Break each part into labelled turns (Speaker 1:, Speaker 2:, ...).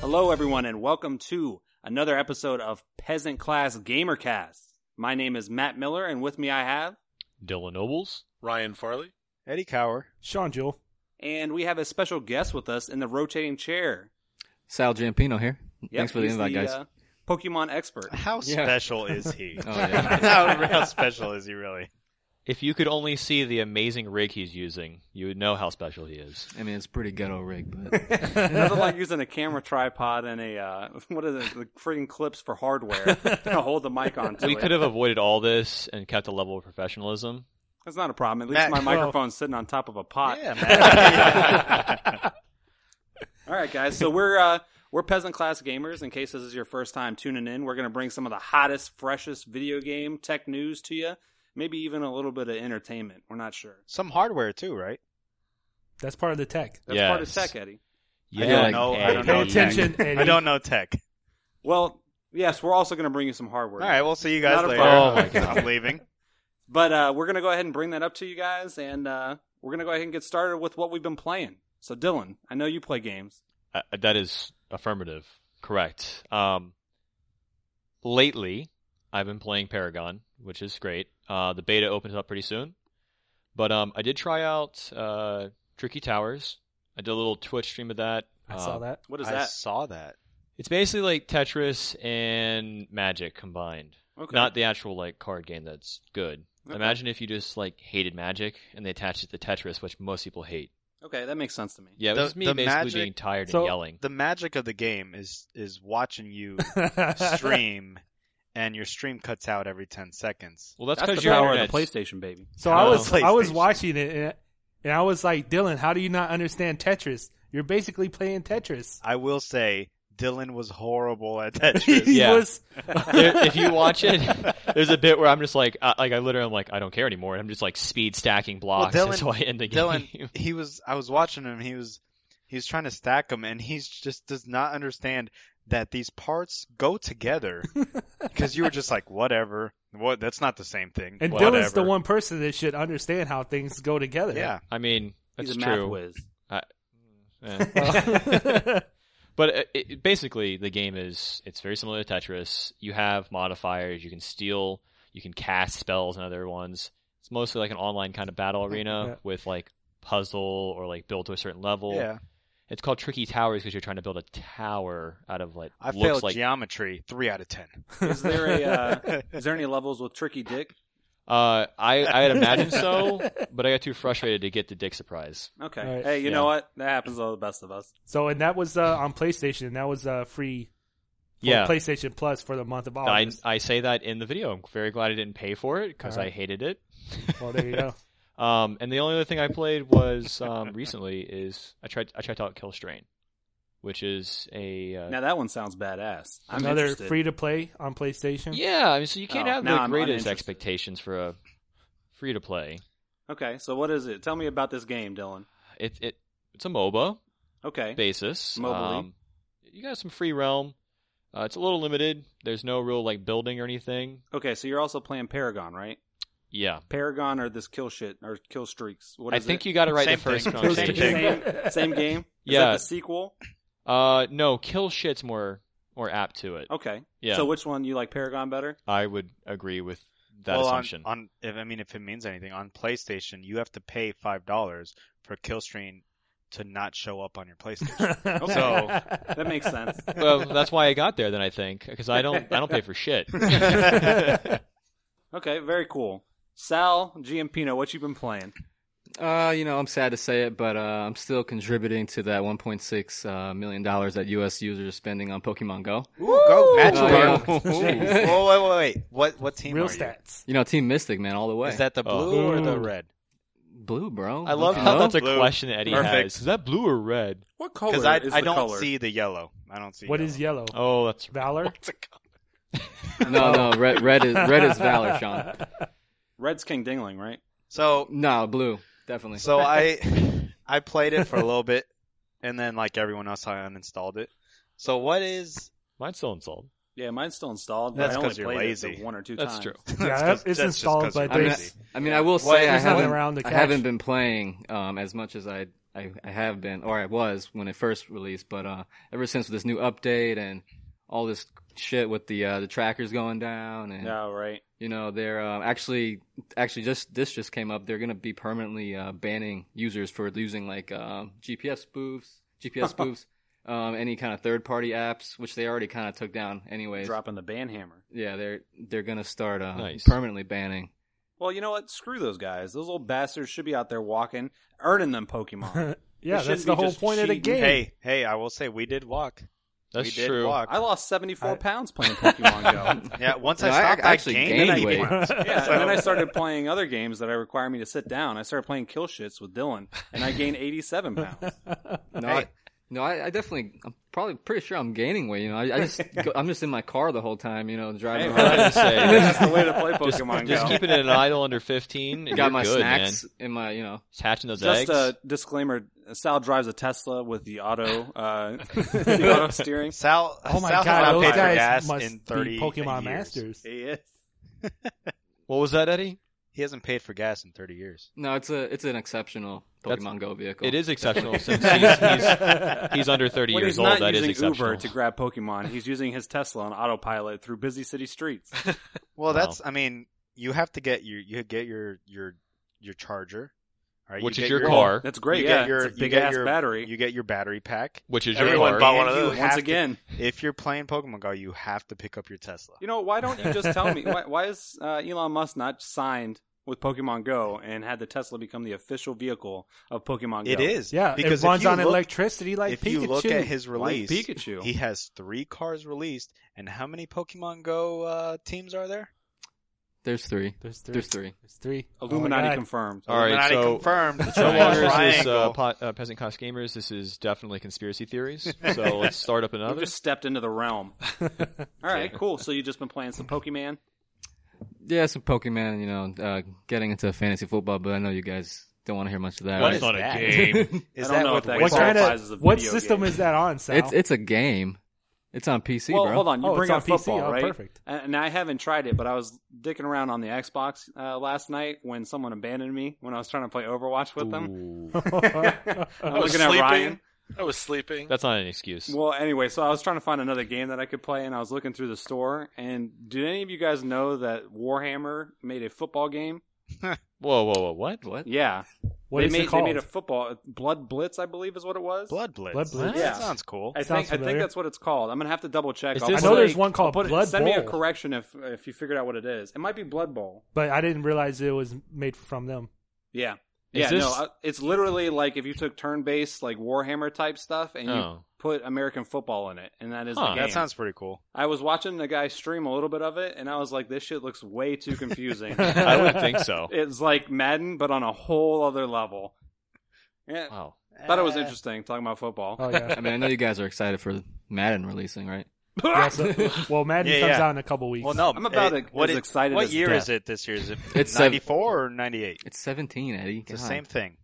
Speaker 1: Hello, everyone, and welcome to another episode of Peasant Class Gamercast. My name is Matt Miller, and with me I have,
Speaker 2: Dylan Nobles.
Speaker 3: Ryan Farley.
Speaker 4: Eddie Cower.
Speaker 5: Sean Jewell.
Speaker 1: and we have a special guest with us in the rotating chair.
Speaker 6: Sal Giampino here.
Speaker 1: Yep,
Speaker 6: Thanks for the
Speaker 1: he's
Speaker 6: invite, guys.
Speaker 1: uh, Pokemon expert.
Speaker 4: How
Speaker 6: Yeah.
Speaker 7: special is he?
Speaker 6: Oh, yeah.
Speaker 7: how, how special is he really?
Speaker 2: If you could only see the amazing rig he's using, you would know how special he is.
Speaker 6: I mean, it's pretty ghetto rig, but
Speaker 1: Nothing like using a camera tripod and a uh, what is it? The friggin' clips for hardware to hold the mic on.
Speaker 2: We could have avoided all this and kept a level of professionalism.
Speaker 1: That's not a problem. At least
Speaker 7: Matt,
Speaker 1: my
Speaker 7: oh.
Speaker 1: microphone's sitting on top of a pot.
Speaker 7: Yeah, man.
Speaker 1: All right, guys. So we're uh, we're peasant class gamers. In case this is your first time tuning in, we're gonna bring some of the hottest, freshest video game tech news to you. Maybe even a little bit of entertainment. We're not sure.
Speaker 4: Some hardware too, right?
Speaker 5: That's part of the tech.
Speaker 1: That's part of
Speaker 2: Yes.
Speaker 1: tech, Eddie.
Speaker 2: You
Speaker 6: I don't
Speaker 2: don't
Speaker 7: know- I
Speaker 2: Eddie.
Speaker 7: don't
Speaker 5: Pay
Speaker 7: know
Speaker 5: attention, Eddie.
Speaker 7: I don't know tech.
Speaker 1: Well, yes, we're also gonna bring you some hardware.
Speaker 7: All right, we'll see you
Speaker 1: Not
Speaker 7: guys
Speaker 1: a
Speaker 7: later.
Speaker 2: problem. Oh my God.
Speaker 7: I'm leaving.
Speaker 1: But uh, we're gonna go ahead and bring that up to you guys, and uh, we're gonna go ahead and get started with what we've been playing. So, Dylan, I know you play games.
Speaker 2: Uh, that is affirmative. Correct. Um, lately, I've been playing Paragon, which is great. Uh, the beta opens up pretty soon. But um, I did try out uh, Tricky Towers. I did a little Twitch stream of that.
Speaker 5: I saw
Speaker 2: Um,
Speaker 5: that.
Speaker 1: What is
Speaker 4: I
Speaker 1: that?
Speaker 4: saw that.
Speaker 2: It's basically like Tetris and Magic combined.
Speaker 1: Okay.
Speaker 2: Not the actual like card game that's good.
Speaker 1: Okay.
Speaker 2: Imagine if you just like hated Magic and they attached it to Tetris, which most people hate.
Speaker 1: okay, that makes sense to me.
Speaker 2: Yeah, it
Speaker 4: The-
Speaker 2: was just me
Speaker 4: the
Speaker 2: basically
Speaker 4: Magic-
Speaker 2: being tired
Speaker 5: So-
Speaker 2: and yelling.
Speaker 4: The magic of the game is is watching you stream, and your stream cuts out every ten seconds.
Speaker 2: Well, that's
Speaker 1: That's
Speaker 2: because
Speaker 1: the
Speaker 2: your
Speaker 1: power of
Speaker 2: internet's-
Speaker 1: the PlayStation, baby.
Speaker 5: So I
Speaker 2: Oh.
Speaker 5: was I was
Speaker 4: PlayStation.
Speaker 5: watching it and, and I was like, Dylan, how do you not understand Tetris? You're basically playing Tetris.
Speaker 4: I will say, Dylan was horrible at Tetris.
Speaker 5: he
Speaker 2: Yeah.
Speaker 5: was
Speaker 2: There- if you watch it, there's a bit where I'm just like, I, like I literally am like, I don't care anymore. and I'm just like speed stacking blocks
Speaker 4: Dylan-
Speaker 2: until I end the game.
Speaker 4: Dylan, he was. I was watching him. He was. He was trying to stack him, and he's just does not understand that these parts go together. Because you were just like, whatever. What? That's not the same thing.
Speaker 5: and
Speaker 2: Whatever.
Speaker 5: Dylan's the one person that should understand how things go together.
Speaker 4: Yeah.
Speaker 2: I mean, that's
Speaker 1: He's a math
Speaker 2: true.
Speaker 1: whiz.
Speaker 2: Eh.
Speaker 5: Well,
Speaker 2: But uh, it, it- basically, the game is it's very similar to Tetris. You have modifiers. You can steal. You can cast spells and other ones. It's mostly like an online kind of battle arena
Speaker 5: Yeah.
Speaker 2: with like puzzle or like build to a certain level.
Speaker 4: Yeah.
Speaker 2: It's called Tricky Towers because you're trying to build a tower out of like
Speaker 4: I
Speaker 2: looks
Speaker 4: failed
Speaker 2: like
Speaker 4: geometry three out of ten.
Speaker 1: Is there a uh, is there any levels with Tricky Dick?
Speaker 2: Uh, I I had imagined so, but I got too frustrated to get the dick surprise.
Speaker 1: Okay.
Speaker 5: All right.
Speaker 1: Hey, you
Speaker 2: Yeah.
Speaker 1: know what? That happens to the best of us.
Speaker 5: so and that was uh, on PlayStation. and That was uh, free for
Speaker 2: Yeah,
Speaker 5: PlayStation Plus for the month of
Speaker 2: I
Speaker 5: August.
Speaker 2: I say that in the video. I'm very glad I didn't pay for it because
Speaker 5: All right.
Speaker 2: I hated it.
Speaker 5: well, there you go.
Speaker 2: Um, and the only other thing I played was um, recently is I tried I checked out Kill Strain, which is a uh,
Speaker 1: Now that one sounds badass. I'm
Speaker 5: Another
Speaker 1: interested.
Speaker 5: free to play on PlayStation.
Speaker 2: yeah. I mean, so you can't
Speaker 1: Oh,
Speaker 2: have
Speaker 1: now
Speaker 2: the
Speaker 1: I'm
Speaker 2: greatest
Speaker 1: uninterested.
Speaker 2: expectations for a free to play.
Speaker 1: Okay, so what is it? Tell me about this game, Dylan.
Speaker 2: It it it's a MOBA
Speaker 1: Okay.
Speaker 2: basis.
Speaker 1: Mobily.
Speaker 2: Um, you got some free realm. Uh, it's a little limited. There's no real like building or anything.
Speaker 1: Okay, so you're also playing Paragon, right?
Speaker 2: Yeah,
Speaker 1: Paragon or this kill shit or kill streaks. What
Speaker 2: I
Speaker 1: is
Speaker 2: think
Speaker 1: it?
Speaker 2: you got it right
Speaker 7: Same
Speaker 2: the first
Speaker 7: thing.
Speaker 2: pronunciation.
Speaker 7: Same thing.
Speaker 1: Same, same game? Is that
Speaker 2: Yeah.
Speaker 1: the sequel?
Speaker 2: Uh, no, kill shit's more more apt to it.
Speaker 1: Okay.
Speaker 2: Yeah,
Speaker 1: So which one you like Paragon better?
Speaker 2: I would agree with that
Speaker 4: well,
Speaker 2: assumption.
Speaker 4: on, on if, I mean, if it means anything, on PlayStation you have to pay five dollars for Killstream to not show up on your PlayStation.
Speaker 1: So- That makes sense.
Speaker 2: well, that's why I got there then I think because I don't I don't pay for shit.
Speaker 1: Okay, very cool. Sal Giampino, what you been playing?
Speaker 6: uh, you know, I'm sad to say it, but uh, I'm still contributing to that 1.6 uh, million dollars that U.S. users are spending on Pokemon Go.
Speaker 4: Ooh, go
Speaker 6: Oh,
Speaker 4: Magikarp!
Speaker 6: yeah.
Speaker 4: Ooh. Whoa, wait, wait, wait! What what team
Speaker 5: Real
Speaker 4: are
Speaker 5: stats.
Speaker 6: You know, Team Mystic, man, all the
Speaker 4: you?
Speaker 6: way.
Speaker 4: Is that the
Speaker 2: Oh.
Speaker 4: blue or the
Speaker 5: Ooh.
Speaker 4: red?
Speaker 6: blue, bro?
Speaker 2: I love
Speaker 6: Don't you
Speaker 2: how
Speaker 6: know?
Speaker 2: that's a
Speaker 4: Blue.
Speaker 2: question that Eddie
Speaker 4: Perfect.
Speaker 2: has. Is that blue or red?
Speaker 1: What color
Speaker 4: Because I
Speaker 1: is
Speaker 4: I
Speaker 1: the
Speaker 4: don't
Speaker 1: color?
Speaker 4: see the yellow. I don't see.
Speaker 5: What is yellow?
Speaker 2: Oh, that's
Speaker 5: Valor.
Speaker 6: no, no, red, red is red is valor, Sean.
Speaker 1: Red's King Dingling, right?
Speaker 4: So
Speaker 6: No, blue, definitely.
Speaker 4: so I I played it for a little bit, and then like everyone else, I uninstalled it. So what is?
Speaker 2: mine's still installed.
Speaker 1: Yeah, minene's still installed. but
Speaker 4: That's
Speaker 1: I only
Speaker 4: 'cause you're
Speaker 1: played It
Speaker 4: lazy.
Speaker 1: the one or two
Speaker 2: That's
Speaker 1: times.
Speaker 2: true.
Speaker 5: Yeah, it's
Speaker 4: just
Speaker 5: installed,
Speaker 4: 'cause you're
Speaker 5: but
Speaker 6: I mean,
Speaker 5: there's
Speaker 4: lazy.
Speaker 6: I mean, I will say
Speaker 5: Well,
Speaker 6: I
Speaker 5: there's nothing
Speaker 6: haven't
Speaker 5: around the
Speaker 6: I
Speaker 5: cache.
Speaker 6: haven't been playing um as much as I I, I have been, or I was when it first released, but uh, ever since this new update and all this shit with the uh, the trackers going down and
Speaker 1: Yeah, right.
Speaker 6: you know they're uh, actually actually just this just came up they're going to be permanently uh, banning users for using like uh, gps spoofs gps spoofs um, any kind of third party apps which they already kind of took down anyways
Speaker 1: Dropping the ban hammer.
Speaker 6: yeah they're they're going to start uh,
Speaker 2: Nice.
Speaker 6: permanently banning
Speaker 1: Well, you know what? Screw those guys. Those old bastards should be out there walking, earning them Pokemon.
Speaker 5: yeah, that's
Speaker 1: shouldn't
Speaker 5: the
Speaker 1: be
Speaker 5: whole
Speaker 1: just
Speaker 5: point of the
Speaker 1: cheating.
Speaker 5: game.
Speaker 4: Hey, hey, I will say we did walk.
Speaker 2: That's
Speaker 4: we did
Speaker 2: true.
Speaker 4: walk.
Speaker 1: I lost 74
Speaker 5: I-
Speaker 1: pounds playing Pokemon Go.
Speaker 4: Yeah, once
Speaker 6: No,
Speaker 4: I
Speaker 6: I-
Speaker 4: stopped,
Speaker 6: I
Speaker 4: I,
Speaker 6: actually
Speaker 4: gained,
Speaker 6: gained
Speaker 4: eighty
Speaker 6: weight.
Speaker 4: pounds.
Speaker 1: Yeah,
Speaker 4: So-
Speaker 1: and then I started playing other games that require me to sit down. I started playing Kill Shits with Dylan, and I gained 87 pounds.
Speaker 6: no
Speaker 4: Hey.
Speaker 6: I, no I, I definitely i'm probably pretty sure i'm gaining weight you know i, I just go, i'm just in my car the whole time you know
Speaker 1: Hey,
Speaker 6: driving
Speaker 1: man,
Speaker 6: around.
Speaker 2: gonna
Speaker 1: that's
Speaker 2: say,
Speaker 1: the way to play Pokemon
Speaker 2: Just
Speaker 1: Go.
Speaker 2: keeping it an idle under 15. And
Speaker 6: got
Speaker 2: you're
Speaker 6: my
Speaker 2: good,
Speaker 6: snacks
Speaker 2: Man.
Speaker 6: in my you know
Speaker 2: Just hatching those
Speaker 1: Just uh, a
Speaker 2: eggs.
Speaker 1: disclaimer: Sal drives a Tesla with the auto, uh, the auto steering.
Speaker 4: Sal,
Speaker 5: oh my
Speaker 4: Sal
Speaker 5: god,
Speaker 4: has not
Speaker 5: those
Speaker 4: paid for
Speaker 5: guys
Speaker 4: gas
Speaker 5: must
Speaker 4: in 30
Speaker 5: be Pokemon
Speaker 4: years.
Speaker 5: masters.
Speaker 1: Yes.
Speaker 2: What was that, Eddie?
Speaker 4: He hasn't paid for gas in 30 years.
Speaker 6: no it's a it's an exceptional
Speaker 2: That's-
Speaker 6: pokemon go vehicle
Speaker 2: It is exceptional since he's, he's, he's under 30
Speaker 1: When
Speaker 2: years
Speaker 1: he's
Speaker 2: old.
Speaker 1: not
Speaker 2: That is
Speaker 1: using
Speaker 2: exceptional.
Speaker 1: Uber to grab Pokemon, he's using his Tesla on autopilot through busy city streets.
Speaker 2: Wow.
Speaker 4: Well, that's, I mean, you have to get your, you get your, your, your charger, all right?
Speaker 2: Which
Speaker 4: you
Speaker 2: is
Speaker 4: get
Speaker 2: your car.
Speaker 1: That's great.
Speaker 4: you
Speaker 1: yeah,
Speaker 4: get your,
Speaker 1: it's a
Speaker 4: you
Speaker 1: big
Speaker 4: get
Speaker 1: ass
Speaker 4: your-
Speaker 1: battery.
Speaker 4: You get your battery pack.
Speaker 2: Which is
Speaker 7: Everyone
Speaker 2: your car.
Speaker 7: bought one of
Speaker 4: And you
Speaker 7: those.
Speaker 4: have
Speaker 1: Once
Speaker 4: to-
Speaker 1: again,
Speaker 4: if you're playing Pokemon Go, you have to pick up your Tesla.
Speaker 1: you know why don't you just tell me why, why is uh, Elon Musk not signed with Pokemon Go and had the Tesla become the official vehicle of Pokemon Go?
Speaker 4: It is
Speaker 5: yeah,
Speaker 4: because
Speaker 5: it runs
Speaker 4: if you
Speaker 5: on
Speaker 4: look,
Speaker 5: electricity like
Speaker 4: if
Speaker 5: Pikachu.
Speaker 4: you look at his
Speaker 1: Like
Speaker 4: release,
Speaker 1: Pikachu.
Speaker 4: he has three cars released, and how many Pokemon Go uh, teams are there?
Speaker 6: there's three
Speaker 5: there's three.
Speaker 6: there's three
Speaker 5: There's three.
Speaker 1: Illuminati
Speaker 5: oh my God.
Speaker 1: confirmed.
Speaker 2: All right,
Speaker 4: Illuminati
Speaker 2: so
Speaker 4: confirmed.
Speaker 2: no longer is this uh,
Speaker 4: Triangle.
Speaker 2: po- uh, peasant class gamers. This is definitely conspiracy theories. So let's start up
Speaker 1: You
Speaker 2: another.
Speaker 1: just stepped into the realm. All right, cool. So you just been playing some Pokemon.
Speaker 6: Yeah, some Pokemon, you know, uh, getting into fantasy football, but I know you guys don't want to hear much of that.
Speaker 4: What
Speaker 6: right?
Speaker 4: is that?
Speaker 2: game.
Speaker 4: Is
Speaker 1: I don't
Speaker 4: that
Speaker 1: know
Speaker 4: with
Speaker 1: if that
Speaker 5: What
Speaker 1: It's all
Speaker 5: kind
Speaker 4: Wizards?
Speaker 1: applies as a
Speaker 5: of what
Speaker 1: video
Speaker 5: system
Speaker 1: game.
Speaker 5: is that on, Sal?
Speaker 6: It's it's a game. It's on PC,
Speaker 1: well,
Speaker 6: bro.
Speaker 1: hold on. You
Speaker 5: Oh,
Speaker 1: bring
Speaker 5: it's on
Speaker 1: up
Speaker 5: PC.
Speaker 1: football,
Speaker 5: Oh,
Speaker 1: right?
Speaker 5: perfect.
Speaker 1: And and I haven't tried it, but I was dicking around on the Xbox uh, last night when someone abandoned me when I was trying to play Overwatch with them. I'm
Speaker 7: I was
Speaker 1: looking at
Speaker 7: sleeping.
Speaker 1: Ryan.
Speaker 7: I was sleeping.
Speaker 2: That's not an excuse.
Speaker 1: Well, anyway, so I was trying to find another game that I could play, and I was looking through the store. And did any of you guys know that Warhammer made a football game?
Speaker 2: whoa, whoa, whoa! What?
Speaker 6: What?
Speaker 1: Yeah,
Speaker 5: What
Speaker 1: they
Speaker 5: is
Speaker 1: made
Speaker 5: it called?
Speaker 1: they made a football Blood Blitz, I believe, is what it was.
Speaker 4: Blood Blitz.
Speaker 5: Blood Blitz.
Speaker 1: Yeah.
Speaker 4: That sounds cool.
Speaker 1: I
Speaker 5: Sounds
Speaker 1: think I think
Speaker 5: familiar.
Speaker 1: that's what it's called. I'm gonna have to double check.
Speaker 2: Is
Speaker 1: I'll
Speaker 2: this
Speaker 5: I know
Speaker 1: put
Speaker 5: there's
Speaker 1: it-
Speaker 5: one
Speaker 1: I'll
Speaker 5: called
Speaker 1: put it-
Speaker 5: Blood
Speaker 1: send me a
Speaker 5: Bowl,
Speaker 1: correction if if you figured out what it is. It might be Blood Bowl.
Speaker 5: but I didn't realize it was made from them.
Speaker 1: Yeah.
Speaker 2: Is
Speaker 1: Yeah,
Speaker 2: this-
Speaker 1: no, I- it's literally like if you took turn-based, like Warhammer type stuff, and you
Speaker 2: Oh.
Speaker 1: put American football in it, and that is
Speaker 2: Huh.
Speaker 1: the game.
Speaker 4: That sounds pretty cool.
Speaker 1: I was watching the guy stream a little bit of it, and I was like, "This shit looks way too confusing."
Speaker 2: I would think so.
Speaker 1: it's like Madden, but on a whole other level. Yeah,
Speaker 2: Wow.
Speaker 1: thought it was interesting talking about football.
Speaker 5: Oh yeah.
Speaker 6: I mean, I know you guys are excited for Madden releasing, right?
Speaker 5: Yeah, so- well, Madden
Speaker 4: Yeah,
Speaker 5: comes
Speaker 4: yeah.
Speaker 5: out in a couple weeks.
Speaker 4: Well, no,
Speaker 1: I'm about
Speaker 4: it,
Speaker 1: as
Speaker 4: what
Speaker 1: excited
Speaker 4: What
Speaker 1: as
Speaker 4: year
Speaker 1: death.
Speaker 4: is it this year? Is it
Speaker 6: It's seven-
Speaker 4: 94 or 98?
Speaker 6: It's 17, Eddie.
Speaker 4: It's the
Speaker 6: God.
Speaker 4: same thing.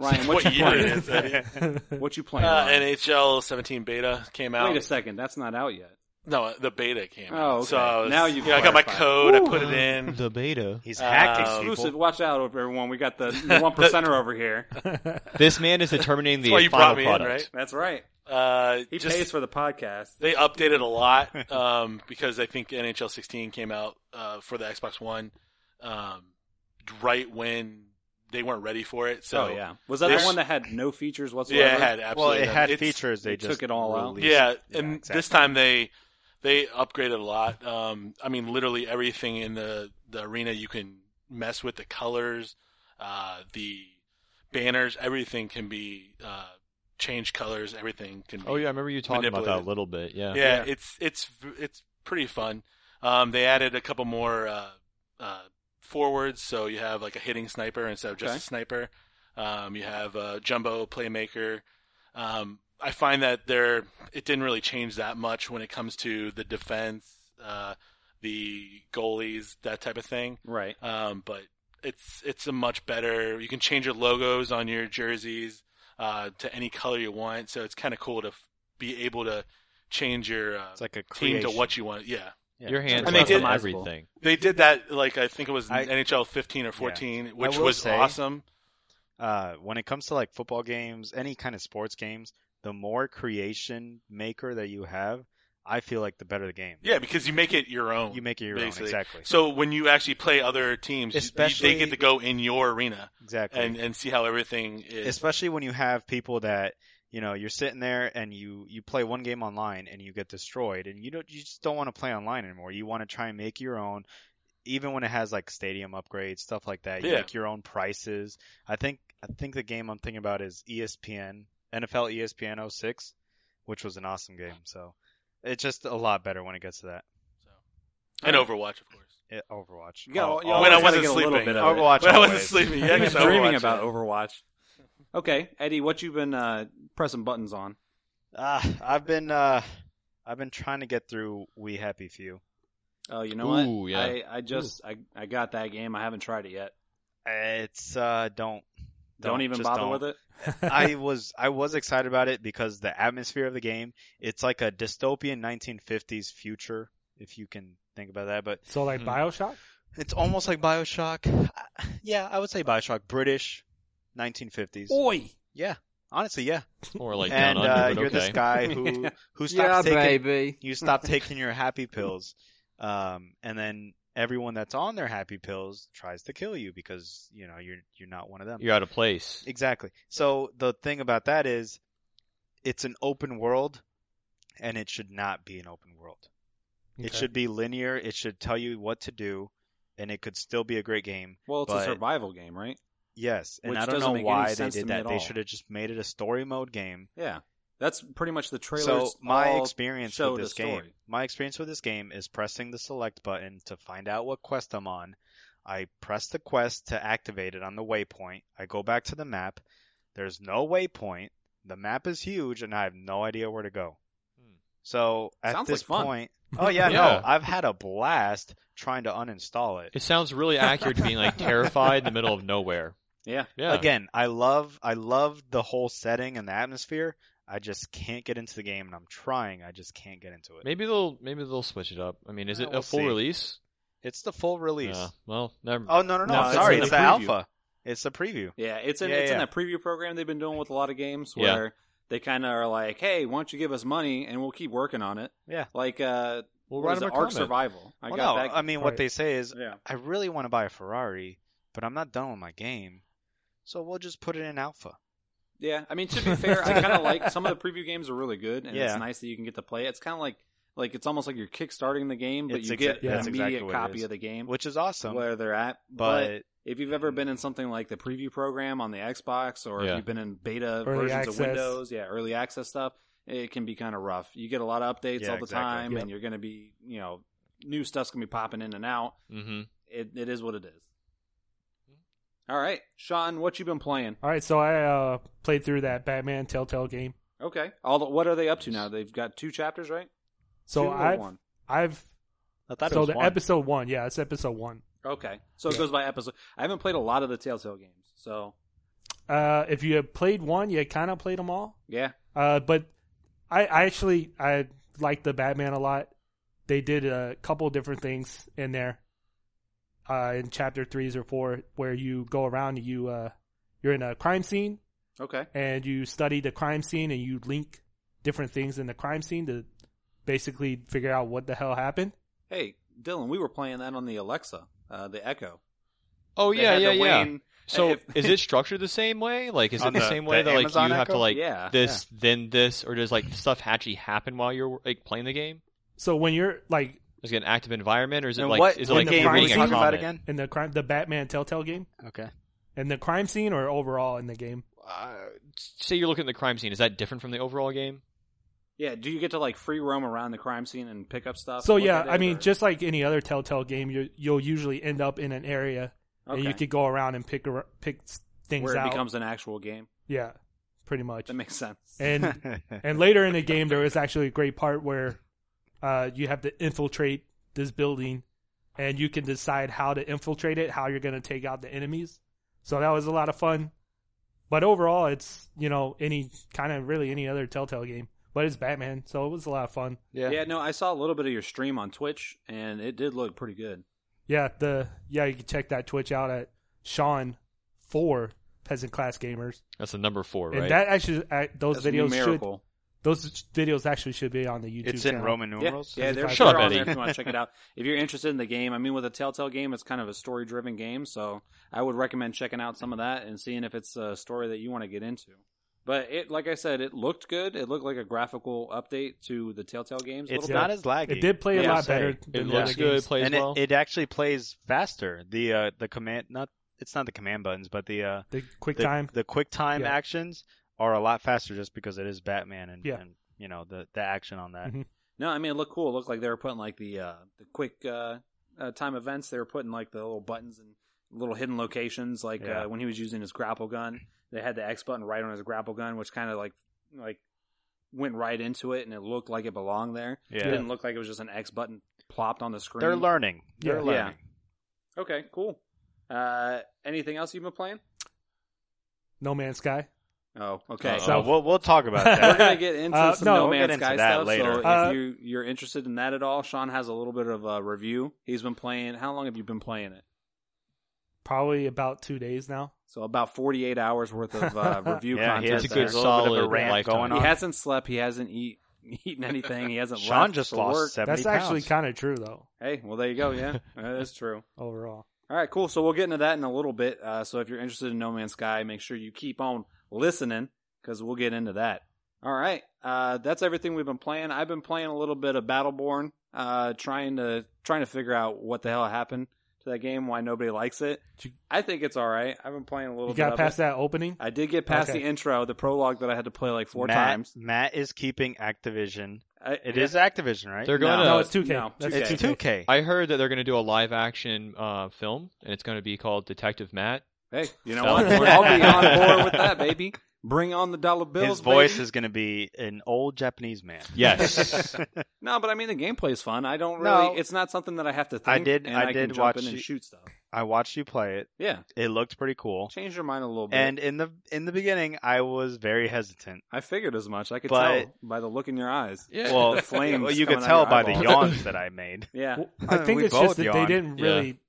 Speaker 1: Ryan, what,
Speaker 7: what
Speaker 1: you
Speaker 7: year
Speaker 1: playing?
Speaker 7: it is. Eddie.
Speaker 1: What you playing?
Speaker 7: Uh,
Speaker 1: Ryan?
Speaker 7: NHL 17 beta came out.
Speaker 1: Wait a second, that's not out yet.
Speaker 7: No, the beta came out.
Speaker 1: Oh, okay.
Speaker 7: So I was-
Speaker 1: Now you've
Speaker 7: yeah, I got my
Speaker 1: clarified.
Speaker 7: code. I put it in.
Speaker 2: The beta.
Speaker 4: He's
Speaker 7: Uh,
Speaker 4: hacking
Speaker 1: Exclusive,
Speaker 4: people.
Speaker 1: watch out, everyone. We got the the one percenter over here.
Speaker 2: This man is determining the
Speaker 7: That's why you
Speaker 2: final
Speaker 7: brought me
Speaker 2: product.
Speaker 7: in, right?
Speaker 1: That's right.
Speaker 7: Uh,
Speaker 1: He
Speaker 7: just-
Speaker 1: pays for the podcast.
Speaker 7: They updated a lot um, because I think NHL 16 came out uh, for the Xbox One um, right when they weren't ready for it. So
Speaker 1: oh yeah, was that
Speaker 7: They
Speaker 1: the
Speaker 7: sh-
Speaker 1: one that had no features whatsoever?
Speaker 7: yeah, it had
Speaker 4: Well,
Speaker 7: absolutely.
Speaker 4: it had
Speaker 7: it's-
Speaker 4: features. They
Speaker 1: they
Speaker 4: just
Speaker 1: took it all out.
Speaker 4: released.
Speaker 7: Yeah,
Speaker 4: Yeah,
Speaker 7: and
Speaker 4: exactly.
Speaker 7: this time they they upgraded a lot. Um, I mean, literally everything in the the arena you can mess with the colors, uh, the banners, everything can be uh, changed colors. Everything can. Be
Speaker 2: Oh yeah, I remember you talking about that a
Speaker 7: Manipulated.
Speaker 2: little bit. Yeah.
Speaker 1: Yeah.
Speaker 7: yeah, it's it's it's pretty fun. Um, they added a couple more uh, uh, forwards, so you have like a hitting sniper instead of just
Speaker 1: Okay.
Speaker 7: a sniper. Um, you have a jumbo playmaker. Um, I find that there it didn't really change that much when it comes to the defense, uh, the goalies, that type of thing.
Speaker 1: Right.
Speaker 7: Um, but it's it's a much better. You can change your logos on your jerseys uh, to any color you want, so it's kind of cool to f- be able to change your uh,
Speaker 4: It's like a
Speaker 7: team
Speaker 4: creation.
Speaker 7: to what you want. Yeah,
Speaker 2: Your hands
Speaker 7: And they
Speaker 2: on
Speaker 7: did-
Speaker 2: everything.
Speaker 7: they did that. Like I think it was
Speaker 4: I-
Speaker 7: NHL 15 or 14, which
Speaker 4: will
Speaker 7: was
Speaker 4: say-
Speaker 7: awesome.
Speaker 4: uh, when it comes to like football games, any kind of sports games, the more creation maker that you have, I feel like the better the game.
Speaker 7: Yeah, because you make it your own.
Speaker 4: You make it your
Speaker 7: basically.
Speaker 4: own. Exactly.
Speaker 7: So when you actually play other teams, you-
Speaker 4: Especially-
Speaker 7: they get to go in your arena
Speaker 4: exactly.
Speaker 7: and, and see how everything is.
Speaker 4: especially when you have people that you know you're sitting there and you you play one game online and you get destroyed and you don't you just don't want to play online anymore you want to try and make your own even when it has like stadium upgrades stuff like that you
Speaker 7: Yeah.
Speaker 4: make your own prices i think i think the game i'm thinking about is E espn nfl espn 06 which was an awesome game so it's just a lot better when it gets to that
Speaker 7: and Overwatch, of course.
Speaker 4: it, overwatch
Speaker 1: You gotta-
Speaker 4: All-
Speaker 1: you always
Speaker 4: all-
Speaker 7: Oh, When I
Speaker 1: gotta
Speaker 7: wasn't
Speaker 1: get a little
Speaker 7: sleeping.
Speaker 1: bit of it.
Speaker 4: overwatch
Speaker 7: When I wasn't
Speaker 4: always.
Speaker 7: sleeping, yeah,
Speaker 1: He was
Speaker 7: because
Speaker 1: dreaming
Speaker 7: Overwatch,
Speaker 1: about
Speaker 7: yeah.
Speaker 1: Overwatch. Okay, Eddie, what you been uh, pressing buttons on?
Speaker 4: Ah, i've been uh i've been trying to get through we happy few
Speaker 1: Oh, you know what?
Speaker 2: Ooh, yeah.
Speaker 1: I, I just I, I got that game. I haven't tried it yet.
Speaker 4: It's uh don't
Speaker 1: Don't, even
Speaker 4: just
Speaker 1: bother
Speaker 4: don't.
Speaker 1: with it.
Speaker 4: I was I was excited about it because the atmosphere of the game, it's like a dystopian 1950s future if you can think about that, but
Speaker 5: so like
Speaker 2: Hmm.
Speaker 5: Bioshock.
Speaker 4: it's almost like BioShock. I- Yeah, I would say BioShock British 1950s.
Speaker 5: Oi,
Speaker 4: Yeah. Honestly, yeah.
Speaker 2: Or like
Speaker 4: and
Speaker 2: down
Speaker 4: uh,
Speaker 2: under, but
Speaker 4: you're
Speaker 2: okay.
Speaker 4: this guy who who stops
Speaker 6: yeah,
Speaker 4: taking
Speaker 6: baby.
Speaker 4: you stop taking your happy pills um and then everyone that's on their happy pills tries to kill you because you know you're you're not one of them.
Speaker 2: You're out of place.
Speaker 4: Exactly. So the thing about that is, it's an open world, and it should not be an open world. It
Speaker 5: Okay.
Speaker 4: should be linear. It should tell you what to do, and it could still be a great game.
Speaker 1: Well, it's
Speaker 4: But-
Speaker 1: a survival game, right?
Speaker 4: Yes, and
Speaker 1: Which
Speaker 4: I don't
Speaker 1: doesn't
Speaker 4: know
Speaker 1: make any
Speaker 4: why they
Speaker 1: sense to
Speaker 4: did
Speaker 1: me
Speaker 4: that.
Speaker 1: at
Speaker 4: They
Speaker 1: all.
Speaker 4: should have just made it a story mode game.
Speaker 1: Yeah, that's pretty much the trailer.
Speaker 4: So my experience
Speaker 1: show
Speaker 4: with
Speaker 1: the
Speaker 4: this game,
Speaker 1: story.
Speaker 4: my experience with this game is pressing the select button to find out what quest I'm on. I press the quest to activate it on the waypoint. I go back to the map. There's no waypoint. The map is huge, and I have no idea where to go.
Speaker 2: Hmm.
Speaker 4: So at
Speaker 1: Sounds
Speaker 4: this
Speaker 1: like fun.
Speaker 4: point, oh yeah,
Speaker 2: Yeah.
Speaker 4: no, I've had a blast trying to uninstall it.
Speaker 2: It sounds really accurate to being like terrified in the middle of nowhere.
Speaker 1: Yeah.
Speaker 2: Yeah.
Speaker 4: Again, I love, I love the whole setting and the atmosphere. I just can't get into the game, and I'm trying. I just can't get into it.
Speaker 2: Maybe they'll maybe they'll switch it up. I mean, is
Speaker 4: Yeah,
Speaker 2: it
Speaker 4: we'll
Speaker 2: a full
Speaker 4: see.
Speaker 2: release?
Speaker 4: It's the full release.
Speaker 2: Yeah. well, never.
Speaker 4: Oh no no no!
Speaker 1: No, it's
Speaker 4: Sorry,
Speaker 1: in
Speaker 4: it's,
Speaker 1: the
Speaker 4: the,
Speaker 1: preview.
Speaker 4: alpha. It's the preview.
Speaker 1: Yeah, it's in
Speaker 4: Yeah,
Speaker 1: it's in
Speaker 4: yeah.
Speaker 1: that preview program they've been doing with a lot of games
Speaker 2: Yeah.
Speaker 1: where they kind of are like, "Hey, why don't you give us money and we'll keep working on it?"
Speaker 4: Yeah.
Speaker 1: like uh, what
Speaker 2: Well, write
Speaker 1: was
Speaker 2: them
Speaker 1: it?
Speaker 2: a
Speaker 1: Ark
Speaker 2: comment.
Speaker 1: Survival. I
Speaker 4: well,
Speaker 1: got
Speaker 4: no,
Speaker 1: that.
Speaker 4: I mean what
Speaker 5: Right.
Speaker 4: they say is,
Speaker 1: yeah,
Speaker 4: I really want to buy a Ferrari, but I'm not done with my game, so we'll just put it in alpha.
Speaker 1: yeah. I mean, to be fair, I kind of like some of the preview games are really good, and
Speaker 4: Yeah.
Speaker 1: it's nice that you can get to play. it. It's kind of like like it's almost like you're kickstarting the game, but
Speaker 4: It's
Speaker 1: you
Speaker 4: exa-
Speaker 1: get
Speaker 5: that's
Speaker 1: an
Speaker 4: exactly
Speaker 1: immediate
Speaker 4: what it
Speaker 1: copy
Speaker 4: is.
Speaker 1: of the game
Speaker 4: Which is awesome.
Speaker 1: where they're at.
Speaker 4: but
Speaker 1: if you've ever been in something like the preview program on the Xbox, or
Speaker 2: Yeah.
Speaker 1: if you've been in beta
Speaker 5: Early
Speaker 1: versions
Speaker 5: access.
Speaker 1: of Windows, yeah, early access stuff, it can be kind of rough. You get a lot of updates
Speaker 4: Yeah,
Speaker 1: all the
Speaker 4: exactly.
Speaker 1: time,
Speaker 5: Yep.
Speaker 1: and you're going to be, you know, new stuff's going to be popping in and out.
Speaker 2: Mm-hmm.
Speaker 1: It, it is what it is. All right, Sean, what you been playing?
Speaker 5: All right, so I uh, played through that Batman Telltale game.
Speaker 1: Okay, all the, what are they up to now? They've got two chapters, right? Two
Speaker 5: So
Speaker 1: or
Speaker 5: I've
Speaker 1: one.
Speaker 5: I've
Speaker 4: I thought
Speaker 5: so
Speaker 4: it was
Speaker 5: the
Speaker 4: one.
Speaker 5: episode one, yeah, it's episode one.
Speaker 1: Okay, so it
Speaker 5: Yeah.
Speaker 1: goes by episode. I haven't played a lot of the Telltale games, so
Speaker 5: Uh, if you had played one, you kind of played them all.
Speaker 1: yeah,
Speaker 5: Uh, but I, I actually I like the Batman a lot. They did a couple different things in there. Uh, in chapter threes or four, where you go around, and you uh, you're in a crime scene
Speaker 1: okay,
Speaker 5: and you study the crime scene and you link different things in the crime scene to basically figure out what the hell happened.
Speaker 1: Hey, Dylan, we were playing that on the Alexa, uh, the Echo.
Speaker 2: Oh
Speaker 1: They
Speaker 2: yeah,
Speaker 1: had
Speaker 2: yeah,
Speaker 1: the
Speaker 2: yeah.
Speaker 1: Wayne-
Speaker 2: So
Speaker 1: if-
Speaker 2: is it structured the same way? Like, is it
Speaker 4: On
Speaker 2: the,
Speaker 4: the-
Speaker 2: same way
Speaker 4: the
Speaker 2: that like
Speaker 4: Amazon
Speaker 2: you have to
Speaker 4: Echo?
Speaker 2: like
Speaker 1: Yeah,
Speaker 2: this, then this, or does like stuff actually happen while you're like playing the game?
Speaker 5: So when you're like
Speaker 2: Is it an active environment, or is it
Speaker 4: And
Speaker 2: like
Speaker 4: what,
Speaker 2: is it
Speaker 4: what
Speaker 2: like
Speaker 4: game
Speaker 5: we're
Speaker 4: are we
Speaker 2: reading a
Speaker 4: talking about
Speaker 2: comment?
Speaker 4: again?
Speaker 5: in the crime, the Batman Telltale game,
Speaker 4: Okay.
Speaker 5: in the crime scene or overall in the game,
Speaker 2: Uh, say you're looking at the crime scene. Is that different from the overall game?
Speaker 1: Yeah, do you get to like free roam around the crime scene and pick up stuff?
Speaker 5: So
Speaker 1: and look
Speaker 5: yeah,
Speaker 1: at it,
Speaker 5: I mean,
Speaker 1: or-
Speaker 5: just like any other Telltale game, you you'll usually end up in an area and you
Speaker 1: Okay.
Speaker 5: could go around and pick ar- pick s- things
Speaker 1: where it
Speaker 5: out.
Speaker 1: becomes an actual game.
Speaker 5: yeah, pretty much.
Speaker 1: That makes sense.
Speaker 5: And and later in the game, there is actually a great part where uh, you have to infiltrate this building, and you can decide how to infiltrate it, how you're going to take out the enemies. So that was a lot of fun. But overall, it's you know any kind of really any other Telltale game, but it's Batman, so it was a lot of fun.
Speaker 1: Yeah. no, I saw a little bit of your stream on Twitch, and it did look pretty good.
Speaker 5: Yeah, the yeah, you can check that Twitch out at Sean Four peasant class gamers,
Speaker 2: That's the number four, right?
Speaker 5: and that actually uh, those
Speaker 1: That's
Speaker 5: videos should
Speaker 1: numerical.
Speaker 5: those videos actually should be on the YouTube.
Speaker 4: It's in
Speaker 5: channel.
Speaker 4: Roman
Speaker 1: Yeah,
Speaker 4: numerals.
Speaker 1: yeah, they're,
Speaker 5: Shut
Speaker 1: they're
Speaker 2: up,
Speaker 1: on
Speaker 2: Eddie.
Speaker 1: there if you want to check it out. If you're interested in the game, I mean, with a Telltale game, it's kind of a story-driven game, so I would recommend checking out some of that and seeing if it's a story that you want to get into. But it, like I said, it looked good. It looked like a graphical update to the Telltale games. a
Speaker 4: It's
Speaker 1: little
Speaker 5: Yeah.
Speaker 4: not as laggy.
Speaker 5: uh, It did play a
Speaker 1: Yeah,
Speaker 5: lot
Speaker 4: say.
Speaker 5: better.
Speaker 2: it
Speaker 5: Than the
Speaker 2: looks
Speaker 5: other
Speaker 2: good,
Speaker 5: games.
Speaker 2: plays
Speaker 4: and
Speaker 2: well.
Speaker 4: it, it actually plays faster. The uh, the command not it's not the command buttons, but the uh,
Speaker 5: The quick
Speaker 4: the,
Speaker 5: time.
Speaker 4: the quick time
Speaker 5: Yeah.
Speaker 4: actions are a lot faster just because it is Batman and,
Speaker 5: Yeah.
Speaker 4: and you know the the action on that.
Speaker 5: Mhm.
Speaker 1: No, I mean it looked cool. It looked like they were putting like the uh, the quick uh, uh, time events. They were putting like the little buttons and little hidden locations. Like
Speaker 4: Yeah.
Speaker 1: uh, when he was using his grapple gun, they had the X button right on his grapple gun, which kind of like like went right into it, and it looked like it belonged there.
Speaker 4: Yeah.
Speaker 1: It didn't look like it was just an X button plopped on the screen.
Speaker 4: They're learning. They're
Speaker 5: Yeah.
Speaker 4: learning.
Speaker 1: okay, cool. Uh, anything else you've been playing?
Speaker 5: No Man's Sky.
Speaker 1: Oh, okay.
Speaker 2: Uh-oh.
Speaker 4: So we'll we'll talk about that.
Speaker 1: we're gonna get into
Speaker 5: Uh,
Speaker 1: some
Speaker 5: no,
Speaker 1: no,
Speaker 4: we'll
Speaker 1: Man's
Speaker 4: get into
Speaker 1: Sky
Speaker 4: that
Speaker 1: stuff.
Speaker 4: later.
Speaker 1: So if
Speaker 5: Uh,
Speaker 1: you you're interested in that at all, Sean has a little bit of a review. He's been playing. How long have you been playing it?
Speaker 5: Probably about two days now.
Speaker 1: So about 48 hours worth of uh, review
Speaker 4: yeah, he
Speaker 1: content.
Speaker 2: It's
Speaker 4: has
Speaker 2: a
Speaker 1: there.
Speaker 2: good
Speaker 4: there's little bit of a
Speaker 2: solid
Speaker 4: rant
Speaker 2: lifetime.
Speaker 4: going
Speaker 2: He
Speaker 1: he
Speaker 4: on.
Speaker 1: hasn't slept. He hasn't eat, eaten anything. He hasn't.
Speaker 4: Sean
Speaker 1: left
Speaker 4: just
Speaker 1: for
Speaker 4: lost
Speaker 1: work.
Speaker 4: seventy
Speaker 5: That's actually
Speaker 4: pounds.
Speaker 5: kind of true though.
Speaker 1: Hey, well there you go. Yeah, Uh, that's true.
Speaker 5: Overall,
Speaker 1: All right, cool. So we'll get into that in a little bit. Uh, so if you're interested in No Man's Sky, make sure you keep on listening because we'll get into that. All right, uh, that's everything we've been playing. I've been playing a little bit of Battleborn, uh, trying to trying to figure out what the hell happened to that game, why nobody likes it.
Speaker 5: Did you-
Speaker 1: I think it's all right. I've been playing a little
Speaker 5: you
Speaker 1: bit.
Speaker 5: got
Speaker 1: of
Speaker 5: past
Speaker 1: it.
Speaker 5: that opening.
Speaker 1: I did get past
Speaker 5: Okay.
Speaker 1: the intro, the prologue that I had to play like four
Speaker 4: Matt,
Speaker 1: times.
Speaker 4: Matt is keeping Activision.
Speaker 1: I,
Speaker 4: It is Activision, right?
Speaker 2: They're going
Speaker 1: No,
Speaker 2: to.
Speaker 5: no, it's 2K.
Speaker 1: no,
Speaker 5: That's
Speaker 1: it's
Speaker 4: it's
Speaker 5: 2K.
Speaker 4: two K.
Speaker 2: I heard that they're going to do a live action uh, film, and it's going to be called Detective Matt.
Speaker 1: Hey, you know
Speaker 2: Fell
Speaker 1: what?
Speaker 2: for it.
Speaker 1: I'll be on board with that, baby. Bring on the dollar bills.
Speaker 4: His voice
Speaker 1: baby.
Speaker 4: is going to be an old Japanese man.
Speaker 2: Yes.
Speaker 1: No, but I mean the gameplay is fun. I don't really.
Speaker 4: No.
Speaker 1: It's not something that I have to. think.
Speaker 4: I did-
Speaker 1: And
Speaker 4: I
Speaker 1: I, can
Speaker 4: did
Speaker 1: jump
Speaker 4: watch
Speaker 1: in and
Speaker 4: you-
Speaker 1: shoot stuff.
Speaker 4: I watched you play it.
Speaker 1: Yeah,
Speaker 4: It looked pretty cool.
Speaker 1: change your mind a little bit.
Speaker 4: And in the in the beginning, I was very hesitant.
Speaker 1: I figured as much. I could
Speaker 4: But-
Speaker 1: tell by the look in your eyes.
Speaker 2: Yeah.
Speaker 4: Well,
Speaker 1: The flames
Speaker 4: well, you could
Speaker 1: coming
Speaker 4: tell
Speaker 1: out your
Speaker 4: by the
Speaker 1: eyeballs.
Speaker 4: yawns that I made.
Speaker 1: Yeah,
Speaker 5: Well, I think
Speaker 4: We
Speaker 5: it's just
Speaker 4: both
Speaker 5: that they
Speaker 4: yawned.
Speaker 5: didn't
Speaker 2: Yeah.
Speaker 5: really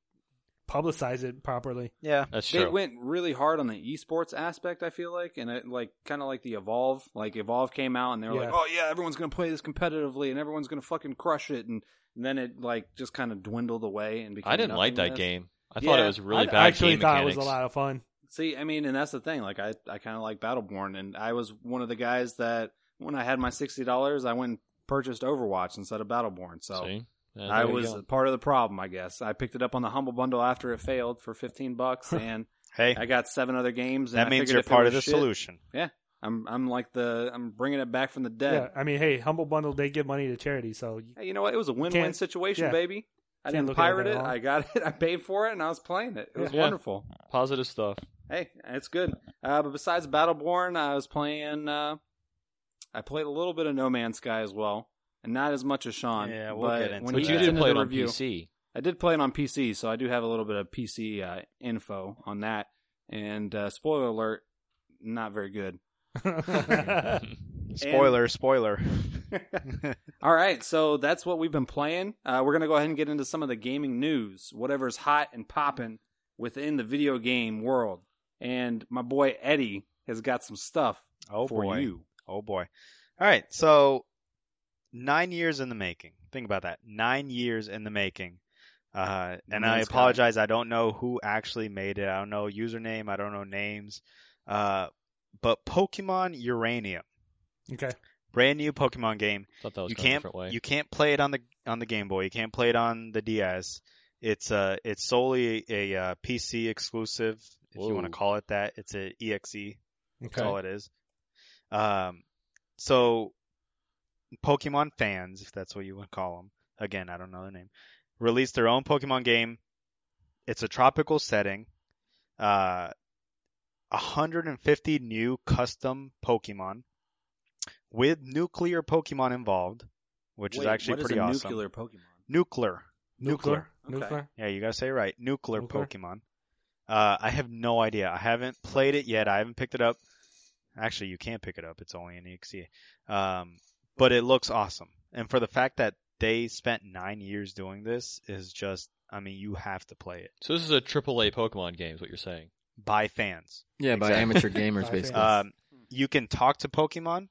Speaker 5: publicize it properly.
Speaker 4: Yeah.
Speaker 2: That's
Speaker 1: they
Speaker 2: true.
Speaker 1: went really hard on the esports aspect. I feel like, and it like kind of like the evolve. Like evolve came out, and they were like,
Speaker 5: Yeah.
Speaker 1: "Oh yeah, everyone's gonna play this competitively, and everyone's gonna fucking crush it." And, and then it like just kind of dwindled away and became.
Speaker 2: I didn't like that
Speaker 1: nothingness.
Speaker 2: game. I thought
Speaker 1: Yeah,
Speaker 2: it was really
Speaker 5: I
Speaker 2: bad
Speaker 5: actually
Speaker 2: game
Speaker 5: thought
Speaker 2: mechanics.
Speaker 5: it was a lot of fun.
Speaker 1: See, I mean, and that's the thing. Like, I, I kind of like Battleborn, and I was one of the guys that when I had my sixty dollars, I went and purchased Overwatch instead of Battleborn. So
Speaker 2: See? Yeah,
Speaker 1: I
Speaker 2: there you
Speaker 1: was
Speaker 2: go.
Speaker 1: part of the problem, I guess. I picked it up on the humble bundle after it failed for fifteen bucks, and
Speaker 4: Hey,
Speaker 1: I got seven other games. And
Speaker 4: that
Speaker 1: I
Speaker 4: means
Speaker 1: figured
Speaker 4: you're
Speaker 1: if it
Speaker 4: part
Speaker 1: was
Speaker 4: of the
Speaker 1: shit,
Speaker 4: solution.
Speaker 1: I'm, I'm like the, I'm bringing it back from the
Speaker 5: Yeah.
Speaker 1: dead.
Speaker 5: I mean, hey, Humble Bundle they give money to charity, so you-
Speaker 1: Hey, you know what? It was a win-win
Speaker 5: Can't-
Speaker 1: situation,
Speaker 5: yeah.
Speaker 1: baby. I
Speaker 5: Can't
Speaker 1: didn't
Speaker 5: look at it
Speaker 1: pirate
Speaker 5: at
Speaker 1: it.
Speaker 5: all.
Speaker 1: I got it. I paid for it, and I was playing it. It was
Speaker 2: Yeah.
Speaker 1: wonderful.
Speaker 2: Positive stuff.
Speaker 1: Hey, it's good. Uh, but besides Battleborn, I was playing. Uh, I played a little bit of No Man's Sky as well, and not as much as Sean.
Speaker 4: Yeah, we'll
Speaker 1: but
Speaker 4: get
Speaker 1: when
Speaker 4: into that.
Speaker 2: But
Speaker 1: he
Speaker 2: you
Speaker 1: gets
Speaker 2: did
Speaker 1: into
Speaker 2: play it
Speaker 1: the
Speaker 2: on
Speaker 1: review,
Speaker 2: PC.
Speaker 1: I did play it on PC, so I do have a little bit of PC uh, info on that. And uh, spoiler alert, not very good.
Speaker 4: Spoiler, spoiler.
Speaker 1: All right, so that's what we've been playing. Uh, we're gonna go ahead and get into some of the gaming news, whatever's hot and popping within the video game world. And my boy Eddie has got some stuff
Speaker 4: oh
Speaker 1: for
Speaker 4: boy.
Speaker 1: you.
Speaker 4: Oh boy. All right. So nine years in the making. Think about that. Nine years in the making. Uh, and I
Speaker 1: Nice guy.
Speaker 4: apologize. I don't know who actually made it. I don't know username. I don't know names. Uh, but Pokemon Uranium,
Speaker 5: okay,
Speaker 4: brand new Pokemon game.
Speaker 2: Thought that was
Speaker 4: you
Speaker 2: going a
Speaker 4: can't
Speaker 2: different way.
Speaker 4: you can't play it on the on the Game Boy. You can't play it on the DS. It's uh it's solely a, uh, PC exclusive, if you want
Speaker 2: Whoa.
Speaker 4: to call it that. It's a EXE. That's
Speaker 5: okay.
Speaker 4: all it is. Um, so Pokemon fans, if that's what you would call them, again, I don't know their name, released their own Pokemon game. It's a tropical setting. Uh, 150 new custom Pokemon with nuclear Pokemon involved, which is
Speaker 1: Wait,
Speaker 4: actually
Speaker 1: what
Speaker 4: pretty
Speaker 1: a
Speaker 4: awesome.
Speaker 1: Nuclear Pokemon.
Speaker 4: nuclear.
Speaker 5: Nuclear,
Speaker 1: Nuclear.
Speaker 5: nuclear.
Speaker 4: Yeah, you gotta say it right. Nuclear
Speaker 5: Nuclear.
Speaker 4: Pokemon. Uh, I have no idea. I haven't played it yet. I haven't picked it up. Actually, you can't pick it up. It's only in EXE. Um, but it looks awesome. And for the fact that they spent nine years doing this is just, I mean, you have to play it.
Speaker 2: So this is a AAA Pokemon game, is what you're saying.
Speaker 4: by fans.
Speaker 6: Yeah, by
Speaker 4: Exactly.
Speaker 6: amateur gamers,
Speaker 5: By
Speaker 6: basically.
Speaker 5: fans.
Speaker 4: Um, you can talk to Pokemon.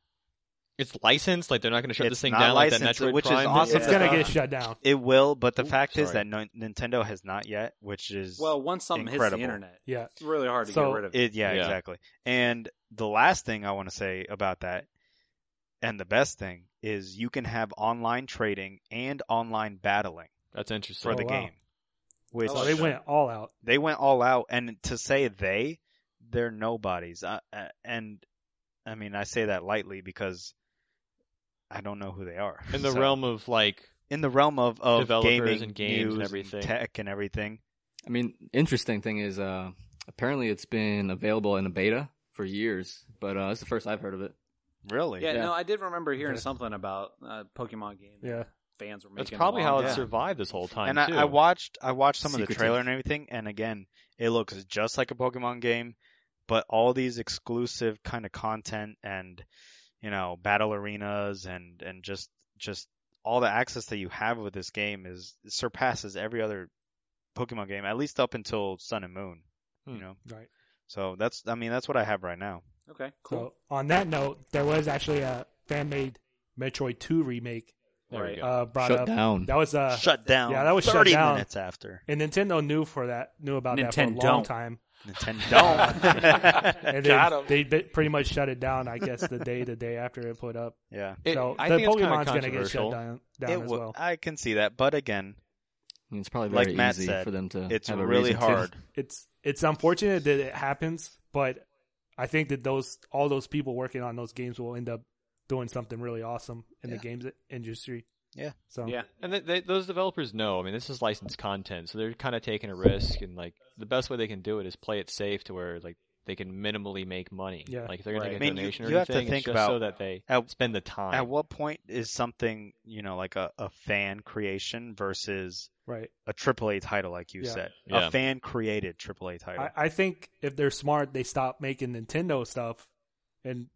Speaker 2: It's licensed. Like they're not going to shut
Speaker 4: It's
Speaker 2: this thing
Speaker 4: not
Speaker 2: down like
Speaker 4: licensed,
Speaker 2: that Metroid
Speaker 4: which is
Speaker 2: Prime. did.
Speaker 4: awesome.
Speaker 5: It's
Speaker 1: Yeah.
Speaker 5: gonna get shut down.
Speaker 4: It will, but the
Speaker 2: Ooh,
Speaker 4: fact is
Speaker 2: sorry.
Speaker 4: that no, Nintendo has not yet, which is
Speaker 1: Well, once something hits
Speaker 4: Incredible.
Speaker 1: the internet,
Speaker 5: Yeah.
Speaker 1: it's really hard to
Speaker 5: So-
Speaker 1: get rid of it.
Speaker 4: It, yeah,
Speaker 2: Yeah.
Speaker 4: exactly. And the last thing I want to say about that, and the best thing, is you can have online trading and online battling
Speaker 2: That's interesting.
Speaker 4: for the
Speaker 5: Oh, wow.
Speaker 4: game. Which
Speaker 1: I
Speaker 5: So
Speaker 1: like
Speaker 5: they
Speaker 1: that.
Speaker 5: went all out.
Speaker 4: they went all out, and to say they, they're nobodies. Uh, uh, and I mean, I say that lightly because I don't know who they are.
Speaker 2: in the
Speaker 4: So,
Speaker 2: realm of like
Speaker 4: in the realm of, of
Speaker 2: developers
Speaker 4: gaming
Speaker 2: and games and
Speaker 4: news
Speaker 2: everything.
Speaker 4: tech and everything.
Speaker 6: I mean, interesting thing is, uh, apparently it's been available in a beta for years, but uh, it's the first I've heard of it.
Speaker 4: Really?
Speaker 1: Yeah,
Speaker 6: Yeah.
Speaker 1: no, I did remember hearing
Speaker 5: Yeah.
Speaker 1: something about uh, Pokemon game. that
Speaker 5: Yeah.
Speaker 1: fans were making.
Speaker 2: that's probably how
Speaker 1: long
Speaker 2: it
Speaker 4: Yeah.
Speaker 1: ago.
Speaker 2: survived this whole time.
Speaker 4: and I,
Speaker 2: too.
Speaker 4: I watched I watched some of the
Speaker 6: Secretive.
Speaker 4: trailer and everything, and again, it looks just like a Pokemon game, but all these exclusive kind of content and you know battle arenas and and just just all the access that you have with this game is surpasses every other Pokemon game, at least up until Sun and Moon. You
Speaker 2: Hmm.
Speaker 4: know,
Speaker 5: Right.
Speaker 4: so that's I mean that's what I have right now.
Speaker 1: Okay, cool.
Speaker 5: So on that note, there was actually a fan made Metroid Two remake
Speaker 2: there
Speaker 1: Right.
Speaker 2: we go.
Speaker 5: uh, brought
Speaker 6: Shut
Speaker 5: up.
Speaker 6: down.
Speaker 5: That was uh,
Speaker 4: shut down.
Speaker 5: yeah, that was shut
Speaker 4: thirty
Speaker 5: down.
Speaker 4: minutes after
Speaker 5: and Nintendo knew for that knew about that for a
Speaker 1: Nintendo.
Speaker 5: long time,
Speaker 4: Nintendo.
Speaker 5: and
Speaker 7: Got
Speaker 5: then
Speaker 7: 'em.
Speaker 5: they bit- pretty much shut it down. I guess the day the day after it put up.
Speaker 4: yeah,
Speaker 2: It-
Speaker 5: so
Speaker 2: I
Speaker 5: the
Speaker 2: think it's kinda
Speaker 5: Pokemon's gonna get
Speaker 2: controversial.
Speaker 5: shut down, down
Speaker 4: it
Speaker 5: as
Speaker 4: wa-
Speaker 5: well.
Speaker 4: I can see that, but again,
Speaker 6: I mean, it's probably
Speaker 4: Like
Speaker 6: very
Speaker 4: Matt
Speaker 6: easy
Speaker 4: said,
Speaker 6: for them to.
Speaker 4: it's
Speaker 6: have a
Speaker 4: really
Speaker 6: reason to.
Speaker 4: hard.
Speaker 5: It's it's unfortunate that it happens, but I think that those all those people working on those games will end up doing something really awesome in the
Speaker 4: Yeah.
Speaker 5: games industry.
Speaker 4: Yeah.
Speaker 5: So
Speaker 1: Yeah,
Speaker 2: And they, they, those developers know. I mean, this is licensed content, so they're kind of taking a risk, and like the best way they can do it is play it safe to where like they can minimally make money.
Speaker 5: Yeah.
Speaker 2: Like if they're gonna
Speaker 1: Right.
Speaker 2: get
Speaker 1: I
Speaker 2: a
Speaker 4: mean, you-
Speaker 2: donation
Speaker 4: you
Speaker 2: or
Speaker 4: have to
Speaker 2: anything, it's
Speaker 4: think
Speaker 2: just
Speaker 4: about
Speaker 2: so that they
Speaker 4: at-
Speaker 2: spend the time.
Speaker 4: At what point is something, you know, like a, a fan creation versus
Speaker 5: right.
Speaker 4: a AAA title, like you
Speaker 5: Yeah.
Speaker 4: said?
Speaker 2: Yeah.
Speaker 4: A fan created AAA title.
Speaker 5: I, I think if they're smart, they stop making Nintendo stuff and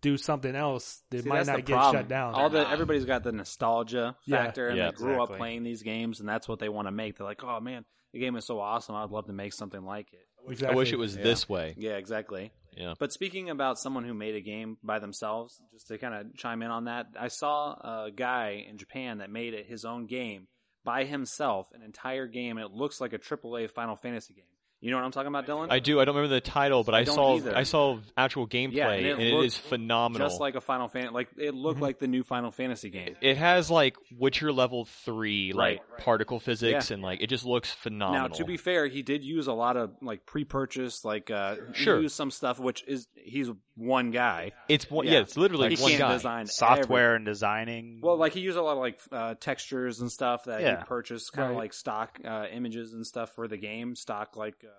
Speaker 5: do something else that
Speaker 1: See,
Speaker 5: might
Speaker 1: that's the
Speaker 5: not get
Speaker 1: problem.
Speaker 5: shut down.
Speaker 1: All the
Speaker 7: They're not.
Speaker 1: everybody's got the nostalgia
Speaker 5: Yeah.
Speaker 1: factor, and
Speaker 2: Yeah,
Speaker 1: they grew up
Speaker 4: exactly.
Speaker 1: playing these games, and that's what they want to make. They're like, oh man, the game is so awesome. I'd love to make something like it.
Speaker 5: Exactly.
Speaker 2: I wish it was
Speaker 4: Yeah.
Speaker 2: this way.
Speaker 1: Yeah, exactly.
Speaker 2: Yeah.
Speaker 1: But speaking about someone who made a game by themselves, just to kind of chime in on that, I saw a guy in Japan that made it his own game by himself, an entire game. and It looks like a AAA Final Fantasy game. You know what I'm talking about, Dylan?
Speaker 2: I do. I don't remember the title, but
Speaker 1: I
Speaker 2: I,
Speaker 1: don't
Speaker 2: saw
Speaker 1: either.
Speaker 2: I saw actual gameplay,
Speaker 1: Yeah, and
Speaker 2: and,
Speaker 1: it
Speaker 2: it
Speaker 1: looked
Speaker 2: is phenomenal.
Speaker 1: Just like a Final Fantasy, like it looked like the new Final Fantasy game.
Speaker 2: it has like Witcher level three, like particle physics, and like it just looks phenomenal.
Speaker 1: Now, to be fair, he did use a lot of like pre-purchase, like uh, he
Speaker 2: Sure.
Speaker 1: used some stuff, which is he's one guy.
Speaker 2: it's one.
Speaker 1: yeah.
Speaker 2: Yeah, it's literally
Speaker 1: he
Speaker 2: one
Speaker 1: can't
Speaker 2: guy.
Speaker 1: design everything.
Speaker 4: Software and designing.
Speaker 1: Well, like he used a lot of like uh, textures and stuff that
Speaker 4: Yeah.
Speaker 1: he purchased, kind of
Speaker 5: Right.
Speaker 1: like stock uh, images and stuff for the game, stock like uh,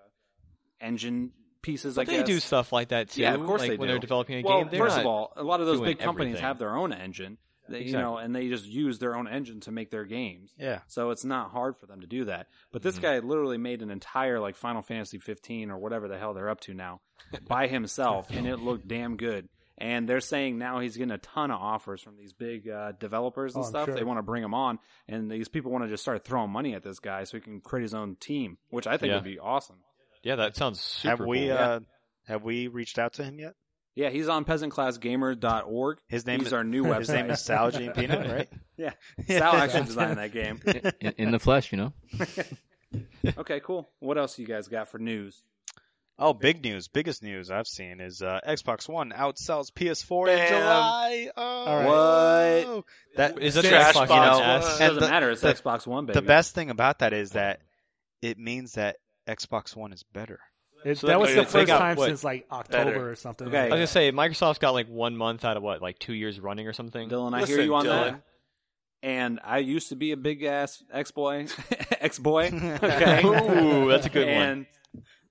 Speaker 1: engine pieces. I
Speaker 2: But they
Speaker 1: guess.
Speaker 2: do stuff like that too.
Speaker 1: Yeah, of course
Speaker 2: like,
Speaker 1: they
Speaker 2: when
Speaker 1: do.
Speaker 2: they're developing a
Speaker 1: well,
Speaker 2: game. they're
Speaker 1: first
Speaker 2: not-
Speaker 1: of all, a lot of those
Speaker 2: doing
Speaker 1: big companies
Speaker 2: everything.
Speaker 1: have their own engine, that, you know, and they just use their own engine to make their games.
Speaker 4: yeah.
Speaker 1: So it's not hard for them to do that. But this
Speaker 5: Mm-hmm.
Speaker 1: guy literally made an entire like Final Fantasy 15 or whatever the hell they're up to now by himself, and it looked damn good. And they're saying now he's getting a ton of offers from these big uh, developers and
Speaker 5: Oh, I'm
Speaker 1: stuff.
Speaker 5: sure.
Speaker 1: They want to bring him on, and these people want to just start throwing money at this guy so he can create his own team, which I think
Speaker 2: Yeah.
Speaker 1: would be awesome.
Speaker 2: yeah, that sounds super.
Speaker 4: Have we
Speaker 2: cool.
Speaker 4: uh, have we reached out to him yet?
Speaker 1: Yeah, he's on peasantclassgamer.org.
Speaker 4: His name
Speaker 1: He's
Speaker 4: is
Speaker 1: our new
Speaker 4: His
Speaker 1: website.
Speaker 4: name is Sal Jean Peanut, right?
Speaker 1: Yeah. Sal actually designed that game.
Speaker 6: in, in the flesh, you know.
Speaker 1: Okay, cool. What else you guys got for news?
Speaker 4: Oh, big news! Biggest news I've seen is uh, Xbox One outsells PS4 in
Speaker 7: Bam.
Speaker 4: July. Oh,
Speaker 1: right.
Speaker 4: What? That
Speaker 2: Is that
Speaker 7: Trash
Speaker 2: trash box?
Speaker 7: box.
Speaker 2: ass?
Speaker 4: And
Speaker 1: doesn't
Speaker 4: the-
Speaker 1: matter. It's
Speaker 4: the-
Speaker 1: Xbox One, baby.
Speaker 4: the best thing about that is that it means that Xbox One is better.
Speaker 5: It,
Speaker 2: So
Speaker 5: that
Speaker 2: that-
Speaker 5: was
Speaker 7: they-
Speaker 5: the
Speaker 7: they
Speaker 5: first
Speaker 2: got
Speaker 5: time
Speaker 2: what?
Speaker 5: since like October
Speaker 7: Better.
Speaker 5: or something.
Speaker 1: Okay.
Speaker 2: I was gonna say Microsoft's got like one month out of what, like two years running or something.
Speaker 1: Dylan, I
Speaker 7: Listen,
Speaker 1: hear you on
Speaker 7: Dylan.
Speaker 1: that. And I used to be a big ass ex boy, ex boy. Okay,
Speaker 2: Ooh, that's a good one.
Speaker 1: and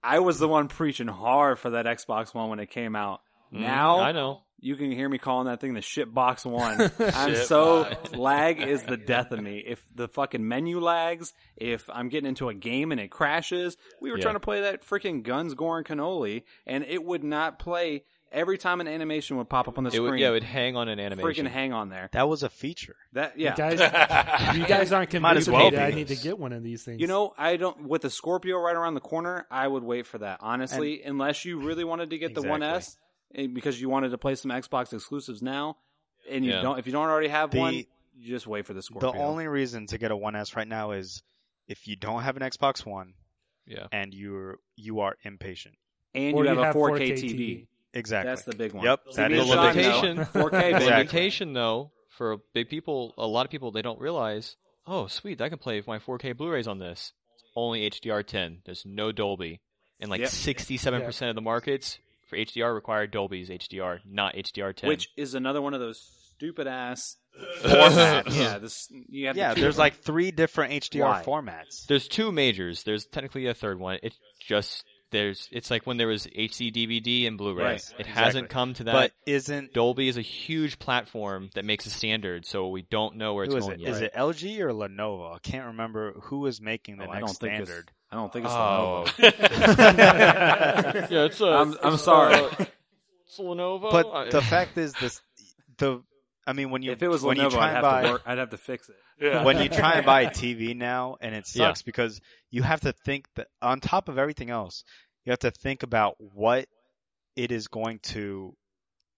Speaker 1: I was the one preaching hard for that Xbox One when it came out.
Speaker 2: Mm,
Speaker 1: now
Speaker 2: I know.
Speaker 1: you can hear me calling that thing the shitbox one. I'm
Speaker 7: Shit
Speaker 1: so
Speaker 7: box.
Speaker 1: lag is the death of me. If the fucking menu lags, if I'm getting into a game and it crashes, we were
Speaker 2: Yeah.
Speaker 1: trying to play that freaking Guns Gorin Cannoli, and it would not play Every time an animation would pop up on the
Speaker 2: It
Speaker 1: screen,
Speaker 2: would, yeah, it would hang on an
Speaker 1: freaking
Speaker 2: animation.
Speaker 1: hang on there.
Speaker 4: That was a feature.
Speaker 1: That yeah.
Speaker 5: You guys, you guys aren't
Speaker 4: Might as
Speaker 5: convincing
Speaker 4: well
Speaker 5: me that I
Speaker 4: be.
Speaker 5: need to get one of these things.
Speaker 1: You know, I don't with the Scorpio right around the corner, I would wait for that. Honestly, unless you really wanted to get the
Speaker 4: Exactly.
Speaker 1: One S eh, because you wanted to play some Xbox exclusives now and you
Speaker 2: Yeah.
Speaker 1: don't if you don't already have
Speaker 4: The-
Speaker 1: one, you just wait for the Scorpio.
Speaker 4: The only reason to get a 1S right now is if you don't have an Xbox One
Speaker 2: Yeah.
Speaker 4: and you're you are impatient.
Speaker 1: and
Speaker 5: Or
Speaker 1: you have a 4K, TV.
Speaker 4: Exactly.
Speaker 1: That's the big one.
Speaker 4: Yep,
Speaker 1: See,
Speaker 4: that
Speaker 1: me and
Speaker 4: is
Speaker 2: the
Speaker 1: Sean know.
Speaker 2: limitation.
Speaker 1: 4K
Speaker 2: The
Speaker 1: baby.
Speaker 4: Exactly.
Speaker 2: limitation, though, for big people, a lot of people they don't realize. Oh, sweet! I can play my 4K Blu-rays on this. Only HDR10. There's no Dolby, and like
Speaker 1: Yep.
Speaker 2: 67 percent of the markets for HDR require Dolby's HDR, not HDR10.
Speaker 1: which is another one of those stupid ass
Speaker 4: Formats.
Speaker 1: yeah, this you have the
Speaker 4: Yeah,
Speaker 1: two
Speaker 4: there's
Speaker 1: of them.
Speaker 4: like three different
Speaker 1: Why?
Speaker 4: HDR formats.
Speaker 2: there's two majors. There's technically a third one. It's just there's. It's like when there was HD DVD and Blu-ray.
Speaker 1: Right,
Speaker 2: it hasn't
Speaker 4: exactly.
Speaker 2: come to that.
Speaker 4: But isn't
Speaker 2: Dolby is a huge platform that makes a standard, so we don't know where it's
Speaker 4: who is
Speaker 2: going
Speaker 4: it?
Speaker 2: yet.
Speaker 4: Is it LG or Lenovo? I can't remember who is making the
Speaker 1: Oh, I
Speaker 4: next
Speaker 1: don't think it's-
Speaker 4: standard.
Speaker 1: I don't think it's
Speaker 2: Oh.
Speaker 1: Lenovo.
Speaker 2: Yeah, it's a,
Speaker 1: I'm- I'm it's, sorry. uh,
Speaker 2: Lenovo.
Speaker 4: But the fact is this the I mean when you
Speaker 1: if it was
Speaker 4: when you
Speaker 1: Lenovo,
Speaker 4: try
Speaker 1: I'd
Speaker 4: and
Speaker 1: have
Speaker 4: buy
Speaker 1: to work. I'd have to fix it.
Speaker 7: Yeah.
Speaker 4: when you try and buy a TV now, and it
Speaker 2: Yeah.
Speaker 4: sucks because you have to think that on top of everything else, you have to think about what it is going to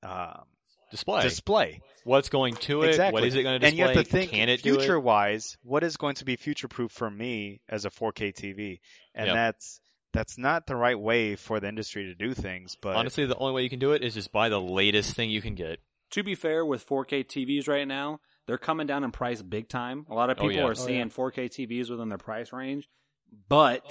Speaker 4: um,
Speaker 2: display.
Speaker 4: display.
Speaker 2: What's going to it?
Speaker 4: Exactly.
Speaker 2: What is it going to
Speaker 4: and you
Speaker 2: display?
Speaker 4: have to think
Speaker 2: Can it do
Speaker 4: future
Speaker 2: it?
Speaker 4: wise, what is going to be future proof for me as a 4K TV? And
Speaker 2: Yep.
Speaker 4: that's that's not the right way for the industry to do things. But
Speaker 2: Honestly, the only way you can do it is just buy the latest thing you can get.
Speaker 1: to be fair with 4K TVs right now, they're coming down in price big time. A lot of
Speaker 2: Oh,
Speaker 1: people
Speaker 2: yeah.
Speaker 1: are seeing 4K TVs within their price range, but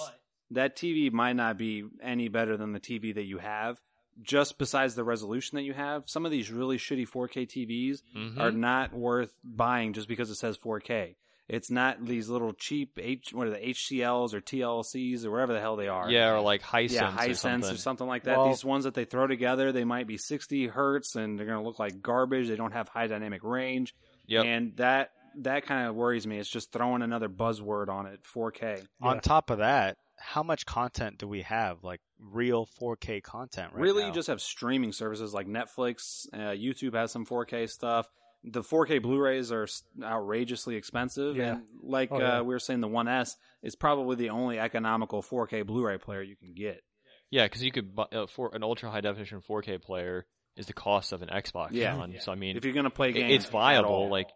Speaker 1: that TV might not be any better than the TV that you have. Just besides the resolution that you have, some of these really shitty 4K TVs
Speaker 2: Mm-hmm.
Speaker 1: are not worth buying just because it says 4K. It's not these little cheap H what are the HCLs or TLCs or wherever the hell they are.
Speaker 2: Yeah, or like high
Speaker 1: Yeah,
Speaker 2: sense
Speaker 1: high
Speaker 2: or something.
Speaker 1: sense or something like that.
Speaker 4: Well-
Speaker 1: These ones that they throw together, they might be 60 hertz and they're going to look like garbage. They don't have high dynamic range,
Speaker 2: Yep.
Speaker 1: and that that kind of worries me. It's just throwing another buzzword on it, 4K.
Speaker 4: on top of that, how much content do we have? Like real 4K content, right?
Speaker 1: really,
Speaker 4: now?
Speaker 1: you just have streaming services like Netflix, uh, YouTube has some 4K stuff. The 4K Blu-rays are s- outrageously expensive,
Speaker 5: Yeah.
Speaker 1: and like
Speaker 5: Oh, yeah.
Speaker 1: uh, we were saying, the 1S is probably the only economical 4K Blu-ray player you can get.
Speaker 2: Yeah, because you could buy uh, for an ultra high definition 4K player is the cost of an Xbox
Speaker 1: Yeah.
Speaker 2: One. So I mean,
Speaker 1: If you're going to play
Speaker 2: it-
Speaker 1: games,
Speaker 2: it's viable. Like,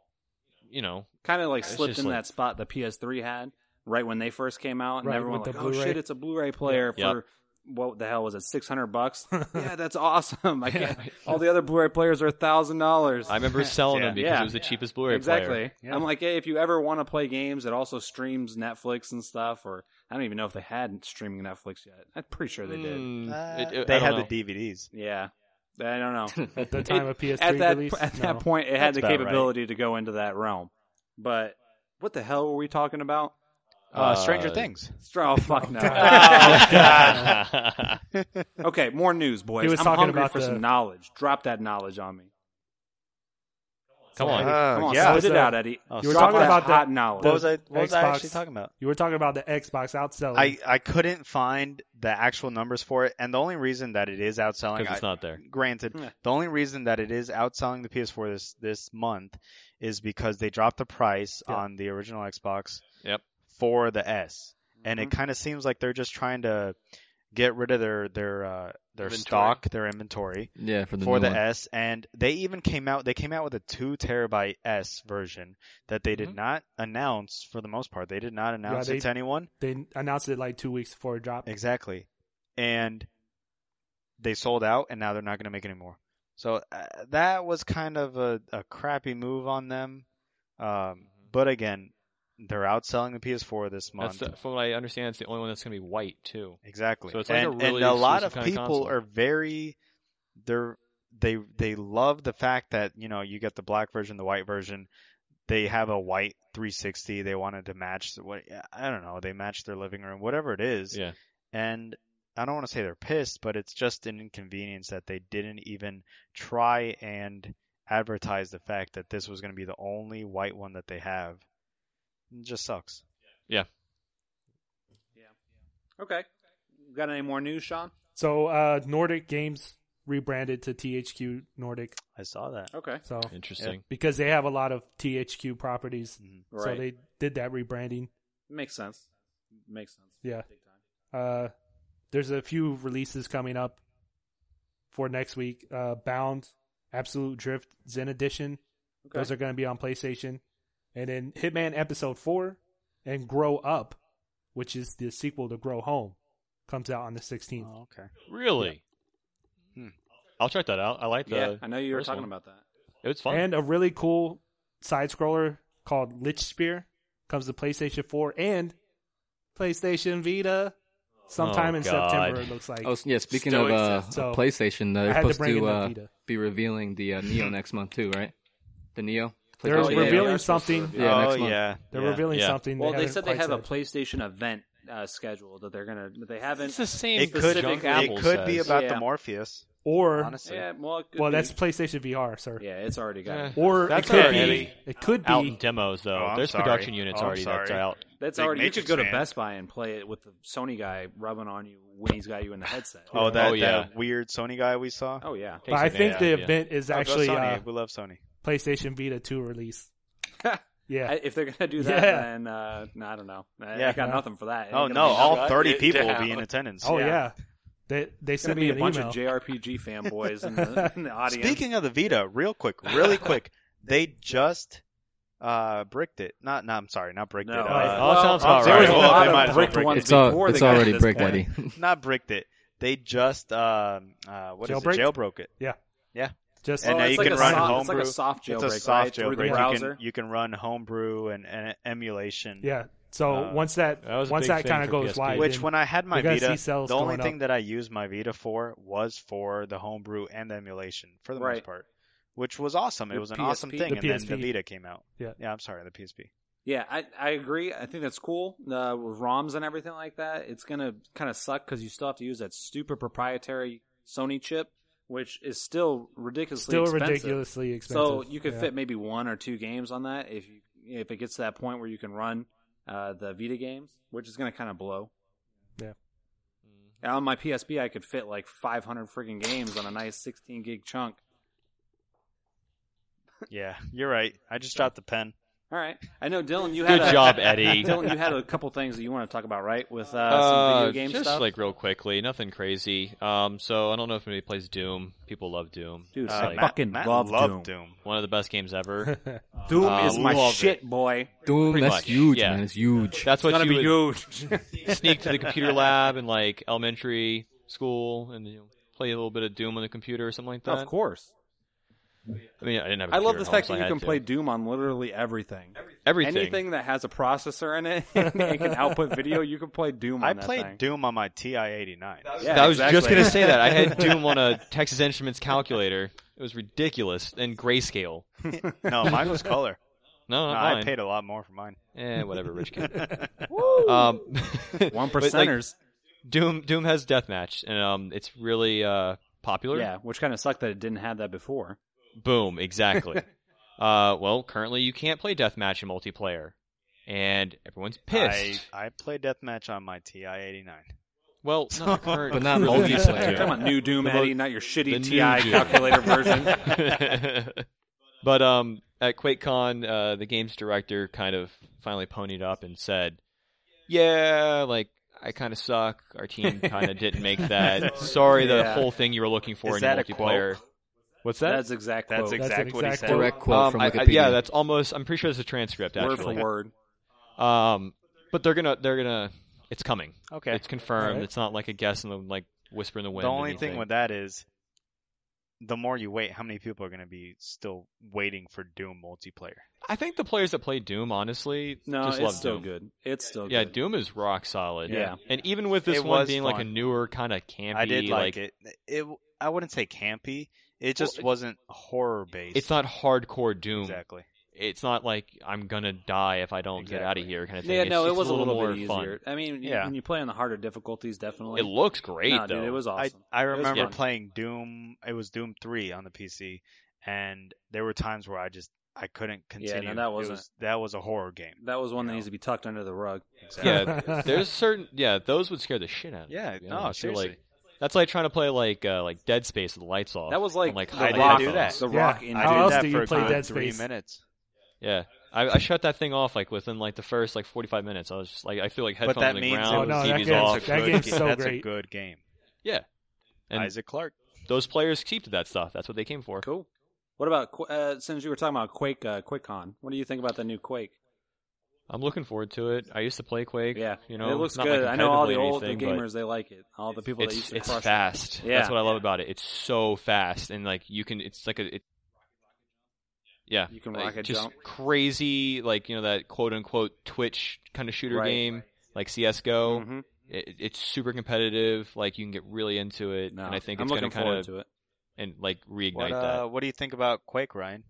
Speaker 2: you know,
Speaker 1: kind of like
Speaker 2: It's
Speaker 1: slipped
Speaker 2: just
Speaker 1: in
Speaker 2: like-
Speaker 1: that spot the PS3 had right when they first came out, and
Speaker 5: Right,
Speaker 1: everyone
Speaker 5: with
Speaker 1: like,
Speaker 5: the
Speaker 1: oh
Speaker 5: Blu-ray.
Speaker 1: shit, it's a Blu-ray player
Speaker 2: Yeah.
Speaker 1: for what the hell was it, six hundred bucks? yeah, that's awesome. I can't. All the other Blu-ray players are thousand dollars.
Speaker 2: I remember selling them because
Speaker 1: Yeah.
Speaker 2: it was the cheapest Blu-ray player.
Speaker 1: Exactly.
Speaker 4: Yeah.
Speaker 1: I'm like, hey, if you ever want to play games, it also streams Netflix and stuff. Or I don't even know if they had streaming Netflix yet. I'm pretty sure they did.
Speaker 2: Mm,
Speaker 4: Uh,
Speaker 2: it- it- I
Speaker 4: they
Speaker 2: don't
Speaker 4: had
Speaker 2: know.
Speaker 4: the DVDs.
Speaker 1: Yeah, I don't know.
Speaker 5: at the time of PS3
Speaker 1: at that
Speaker 5: release.
Speaker 1: at
Speaker 5: No.
Speaker 1: that point, it had
Speaker 4: That's
Speaker 1: the
Speaker 4: about right.
Speaker 1: capability to go into that realm. But what the hell were we talking about?
Speaker 4: Uh, Oh, Stranger
Speaker 2: Uh,
Speaker 4: Things.
Speaker 1: Straw, fuck no. Okay, more news, boys.
Speaker 5: He was
Speaker 1: I'm
Speaker 5: talking
Speaker 1: hungry
Speaker 5: about
Speaker 1: for
Speaker 5: the-
Speaker 1: some knowledge. Drop that knowledge on me.
Speaker 2: Come on.
Speaker 4: uh,
Speaker 1: Come on,
Speaker 5: yeah.
Speaker 1: spit
Speaker 5: So-
Speaker 1: it out, Eddie.
Speaker 4: Oh,
Speaker 5: You were
Speaker 1: Drop
Speaker 5: talking
Speaker 1: that
Speaker 5: about the-
Speaker 1: hot knowledge.
Speaker 4: what was I? What was I
Speaker 5: Xbox.
Speaker 4: actually talking about?
Speaker 5: You were talking about the Xbox outselling.
Speaker 4: I, I couldn't find the actual numbers for it, and the only reason that it is outselling,
Speaker 2: because it's
Speaker 4: I,
Speaker 2: not there.
Speaker 4: granted,
Speaker 1: Yeah.
Speaker 4: the only reason that it is outselling the PS4 this this month is because they dropped the price
Speaker 5: Yeah.
Speaker 4: on the original Xbox
Speaker 2: Yep.
Speaker 4: for the S, and it kind of seems like they're just trying to get rid of their their uh, their
Speaker 7: Inventory.
Speaker 4: stock, their inventory
Speaker 6: Yeah, for the
Speaker 4: for
Speaker 6: new
Speaker 4: the
Speaker 6: one.
Speaker 4: S, and they even came out. They came out with a two terabyte S version that they did
Speaker 6: Mm-hmm.
Speaker 2: Mhm.
Speaker 4: not announce for the most part. They did not announce
Speaker 5: they-
Speaker 4: it to anyone.
Speaker 5: they announced it like two weeks before it dropped.
Speaker 4: Exactly. And they sold out, and now they're not going to make any more. So uh, that was kind of a, a crappy move on them. Um,
Speaker 6: Mm-hmm.
Speaker 4: but again, they're outselling the PS4 this
Speaker 2: That's
Speaker 4: month.
Speaker 2: the, from what I understand, it's the only one that's going to be white too.
Speaker 4: exactly.
Speaker 2: So it's like a
Speaker 4: and, and
Speaker 2: really
Speaker 4: a lot of
Speaker 2: exclusive kinda
Speaker 4: people
Speaker 2: console.
Speaker 4: are very they're they they love the fact that you know you get the black version, the white version. They have a white 360. They wanted to match what I don't know. They match their living room, whatever it is
Speaker 2: Yeah.
Speaker 4: and I don't want to say they're pissed, but it's just an inconvenience that they didn't even try and advertise the fact that this was going to be the only white one that they have. It just sucks.
Speaker 1: Okay. Got any more news, Sean?
Speaker 5: So uh, Nordic Games rebranded to THQ Nordic.
Speaker 4: I saw that.
Speaker 1: Okay.
Speaker 5: So
Speaker 2: Interesting.
Speaker 5: because they have a lot of THQ properties,
Speaker 1: Right.
Speaker 5: so they did that rebranding.
Speaker 1: Makes sense. Makes sense.
Speaker 5: Yeah.
Speaker 1: Big time.
Speaker 5: Uh, there's a few releases coming up for next week. Uh, Bound, Absolute Drift, Zen Edition.
Speaker 1: Okay.
Speaker 5: Those are going to be on PlayStation, and then Hitman Episode Four and Grow Up, which is the sequel to Grow Home, comes out on the 16th.
Speaker 4: Oh, okay.
Speaker 2: Really?
Speaker 4: Hmm.
Speaker 2: I'll check that out. I like the.
Speaker 1: yeah,
Speaker 5: uh,
Speaker 1: I know you were
Speaker 2: first
Speaker 1: talking
Speaker 2: one.
Speaker 1: about that.
Speaker 2: It was fun.
Speaker 5: And a really cool side scroller called Lich Spear comes to PlayStation 4 and PlayStation Vita sometime
Speaker 2: Oh,
Speaker 5: in
Speaker 2: God.
Speaker 5: September. It looks like.
Speaker 6: Oh yeah, speaking
Speaker 7: Stoic
Speaker 6: of uh,
Speaker 5: sense. So,
Speaker 6: PlayStation,
Speaker 5: I
Speaker 6: they're
Speaker 5: had to
Speaker 6: supposed
Speaker 5: bring
Speaker 6: to
Speaker 5: in the
Speaker 6: uh,
Speaker 5: Vita.
Speaker 6: be revealing the uh, Neo next month too, right? The Neo.
Speaker 5: They're
Speaker 6: PlayStation
Speaker 1: oh, yeah,
Speaker 6: Neo.
Speaker 1: they
Speaker 5: revealing
Speaker 1: are supposed to
Speaker 5: something.
Speaker 1: reveal.
Speaker 6: Yeah,
Speaker 4: oh
Speaker 6: next month.
Speaker 4: yeah.
Speaker 5: They're
Speaker 4: yeah.
Speaker 5: revealing
Speaker 2: Yeah.
Speaker 5: something.
Speaker 1: Well, they,
Speaker 5: haven't
Speaker 1: said they
Speaker 5: quite
Speaker 1: have a PlayStation event uh, scheduled that they're gonna. That they haven't.
Speaker 2: it's the same.
Speaker 4: It could,
Speaker 1: specific
Speaker 2: junk
Speaker 4: it
Speaker 2: Apple
Speaker 4: could be
Speaker 2: says.
Speaker 4: about
Speaker 1: Yeah.
Speaker 4: the Morpheus,
Speaker 5: or
Speaker 4: honestly.
Speaker 1: yeah. Well. It could
Speaker 5: well,
Speaker 1: be.
Speaker 5: that's PlayStation VR, sir.
Speaker 1: Yeah, it's already got.
Speaker 2: Eh.
Speaker 1: it.
Speaker 5: Or
Speaker 2: That's
Speaker 5: it could
Speaker 2: already
Speaker 5: be. It could
Speaker 2: out in
Speaker 5: be.
Speaker 2: demos though.
Speaker 4: Oh, I'm
Speaker 2: There's
Speaker 4: sorry.
Speaker 2: production units
Speaker 4: Oh, I'm
Speaker 2: already that's
Speaker 4: sorry.
Speaker 2: out.
Speaker 1: That's
Speaker 4: Big
Speaker 1: already. You
Speaker 4: Matrix
Speaker 1: could go to
Speaker 4: fan.
Speaker 1: Best Buy and play it with the Sony guy rubbing on you when he's got you in the headset.
Speaker 4: Oh, that,
Speaker 2: Oh, yeah.
Speaker 4: that weird Sony guy we saw.
Speaker 1: Oh yeah.
Speaker 5: But I
Speaker 2: Takes
Speaker 5: think the
Speaker 2: advantage, yeah.
Speaker 5: event is
Speaker 4: Oh, go
Speaker 5: actually
Speaker 4: Sony.
Speaker 5: uh,
Speaker 4: we love Sony.
Speaker 5: PlayStation Vita 2 release.
Speaker 1: I,
Speaker 5: yeah.
Speaker 1: if they're gonna do that,
Speaker 5: Yeah.
Speaker 1: then uh, no, I don't know. I,
Speaker 4: Yeah.
Speaker 1: I got nothing for that. It
Speaker 4: Oh
Speaker 1: ain't gonna
Speaker 4: no,
Speaker 1: be
Speaker 4: all
Speaker 7: nothing.
Speaker 4: thirty
Speaker 7: It-
Speaker 4: people will
Speaker 7: down.
Speaker 4: be in attendance.
Speaker 5: oh yeah. They they
Speaker 1: It's gonna
Speaker 5: sent me
Speaker 1: be a
Speaker 5: an
Speaker 1: bunch
Speaker 5: email.
Speaker 1: of JRPG fanboys in the, in the audience.
Speaker 4: Speaking of the Vita, real quick, really quick, they just uh bricked it. Not, no, I'm sorry, not bricked
Speaker 1: no,
Speaker 4: it.
Speaker 5: Oh,
Speaker 4: Uh,
Speaker 2: that sounds about
Speaker 1: there was
Speaker 4: right.
Speaker 1: a
Speaker 4: Well,
Speaker 1: lot
Speaker 4: they
Speaker 1: of
Speaker 4: might as well
Speaker 1: bricked
Speaker 4: break it.
Speaker 1: ones
Speaker 6: It's, all,
Speaker 1: before
Speaker 6: it's
Speaker 1: they got to
Speaker 6: already
Speaker 1: this
Speaker 6: brick,
Speaker 1: point.
Speaker 6: buddy.
Speaker 4: not bricked it. They just um uh what is
Speaker 5: Jailbreaked?
Speaker 4: it? Jailbroke it.
Speaker 5: Just
Speaker 4: And
Speaker 1: Oh,
Speaker 4: now
Speaker 1: it's
Speaker 4: you
Speaker 1: like
Speaker 4: can
Speaker 1: a
Speaker 4: run
Speaker 1: soft, It's like a
Speaker 4: homebrew.
Speaker 1: soft
Speaker 4: It's
Speaker 1: jailbreak,
Speaker 4: a soft
Speaker 1: right? Through the
Speaker 4: jailbreak. You
Speaker 1: browser.
Speaker 4: can you can run homebrew and, and emulation.
Speaker 5: yeah. So
Speaker 4: Uh,
Speaker 5: once that,
Speaker 2: that was a
Speaker 5: once
Speaker 2: big
Speaker 5: that
Speaker 2: thing
Speaker 5: kind of
Speaker 2: for
Speaker 5: goes
Speaker 2: PSP.
Speaker 5: wide,
Speaker 4: Which
Speaker 5: then-
Speaker 4: when I had my
Speaker 5: we're gonna
Speaker 4: Vita,
Speaker 5: see sales
Speaker 4: the only
Speaker 5: going up.
Speaker 4: thing that I used my Vita for was for the homebrew and the emulation for the
Speaker 1: Right.
Speaker 4: most part, which was awesome.
Speaker 1: The
Speaker 4: it was an awesome
Speaker 1: PSP.
Speaker 4: thing,
Speaker 5: The
Speaker 4: and then the
Speaker 5: PSP.
Speaker 4: Vita came out.
Speaker 5: Yeah.
Speaker 4: yeah. I'm sorry, the PSP.
Speaker 1: Yeah, I, I agree. I think that's cool uh, with ROMs and everything like that. It's gonna kind of suck because you still have to use that stupid proprietary Sony chip, which is still ridiculously
Speaker 5: still
Speaker 1: expensive.
Speaker 5: ridiculously expensive.
Speaker 1: So you could
Speaker 5: Yeah.
Speaker 1: fit maybe one or two games on that if you if it gets to that point where you can run uh, the Vita games, which is gonna kind of blow.
Speaker 5: Yeah.
Speaker 1: And on my PSP, I could fit like 500 freaking games on a nice 16 gig chunk.
Speaker 4: Yeah, you're right. I just dropped the pen.
Speaker 1: All right, I know Dylan. You had
Speaker 2: Good
Speaker 1: a,
Speaker 2: job, Eddie.
Speaker 1: Dylan, you had a couple things that you want to talk about, right? With uh,
Speaker 2: Uh,
Speaker 1: some video game
Speaker 2: just
Speaker 1: stuff.
Speaker 2: like real quickly, nothing crazy. Um, so I don't know if anybody plays Doom. People love Doom.
Speaker 1: Dude,
Speaker 2: It's
Speaker 1: I
Speaker 4: Uh,
Speaker 2: like
Speaker 1: fuck- fucking
Speaker 4: Matt,
Speaker 1: love
Speaker 4: loved
Speaker 1: Doom.
Speaker 2: one of the best games ever.
Speaker 1: Doom
Speaker 2: Uh,
Speaker 1: is my
Speaker 2: love
Speaker 1: shit, boy.
Speaker 6: Doom,
Speaker 2: Pretty
Speaker 6: that's
Speaker 2: much,
Speaker 6: huge,
Speaker 2: yeah.
Speaker 6: man. It's huge.
Speaker 2: That's what you would
Speaker 1: huge.
Speaker 2: sneak to the computer lab in like elementary school and you know, play a little bit of Doom on the computer or something like that.
Speaker 1: of course.
Speaker 2: I mean, I didn't have. A
Speaker 1: I love
Speaker 2: computer
Speaker 1: the
Speaker 2: at home,
Speaker 1: fact
Speaker 2: so
Speaker 1: that
Speaker 2: I
Speaker 1: you
Speaker 2: had
Speaker 1: can
Speaker 2: to.
Speaker 1: play Doom on literally everything.
Speaker 2: everything.
Speaker 1: Anything that has a processor in it and can output video, you can play Doom on
Speaker 4: I
Speaker 1: that
Speaker 4: played
Speaker 1: thing.
Speaker 4: Doom on my TI-89.
Speaker 1: Yeah,
Speaker 2: I was just
Speaker 1: exactly.
Speaker 2: gonna say that I had Doom on a Texas Instruments calculator. It was ridiculous and grayscale.
Speaker 4: no, mine was color.
Speaker 2: No,
Speaker 4: No,
Speaker 2: not
Speaker 4: I
Speaker 2: mine.
Speaker 4: paid a lot more for mine.
Speaker 2: Eh, whatever, rich kid.
Speaker 1: Woo!
Speaker 2: um,
Speaker 1: One
Speaker 2: but, like,
Speaker 1: percenters.
Speaker 2: Doom Doom has deathmatch, and um, it's really uh popular.
Speaker 1: yeah, which kind of sucked that it didn't have that before.
Speaker 2: Boom, exactly. uh, well, currently you can't play deathmatch in multiplayer, and everyone's pissed.
Speaker 4: I, I played deathmatch on my TI-89.
Speaker 2: Well, not the current,
Speaker 6: But not
Speaker 2: most
Speaker 6: multiplayer.
Speaker 1: Talking
Speaker 2: recent
Speaker 6: Yeah.
Speaker 2: Doom.
Speaker 1: about new Doom,
Speaker 2: Um, The mo-
Speaker 1: Eddie, not your
Speaker 2: the
Speaker 1: shitty
Speaker 2: new
Speaker 1: TI
Speaker 2: Doom.
Speaker 1: calculator version.
Speaker 2: but um, at QuakeCon, uh, the games director kind of finally ponied up and said, "Yeah, like." I kind of suck. Our team kind of didn't make that. Sorry, the
Speaker 1: Yeah.
Speaker 2: whole thing you were looking for
Speaker 4: Is
Speaker 2: in
Speaker 4: that a
Speaker 2: multiplayer.
Speaker 4: quote?
Speaker 2: What's that?
Speaker 1: That's exact. quote.
Speaker 4: That's
Speaker 5: That's
Speaker 4: exactly
Speaker 5: an
Speaker 4: what he
Speaker 5: exact
Speaker 4: said.
Speaker 5: quote.
Speaker 6: Direct quote
Speaker 2: Um,
Speaker 6: from
Speaker 2: I- I-
Speaker 6: Wikipedia.
Speaker 2: yeah, that's almost. I'm pretty sure it's a transcript
Speaker 1: word for
Speaker 2: actually.
Speaker 1: word.
Speaker 2: Um, but they're gonna they're gonna. It's coming.
Speaker 4: Okay.
Speaker 2: It's confirmed.
Speaker 5: Alright.
Speaker 2: It's not like a guess and the, like whisper in the wind.
Speaker 4: the only
Speaker 2: anything.
Speaker 4: thing with that is, the more you wait, how many people are going to be still waiting for Doom multiplayer?
Speaker 2: I think the players that play Doom, honestly,
Speaker 1: No,
Speaker 2: just
Speaker 1: it's
Speaker 2: love
Speaker 1: still
Speaker 2: Doom.
Speaker 1: good. It's still
Speaker 2: Yeah,
Speaker 1: good.
Speaker 2: Doom is rock solid.
Speaker 1: Yeah.
Speaker 2: and even with this
Speaker 4: It
Speaker 2: one
Speaker 4: was
Speaker 2: being like a
Speaker 4: fun.
Speaker 2: newer kind of campy,
Speaker 4: I did like, it. It I wouldn't say campy. It just
Speaker 2: Well, it-
Speaker 4: wasn't horror based.
Speaker 2: It's not hardcore Doom.
Speaker 4: exactly.
Speaker 2: It's not like I'm gonna die if I don't get out of
Speaker 4: Exactly.
Speaker 2: here kind of thing.
Speaker 1: Yeah,
Speaker 2: It's-
Speaker 1: no, it
Speaker 2: it's
Speaker 1: was
Speaker 2: a little,
Speaker 1: bit
Speaker 2: more
Speaker 1: easier. I mean,
Speaker 4: Yeah.
Speaker 1: yeah. when you play on the harder difficulties, definitely.
Speaker 2: It looks great
Speaker 1: Nah,
Speaker 2: though.
Speaker 1: dude, it was awesome.
Speaker 4: I I
Speaker 1: It was
Speaker 4: remember
Speaker 1: fun.
Speaker 4: playing Doom. It was Doom three on the PC, and there were times where I just I couldn't continue.
Speaker 1: that
Speaker 4: It
Speaker 1: wasn't-
Speaker 4: was- that was a horror game.
Speaker 1: That was one
Speaker 4: you
Speaker 1: that
Speaker 4: know.
Speaker 1: needs to be tucked under the rug.
Speaker 2: Yeah, there's certain yeah those would scare the shit out of me.
Speaker 4: Yeah,
Speaker 2: to be
Speaker 4: no,
Speaker 2: honest. You're
Speaker 4: seriously.
Speaker 2: like That's like trying to play like uh, like Dead Space with the lights off.
Speaker 1: That was like,
Speaker 2: and, Oh, like
Speaker 1: the
Speaker 2: hide
Speaker 4: didn't
Speaker 1: rock,
Speaker 2: headphones.
Speaker 4: do that.
Speaker 1: The
Speaker 5: Yeah.
Speaker 1: rock
Speaker 4: I
Speaker 5: I How
Speaker 4: did
Speaker 1: intro.
Speaker 5: else
Speaker 4: that
Speaker 5: do you
Speaker 4: for a
Speaker 5: play
Speaker 4: good
Speaker 5: Dead
Speaker 4: three
Speaker 5: Space?
Speaker 4: minutes.
Speaker 2: Yeah, I, I shut that thing off like within like the first like forty five minutes. I was just like I feel like headphones
Speaker 4: but that
Speaker 2: on the
Speaker 4: means
Speaker 2: ground,
Speaker 5: it
Speaker 4: it
Speaker 5: was
Speaker 2: TV's
Speaker 5: Oh, no, that game's-
Speaker 2: off.
Speaker 5: that game's so
Speaker 4: that's
Speaker 5: great.
Speaker 4: a good game.
Speaker 2: Yeah, and
Speaker 4: Isaac Clark.
Speaker 2: those players keep to that stuff. That's what they came for.
Speaker 1: Cool. What about Qu- uh, since you were talking about Quake, uh, QuakeCon? What do you think about the new Quake?
Speaker 2: I'm looking forward to it. I used to play Quake.
Speaker 1: Yeah,
Speaker 2: you know,
Speaker 1: it looks
Speaker 2: not,
Speaker 1: good.
Speaker 2: Like,
Speaker 1: I know all the
Speaker 2: competitively or
Speaker 1: old the
Speaker 2: anything, but
Speaker 1: gamers they like it. All the people that used
Speaker 2: It's
Speaker 1: to
Speaker 2: it's
Speaker 1: crush it.
Speaker 2: fast.
Speaker 1: Yeah.
Speaker 2: That's what I love about it. It's so fast and like you can. It's like a. It, yeah,
Speaker 1: You can
Speaker 2: like,
Speaker 1: rocket
Speaker 2: just
Speaker 1: jump.
Speaker 2: crazy like you know that quote unquote Twitch kind of shooter
Speaker 1: Right.
Speaker 2: game like CS:GO.
Speaker 1: Mhm.
Speaker 2: it, it's super competitive. Like you can get really into it,
Speaker 1: No,
Speaker 2: and I think
Speaker 1: I'm
Speaker 2: it's
Speaker 1: looking
Speaker 2: going
Speaker 1: forward
Speaker 2: kind of
Speaker 1: to it.
Speaker 2: and like reignite
Speaker 4: What, uh, what do you think about Quake, Ryan?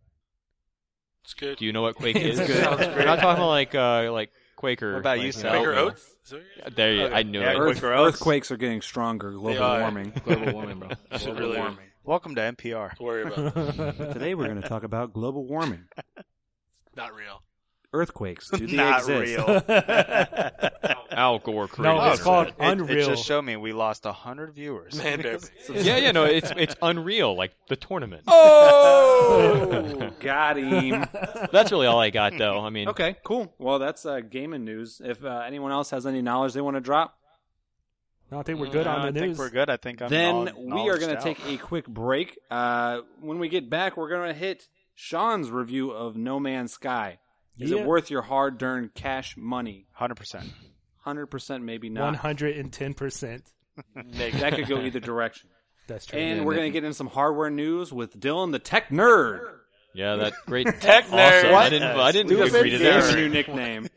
Speaker 7: It's good.
Speaker 2: that. Do you know what Quake
Speaker 1: It's
Speaker 2: is?
Speaker 1: good. Sounds
Speaker 2: We're not talking about like uh, like Quaker.
Speaker 4: What about you,
Speaker 2: like,
Speaker 4: Sal?
Speaker 7: Quaker
Speaker 2: know.
Speaker 7: Oats? Is that what you're-
Speaker 2: There,
Speaker 1: Oh,
Speaker 2: you, I knew
Speaker 4: Yeah,
Speaker 2: it.
Speaker 4: Quaker
Speaker 1: Earth,
Speaker 4: Quaker Oats.
Speaker 1: earthquakes are getting stronger. Global
Speaker 7: are.
Speaker 1: warming.
Speaker 6: Global warming, bro.
Speaker 7: I should
Speaker 6: Global
Speaker 7: really
Speaker 6: warming.
Speaker 4: Welcome to NPR.
Speaker 7: Don't worry about it.
Speaker 1: Today we're going to talk about global warming.
Speaker 7: Not real.
Speaker 1: Earthquakes. Do they
Speaker 4: Not
Speaker 1: exist?
Speaker 4: real.
Speaker 2: Al Gore created.
Speaker 5: No, it's
Speaker 2: it.
Speaker 5: called
Speaker 4: It- It,
Speaker 5: Unreal.
Speaker 4: just showed me we lost hundred viewers.
Speaker 7: Man, bear
Speaker 4: Because-
Speaker 2: Yeah, yeah, no, it's it's unreal. Like the tournament.
Speaker 1: Oh, got him.
Speaker 2: That's really all I got, though. I mean,
Speaker 1: Okay, cool. Well, that's uh, gaming news. If uh, anyone else has any knowledge they want to drop,
Speaker 5: No, I think we're good
Speaker 1: Uh,
Speaker 4: No, I
Speaker 5: on the
Speaker 4: think
Speaker 5: news.
Speaker 4: we're good. I think I'm
Speaker 1: then
Speaker 4: knowl-
Speaker 1: we are going to
Speaker 4: knowledged
Speaker 1: take
Speaker 4: out.
Speaker 1: a quick break. Uh, when we get back, we're going to hit Sean's review of No Man's Sky. Is
Speaker 5: Yeah.
Speaker 1: it worth your hard-earned cash money?
Speaker 4: 100%.
Speaker 1: Hundred percent, maybe
Speaker 5: One
Speaker 1: not.
Speaker 5: hundred and ten percent.
Speaker 1: That could go either direction.
Speaker 5: That's true.
Speaker 1: And
Speaker 6: Yeah,
Speaker 1: we're going to
Speaker 6: maybe.
Speaker 1: get in some hardware news with Dylan, the tech nerd.
Speaker 2: yeah, that great
Speaker 7: Tech
Speaker 2: awesome.
Speaker 7: nerd.
Speaker 2: I didn't, I didn't
Speaker 1: Stupid
Speaker 2: agree to
Speaker 1: nerd.
Speaker 2: that.
Speaker 1: new nickname.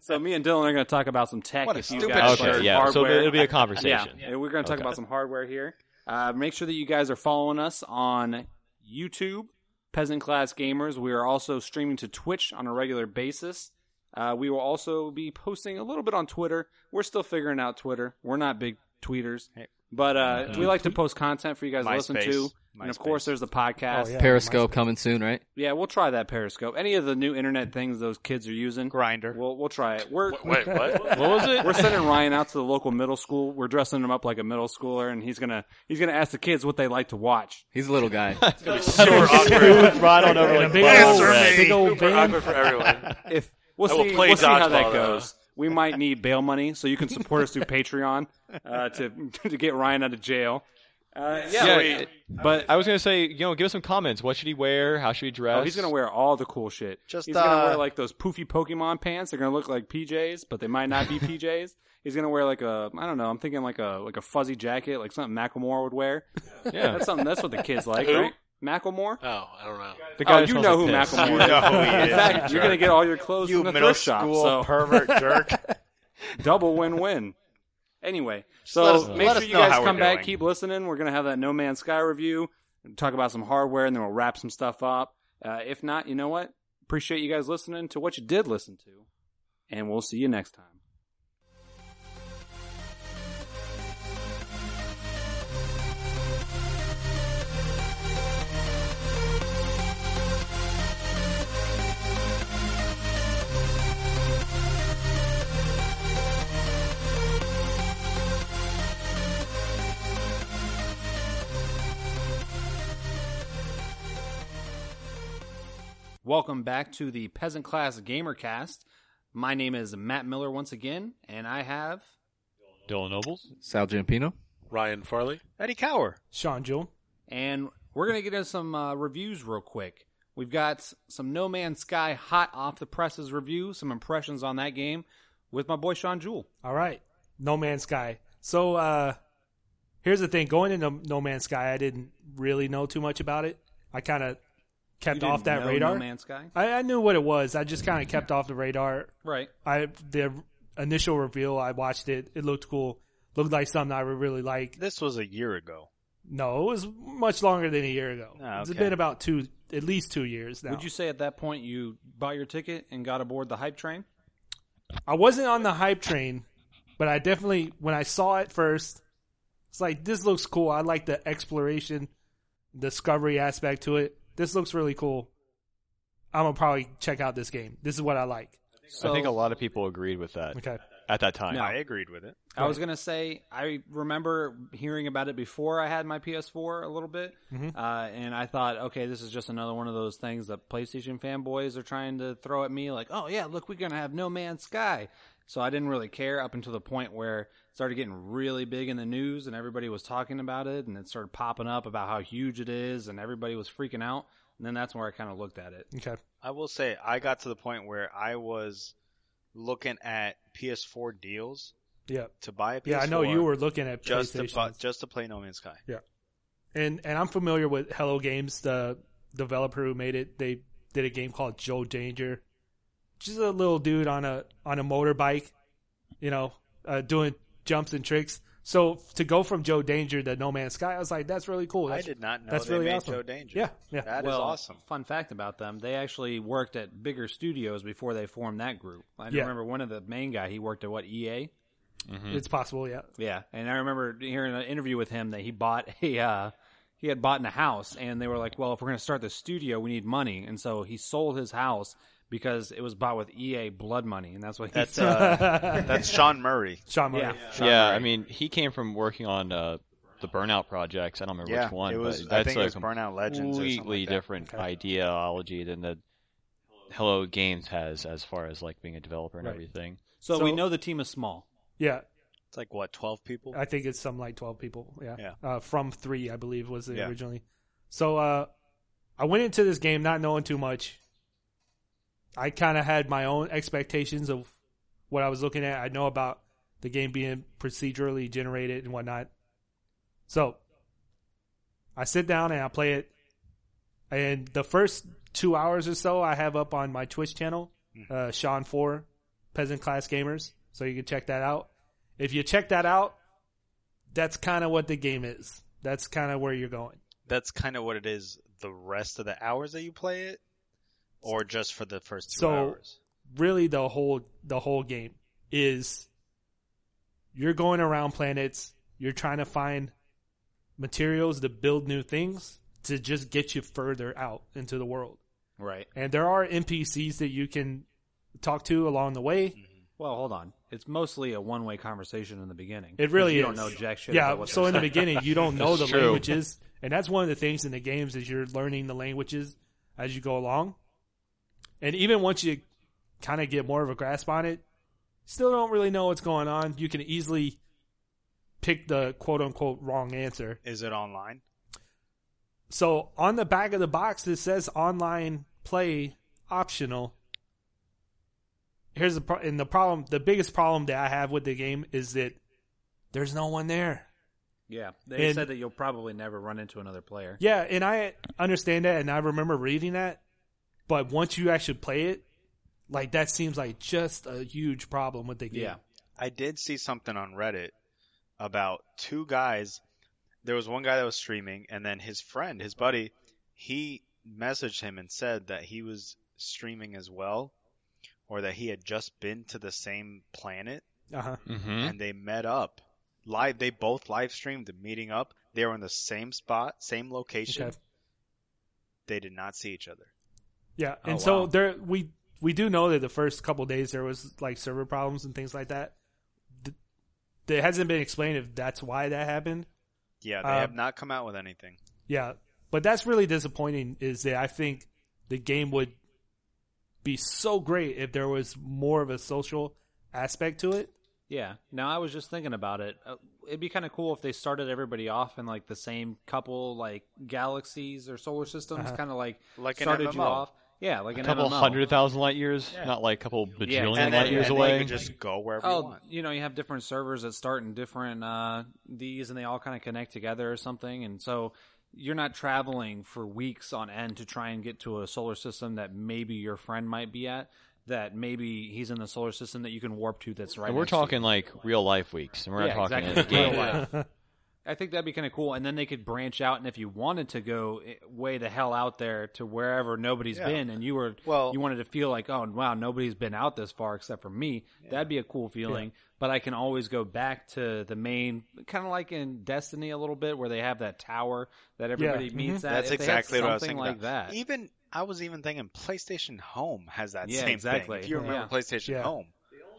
Speaker 1: so me and Dylan are going to talk about some tech.
Speaker 4: What a
Speaker 1: if you
Speaker 4: stupid
Speaker 1: guys
Speaker 4: shirt.
Speaker 1: like
Speaker 2: Okay, yeah. So
Speaker 1: hardware.
Speaker 2: it'll be a
Speaker 1: yeah,
Speaker 2: conversation.
Speaker 1: and we're going to talk
Speaker 2: Okay.
Speaker 1: about some hardware here. Uh, make sure that you guys are following us on YouTube, Peasant Class Gamers. We are also streaming to Twitch on a regular basis. Uh, we will also be posting a little bit on Twitter. We're still figuring out Twitter. We're not big tweeters,
Speaker 4: Hey.
Speaker 1: but uh, we like to post content for you guys to listen to.
Speaker 4: MySpace.
Speaker 1: And of course,
Speaker 4: MySpace.
Speaker 1: there's the podcast.
Speaker 5: Oh,
Speaker 1: yeah.
Speaker 5: yeah.
Speaker 6: Periscope coming soon, right?
Speaker 1: we'll try that Periscope. Any of the new internet things those kids are using,
Speaker 4: Grinder.
Speaker 1: we'll we'll try it. We're
Speaker 7: Wait, wait, what?
Speaker 2: What was it?
Speaker 1: we're sending Ryan out to the local middle school. We're dressing him up like a middle schooler, and he's gonna he's gonna ask the kids what they like to watch.
Speaker 6: He's a little guy.
Speaker 7: Super awkward.
Speaker 2: Right on over
Speaker 5: And a
Speaker 2: like
Speaker 5: big
Speaker 2: Bob
Speaker 5: old,
Speaker 2: Red.
Speaker 5: big old
Speaker 7: Super
Speaker 5: van.
Speaker 7: awkward for everyone.
Speaker 1: If we'll
Speaker 7: I will
Speaker 1: see,
Speaker 7: play
Speaker 1: we'll see how that
Speaker 7: dodgeball, though.
Speaker 1: goes. We might need bail money, so you can support us through Patreon uh, to to get Ryan out of jail. Uh, yeah,
Speaker 2: Yeah,
Speaker 7: Sweet.
Speaker 2: it-
Speaker 1: but
Speaker 2: I was gonna say, you know, give us some comments. What should he wear? How should he dress?
Speaker 1: oh, he's gonna wear all the cool shit.
Speaker 4: Just,
Speaker 1: he's gonna
Speaker 4: uh,
Speaker 1: wear like those poofy Pokemon pants. They're gonna look like PJs, but they might not be PJs. He's gonna wear like a I don't know. I'm thinking like a like a fuzzy jacket, like something Macklemore would wear.
Speaker 2: Yeah,
Speaker 1: That's something. That's what the kids like,
Speaker 7: Who?
Speaker 1: right? Macklemore.
Speaker 7: Oh, I don't know.
Speaker 2: the
Speaker 1: Oh,
Speaker 2: guy
Speaker 1: you
Speaker 2: smells
Speaker 1: know
Speaker 2: like
Speaker 1: who
Speaker 2: piss.
Speaker 1: Macklemore is. In fact, you're gonna get all your clothes
Speaker 4: you
Speaker 1: from the
Speaker 4: middle
Speaker 1: thrift shop,
Speaker 4: school
Speaker 1: so
Speaker 4: pervert jerk.
Speaker 1: double win-win. Anyway,
Speaker 4: let
Speaker 1: so
Speaker 4: us-
Speaker 1: make
Speaker 4: let
Speaker 1: sure
Speaker 4: us
Speaker 1: you
Speaker 4: know
Speaker 1: guys
Speaker 4: how we're
Speaker 1: come back,
Speaker 4: doing.
Speaker 1: keep listening. We're gonna have that No Man's Sky review, and talk about some hardware, and then we'll wrap some stuff up. Uh, if not, you know what? Appreciate you guys listening to what you did listen to, and we'll see you next time. Welcome back to the Peasant Class Gamercast. My name is Matt Miller once again, and I have
Speaker 2: Dylan Nobles.
Speaker 6: Sal Giampino.
Speaker 7: Ryan Farley.
Speaker 4: Eddie Cower.
Speaker 5: Sean Jewell.
Speaker 1: and we're gonna get into some uh, reviews real quick. We've got some No Man's Sky hot off the presses review, some impressions on that game with my boy Sean Jewell.
Speaker 5: All right. No Man's Sky. So uh here's the thing. Going into No Man's Sky, I didn't really know too much about it. I kind of kept
Speaker 1: You
Speaker 5: off
Speaker 1: didn't
Speaker 5: that
Speaker 1: know
Speaker 5: radar. Uh,
Speaker 1: No Man's Sky,
Speaker 5: I, I knew what it was. I just kind of kept off the radar.
Speaker 1: right?
Speaker 5: I the initial reveal. I watched it. It looked cool. Looked like something I would really like.
Speaker 4: This was a year ago.
Speaker 5: No, it was much longer than a year ago.
Speaker 4: Ah,
Speaker 5: It's
Speaker 4: okay.
Speaker 5: been about two, at least two years now.
Speaker 1: Would you say at that point you bought your ticket and got aboard the hype train?
Speaker 5: I wasn't on the hype train, but I definitely when I saw it first, it's like this looks cool. I like the exploration, discovery aspect to it. This looks really cool. I'm gonna probably check out this game. This is what I like.
Speaker 1: So,
Speaker 2: I think a lot of people agreed with that.
Speaker 5: Okay,
Speaker 2: at that time.
Speaker 1: No.
Speaker 4: I agreed with it.
Speaker 1: I was gonna say I remember hearing about it before I had my PS4 a little bit,
Speaker 5: Mhm.
Speaker 1: uh, and I thought, okay, this is just another one of those things that PlayStation fanboys are trying to throw at me, like, oh yeah, look, we're gonna have No Man's Sky. So I didn't really care up until the point where it started getting really big in the news, and everybody was talking about it, and it started popping up about how huge it is, and everybody was freaking out. And then that's where I kind of looked at it.
Speaker 5: Okay.
Speaker 4: I will say I got to the point where I was looking at PS4 deals
Speaker 5: Yeah.
Speaker 4: to buy a PS4.
Speaker 5: Yeah, I know you were looking at
Speaker 4: just to
Speaker 5: PlayStation.
Speaker 4: bu- just to play No Man's Sky.
Speaker 5: and and I'm familiar with Hello Games, the developer who made it. They did a game called Joe Danger, just a little dude on a on a motorbike, you know, uh, doing jumps and tricks. So to go from Joe Danger to No Man's Sky, I was like, that's really cool.
Speaker 4: I
Speaker 5: That's,
Speaker 4: did not know
Speaker 5: that's
Speaker 4: they
Speaker 5: really
Speaker 4: made
Speaker 5: awesome.
Speaker 4: Joe Danger.
Speaker 5: Yeah, yeah.
Speaker 4: That is
Speaker 1: well,
Speaker 4: awesome.
Speaker 1: Fun fact about them: they actually worked at bigger studios before they formed that group. I
Speaker 5: Yeah.
Speaker 1: remember one of the main guy. He worked at what EA.
Speaker 5: It's possible. Yeah,
Speaker 1: Yeah, and I remember hearing an interview with him that he bought a uh, he had bought in a house, and they were like, "Well, if we're going to start the studio, we need money," and so he sold his house because it was bought with EA blood money, and that's what he
Speaker 4: That's
Speaker 1: said.
Speaker 4: uh, that's Sean Murray.
Speaker 5: Sean Murray.
Speaker 1: yeah,
Speaker 2: Yeah, I mean, he came from working on uh, the Burnout projects. I don't remember
Speaker 4: yeah,
Speaker 2: which one,
Speaker 4: it was.
Speaker 2: but
Speaker 4: I
Speaker 2: that's
Speaker 4: think
Speaker 2: a
Speaker 4: it was Burnout Legends. or something
Speaker 2: completely
Speaker 4: like that.
Speaker 2: different
Speaker 5: Okay.
Speaker 2: ideology than the Hello Games has as far as like being a developer and
Speaker 5: Right.
Speaker 2: everything.
Speaker 1: so,
Speaker 5: So-
Speaker 1: we know the team is small.
Speaker 5: Yeah,
Speaker 4: It's like what twelve people.
Speaker 5: I think it's some like 12 people. Yeah.
Speaker 4: Yeah.
Speaker 5: Uh, from three, I believe, was it
Speaker 4: Yeah.
Speaker 5: originally. So uh, I went into this game not knowing too much. I kind of had my own expectations of what I was looking at. I know about the game being procedurally generated and whatnot. So I sit down and I play it. And the first two hours or so I have up on my Twitch channel,
Speaker 4: Hmm.
Speaker 5: uh, Sean 4, Peasant Class Gamers. So you can check that out. If you check that out, that's kind of what the game is. That's kind of where you're going.
Speaker 4: That's kind of what it is. The rest of the hours that you play it, or just for the first two
Speaker 5: So-
Speaker 4: hours.
Speaker 5: Really, the whole the whole game is you're going around planets. You're trying to find materials to build new things to just get you further out into the world.
Speaker 1: Right.
Speaker 5: And there are NPCs that you can talk to along the way.
Speaker 1: Well, hold on. It's mostly a one way conversation in the beginning.
Speaker 5: It really
Speaker 1: you
Speaker 5: is.
Speaker 1: don't know jack shit.
Speaker 5: Yeah.
Speaker 1: about what
Speaker 5: so
Speaker 1: they're
Speaker 5: in the
Speaker 1: saying.
Speaker 5: beginning, you don't know the
Speaker 2: That's true.
Speaker 5: languages, and that's one of the things in the games is you're learning the languages as you go along. And even once you kind of get more of a grasp on it, still don't really know what's going on. You can easily pick the quote unquote wrong answer.
Speaker 4: Is it online?
Speaker 5: So on the back of the box, it says online play optional. Here's the pro- and the problem. The biggest problem that I have with the game is that there's no one there.
Speaker 1: yeah, they
Speaker 5: And-
Speaker 1: said that you'll probably never run into another player.
Speaker 5: Yeah, and I understand that, and I remember reading that. But once you actually play it, like that seems like just a huge problem with the game.
Speaker 1: Yeah.
Speaker 4: I did see something on Reddit about two guys. There was one guy that was streaming, and then his friend, his buddy, he messaged him and said that he was streaming as well, or that he had just been to the same planet,
Speaker 5: Uh huh.
Speaker 2: Mm-hmm.
Speaker 4: and they met up live. They both live streamed the meeting up. They were in the same spot, same location.
Speaker 5: Okay.
Speaker 4: They did not see each other.
Speaker 5: Yeah,
Speaker 1: Oh,
Speaker 5: and so
Speaker 1: wow.
Speaker 5: there we we do know that the first couple days there was like server problems and things like that. Th- It hasn't been explained if that's why that happened.
Speaker 4: Yeah, they
Speaker 2: Uh,
Speaker 5: Um,
Speaker 4: have not come out with anything.
Speaker 5: Yeah, but that's really disappointing. Is that I think the game would be so great if there was more of a social aspect to it.
Speaker 1: Yeah. Now I was just thinking about it. Uh, it'd be kind of cool if they started everybody off in like the same couple like galaxies or solar systems,
Speaker 5: Uh-huh.
Speaker 1: kind of like
Speaker 4: Like an
Speaker 1: started you
Speaker 4: MMO.
Speaker 1: off. Yeah, like
Speaker 2: A
Speaker 1: an
Speaker 2: couple
Speaker 1: MMO.
Speaker 2: hundred thousand light years, not like a couple
Speaker 1: Yeah,
Speaker 2: bajillion
Speaker 1: and then-
Speaker 2: light years
Speaker 1: and
Speaker 2: away.
Speaker 4: You can just go wherever you
Speaker 1: Oh,
Speaker 4: want.
Speaker 1: you know, you have different servers that start in different uh, these, and they all kind of connect together or something, and so you're not traveling for weeks on end to try and get to a solar system that maybe your friend might be at, that maybe he's in the solar system that you can warp to. That's right.
Speaker 2: and we're
Speaker 1: next to you.
Speaker 2: talking like real life weeks, and we're
Speaker 1: Yeah,
Speaker 2: not talking
Speaker 1: exactly.
Speaker 2: in a game.
Speaker 1: Real life. I think that'd be kind of cool, and then they could branch out, and if you wanted to go eh, way the hell out there to wherever nobody's
Speaker 4: Yeah.
Speaker 1: been, and you were
Speaker 4: Well-
Speaker 1: you wanted to feel like, oh wow, nobody's been out this far except for me. That'd be a cool feeling. But I can always go back to the main, kind of like in Destiny a little bit, where they have that tower that everybody
Speaker 5: mhm.
Speaker 1: meets at.
Speaker 4: That's
Speaker 1: If they had
Speaker 4: exactly what I was
Speaker 1: something
Speaker 4: thinking
Speaker 1: like
Speaker 4: about.
Speaker 1: that.
Speaker 4: Even I was even thinking PlayStation Home has that
Speaker 1: Yeah,
Speaker 4: same
Speaker 1: exactly.
Speaker 4: thing. If you remember
Speaker 1: Yeah.
Speaker 4: PlayStation
Speaker 5: Yeah.
Speaker 4: Home,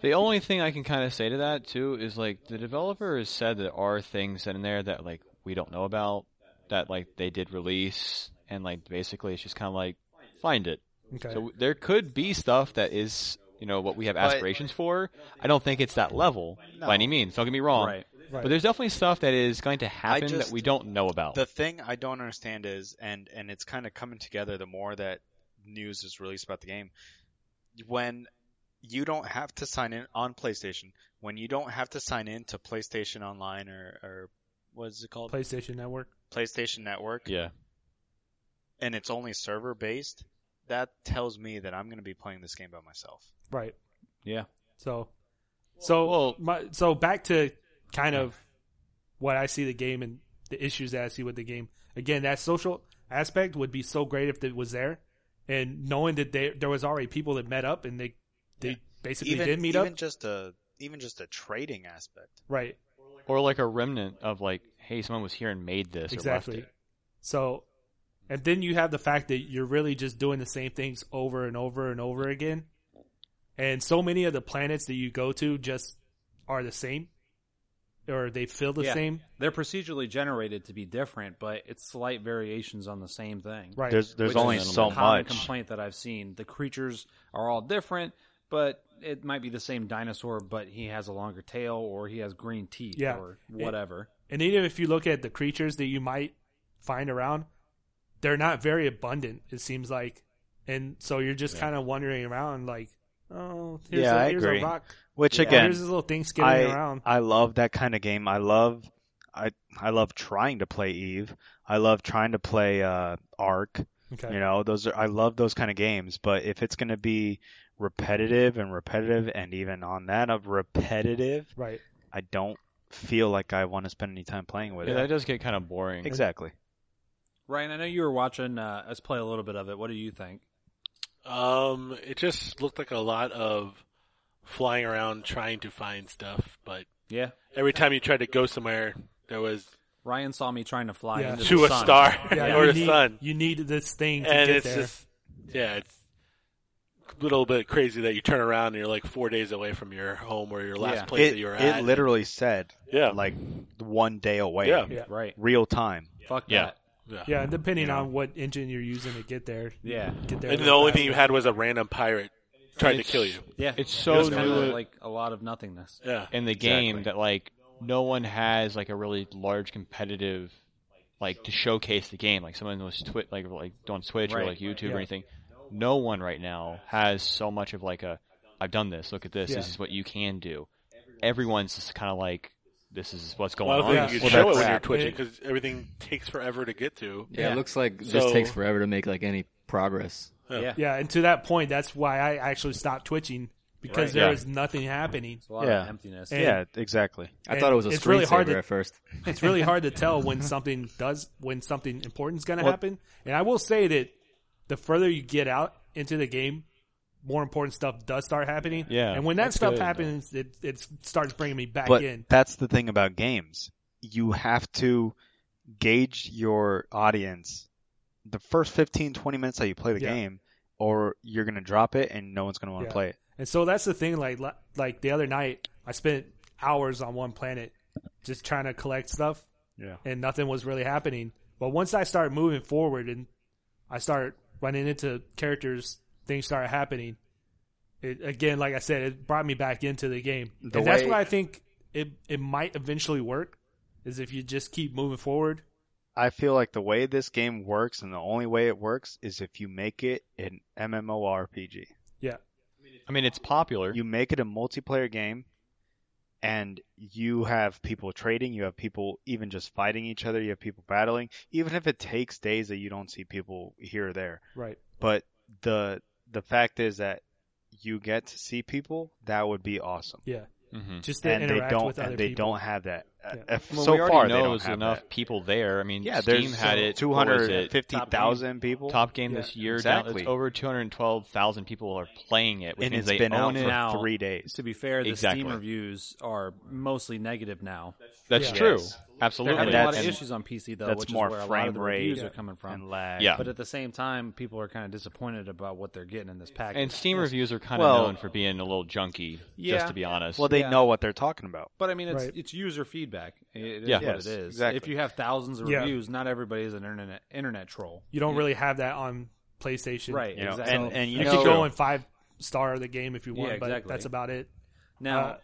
Speaker 2: The only thing I can kind of say to that too is like the developer has said there are things in there that like we don't know about that like they did release and like basically it's just kind of like find it.
Speaker 5: Okay.
Speaker 2: So there could be stuff that is you know what we have
Speaker 4: But-
Speaker 2: aspirations for. I don't think it's that level by any means. Don't get me wrong.
Speaker 1: Right.
Speaker 5: Right.
Speaker 2: But there's definitely stuff that is going to happen
Speaker 4: just-
Speaker 2: that we don't know about.
Speaker 4: The thing I don't understand is, and and it's kind of coming together the more that news is released about the game, when you don't have to sign in on PlayStation, when you don't have to sign in to PlayStation Online or or what is it called,
Speaker 5: PlayStation Network.
Speaker 4: PlayStation Network,
Speaker 2: yeah.
Speaker 4: and it's only server based. That tells me that I'm going to be playing this game by myself.
Speaker 5: Right.
Speaker 1: Yeah.
Speaker 5: So, so
Speaker 2: Well-
Speaker 5: my, so back to kind of what I see the game and the issues that I see with the game. Again, that social aspect would be so great if it was there, and knowing that they, there was already people that met up and they they basically
Speaker 4: even
Speaker 5: did meet
Speaker 4: even
Speaker 5: up,
Speaker 4: just a even just a trading aspect.
Speaker 5: right?
Speaker 2: Or like a remnant of like, hey, someone was here and made this or
Speaker 5: Exactly.
Speaker 2: left it.
Speaker 5: So, and then you have the fact that you're really just doing the same things over and over and over again. And so many of the planets that you go to just are the same or they feel the
Speaker 1: Yeah.
Speaker 5: same.
Speaker 1: They're procedurally generated to be different, but it's slight variations on the same thing.
Speaker 5: Right.
Speaker 4: There's there's
Speaker 1: Which
Speaker 4: only
Speaker 1: is
Speaker 4: so
Speaker 1: a common
Speaker 4: much.
Speaker 1: complaint that I've seen. The creatures are all different, but it might be the same dinosaur, but he has a longer tail or he has green teeth
Speaker 5: Yeah.
Speaker 1: or whatever.
Speaker 5: and even if you look at the creatures that you might find around, they're not very abundant, it seems like. And so you're just kind of wandering around like, oh, here's,
Speaker 4: Yeah,
Speaker 5: a,
Speaker 4: I
Speaker 5: here's
Speaker 4: agree.
Speaker 5: a rock.
Speaker 4: Which
Speaker 1: Yeah.
Speaker 5: Oh,
Speaker 4: again,
Speaker 5: here's this little thing skidding
Speaker 4: I,
Speaker 5: around.
Speaker 4: I love that kind of game. I love I I love trying to play Eve. I love trying to play uh Ark.
Speaker 5: Okay.
Speaker 4: You know, those are I love those kind of games, but if it's going to be repetitive and repetitive and even on that of repetitive,
Speaker 5: Right.
Speaker 4: I don't feel like I want to spend any time playing with
Speaker 2: Yeah,
Speaker 4: it.
Speaker 2: that does get kind of boring.
Speaker 4: Exactly.
Speaker 1: Ryan, I know you were watching uh, us play a little bit of it. What do you think?
Speaker 7: Um, it just looked like a lot of flying around trying to find stuff, but
Speaker 1: Yeah.
Speaker 7: every time you tried to go somewhere, there was
Speaker 1: Ryan saw me trying to fly
Speaker 5: Yeah.
Speaker 1: into
Speaker 7: to
Speaker 1: the
Speaker 7: a
Speaker 1: sun.
Speaker 7: star
Speaker 5: Yeah,
Speaker 7: or
Speaker 5: you
Speaker 7: a
Speaker 5: need,
Speaker 7: sun,
Speaker 5: You need this thing to
Speaker 7: and
Speaker 5: get
Speaker 7: it's
Speaker 5: there.
Speaker 7: just yeah, it's a little bit crazy that you turn around and you're like four days away from your home or your last
Speaker 1: Yeah.
Speaker 7: place
Speaker 4: it,
Speaker 7: that you were
Speaker 4: it
Speaker 7: at.
Speaker 4: literally said
Speaker 7: yeah,
Speaker 4: like one day away.
Speaker 7: Yeah.
Speaker 5: Yeah.
Speaker 1: Right.
Speaker 4: Real time.
Speaker 1: Fuck
Speaker 2: Yeah.
Speaker 1: that.
Speaker 7: yeah.
Speaker 5: Yeah, and depending
Speaker 4: You know?
Speaker 5: on what engine you're using to get there.
Speaker 1: Yeah.
Speaker 5: Get there
Speaker 7: And the
Speaker 5: a little
Speaker 7: only thing you
Speaker 5: faster.
Speaker 7: had was a random pirate trying to
Speaker 2: It's-
Speaker 7: kill you.
Speaker 1: Yeah.
Speaker 2: It's
Speaker 1: It
Speaker 2: so
Speaker 1: was kinda
Speaker 2: new
Speaker 1: like a lot of nothingness.
Speaker 7: Yeah,
Speaker 2: in the
Speaker 4: Exactly.
Speaker 2: game that like no one has like a really large competitive like to showcase the game. Like someone was twi- like like on Twitch or
Speaker 1: Right.
Speaker 2: like YouTube
Speaker 5: Yeah.
Speaker 2: or anything. No one right now has so much of like a I've done this. Look at this.
Speaker 5: Yeah.
Speaker 2: This is what you can do. Everyone's just kind of like this is what's going
Speaker 7: well, I
Speaker 2: on.
Speaker 7: don't think you
Speaker 5: Well,
Speaker 7: could show it
Speaker 4: that's
Speaker 7: when you're
Speaker 4: crap.
Speaker 7: twitching because everything takes forever to get to.
Speaker 6: Yeah,
Speaker 1: Yeah.
Speaker 6: it looks like this
Speaker 7: So-
Speaker 6: takes forever to make like any progress.
Speaker 1: Yeah.
Speaker 7: Yeah.
Speaker 5: Yeah, and to that point, that's why I actually stopped twitching because
Speaker 1: Right.
Speaker 5: there
Speaker 2: Yeah.
Speaker 5: was nothing happening.
Speaker 1: It's a lot
Speaker 4: Yeah.
Speaker 1: of emptiness.
Speaker 5: And-
Speaker 4: yeah, exactly.
Speaker 6: I
Speaker 5: And
Speaker 6: thought it was a
Speaker 5: it's really hard
Speaker 6: screensaver
Speaker 5: to-
Speaker 6: at first.
Speaker 5: It's really hard to tell when something does, when something important's going to
Speaker 4: Well-
Speaker 5: happen. And I will say that the further you get out into the game, more important stuff does start happening.
Speaker 2: Yeah,
Speaker 5: and when that
Speaker 2: that's
Speaker 5: stuff
Speaker 2: good, though.
Speaker 5: happens, it it starts bringing me back
Speaker 4: but
Speaker 5: in.
Speaker 4: that's the thing about games. You have to gauge your audience the first 15, 20 minutes that you play the
Speaker 5: Yeah.
Speaker 4: game, or you're going to drop it and no one's going to want to
Speaker 5: Yeah.
Speaker 4: play it.
Speaker 5: And so that's the thing. Like li- like the other night, I spent hours on one planet just trying to collect stuff.
Speaker 4: Yeah.
Speaker 5: And nothing was really happening. But once I started moving forward and I started running into characters, things started happening. It again, like I said, it brought me back into the game.
Speaker 4: The
Speaker 5: and that's
Speaker 4: way-
Speaker 5: what I think it it might eventually work is if you just keep moving forward.
Speaker 4: I feel like the way this game works and the only way it works is if you make it an MMORPG.
Speaker 5: Yeah.
Speaker 2: I mean, it's popular.
Speaker 4: You make it a multiplayer game and you have people trading, you have people even just fighting each other, you have people battling, even if it takes days that you don't see people here or there.
Speaker 5: Right.
Speaker 4: but the the fact is that you get to see people that would be awesome
Speaker 5: Yeah.
Speaker 2: mm-hmm.
Speaker 5: Just to
Speaker 4: and they
Speaker 5: interact
Speaker 4: don't
Speaker 5: with other
Speaker 4: and they
Speaker 5: people.
Speaker 4: don't have that Uh,
Speaker 5: Yeah.
Speaker 4: if-
Speaker 2: Well,
Speaker 4: so
Speaker 2: we already
Speaker 4: far they
Speaker 2: know
Speaker 4: don't
Speaker 2: there's
Speaker 4: have
Speaker 2: enough
Speaker 4: that.
Speaker 2: people there. I mean,
Speaker 4: yeah
Speaker 2: Steam
Speaker 4: there's
Speaker 2: had it. what was it?
Speaker 4: 250,000 people
Speaker 2: Top game
Speaker 5: Yeah.
Speaker 2: this year. Down,
Speaker 4: Exactly.
Speaker 2: it's over 212,000 people are playing it, which
Speaker 4: and
Speaker 2: means
Speaker 4: it's
Speaker 2: they
Speaker 4: been out
Speaker 2: own
Speaker 4: for
Speaker 2: it.
Speaker 1: now.
Speaker 4: three days
Speaker 1: To be fair, the
Speaker 2: Exactly.
Speaker 1: Steam reviews are mostly negative now.
Speaker 2: That's
Speaker 5: Yeah.
Speaker 2: true.
Speaker 4: Yes.
Speaker 2: Absolutely.
Speaker 1: They're
Speaker 4: And
Speaker 1: having a lot
Speaker 4: that's-
Speaker 1: of issues on PC though,
Speaker 4: that's
Speaker 1: which
Speaker 4: more
Speaker 1: is where a lot
Speaker 4: frame
Speaker 1: of the
Speaker 4: rate
Speaker 1: reviews are coming from.
Speaker 4: and lag.
Speaker 2: Yeah.
Speaker 1: But at the same time, people are kind of disappointed about what they're getting in this package.
Speaker 2: And Steam reviews are kind of
Speaker 4: Well-
Speaker 2: known for being a little junky,
Speaker 1: Yeah.
Speaker 2: just to be honest.
Speaker 4: Well, they
Speaker 1: Yeah.
Speaker 4: know what they're talking about.
Speaker 1: But I mean, it's
Speaker 5: Right.
Speaker 1: it's user feedback. It is
Speaker 2: Yeah.
Speaker 1: what
Speaker 4: Yes,
Speaker 1: it is.
Speaker 4: exactly.
Speaker 1: If you have thousands of
Speaker 5: Yeah.
Speaker 1: reviews, not everybody is an internet internet troll.
Speaker 5: You don't really have that on PlayStation.
Speaker 1: Right.
Speaker 4: You know,
Speaker 1: exactly.
Speaker 4: and and you
Speaker 5: You,
Speaker 4: know,
Speaker 5: could go and five star the game if you
Speaker 1: Yeah,
Speaker 5: want,
Speaker 1: exactly.
Speaker 5: but that's about it.
Speaker 1: Now,
Speaker 5: Uh,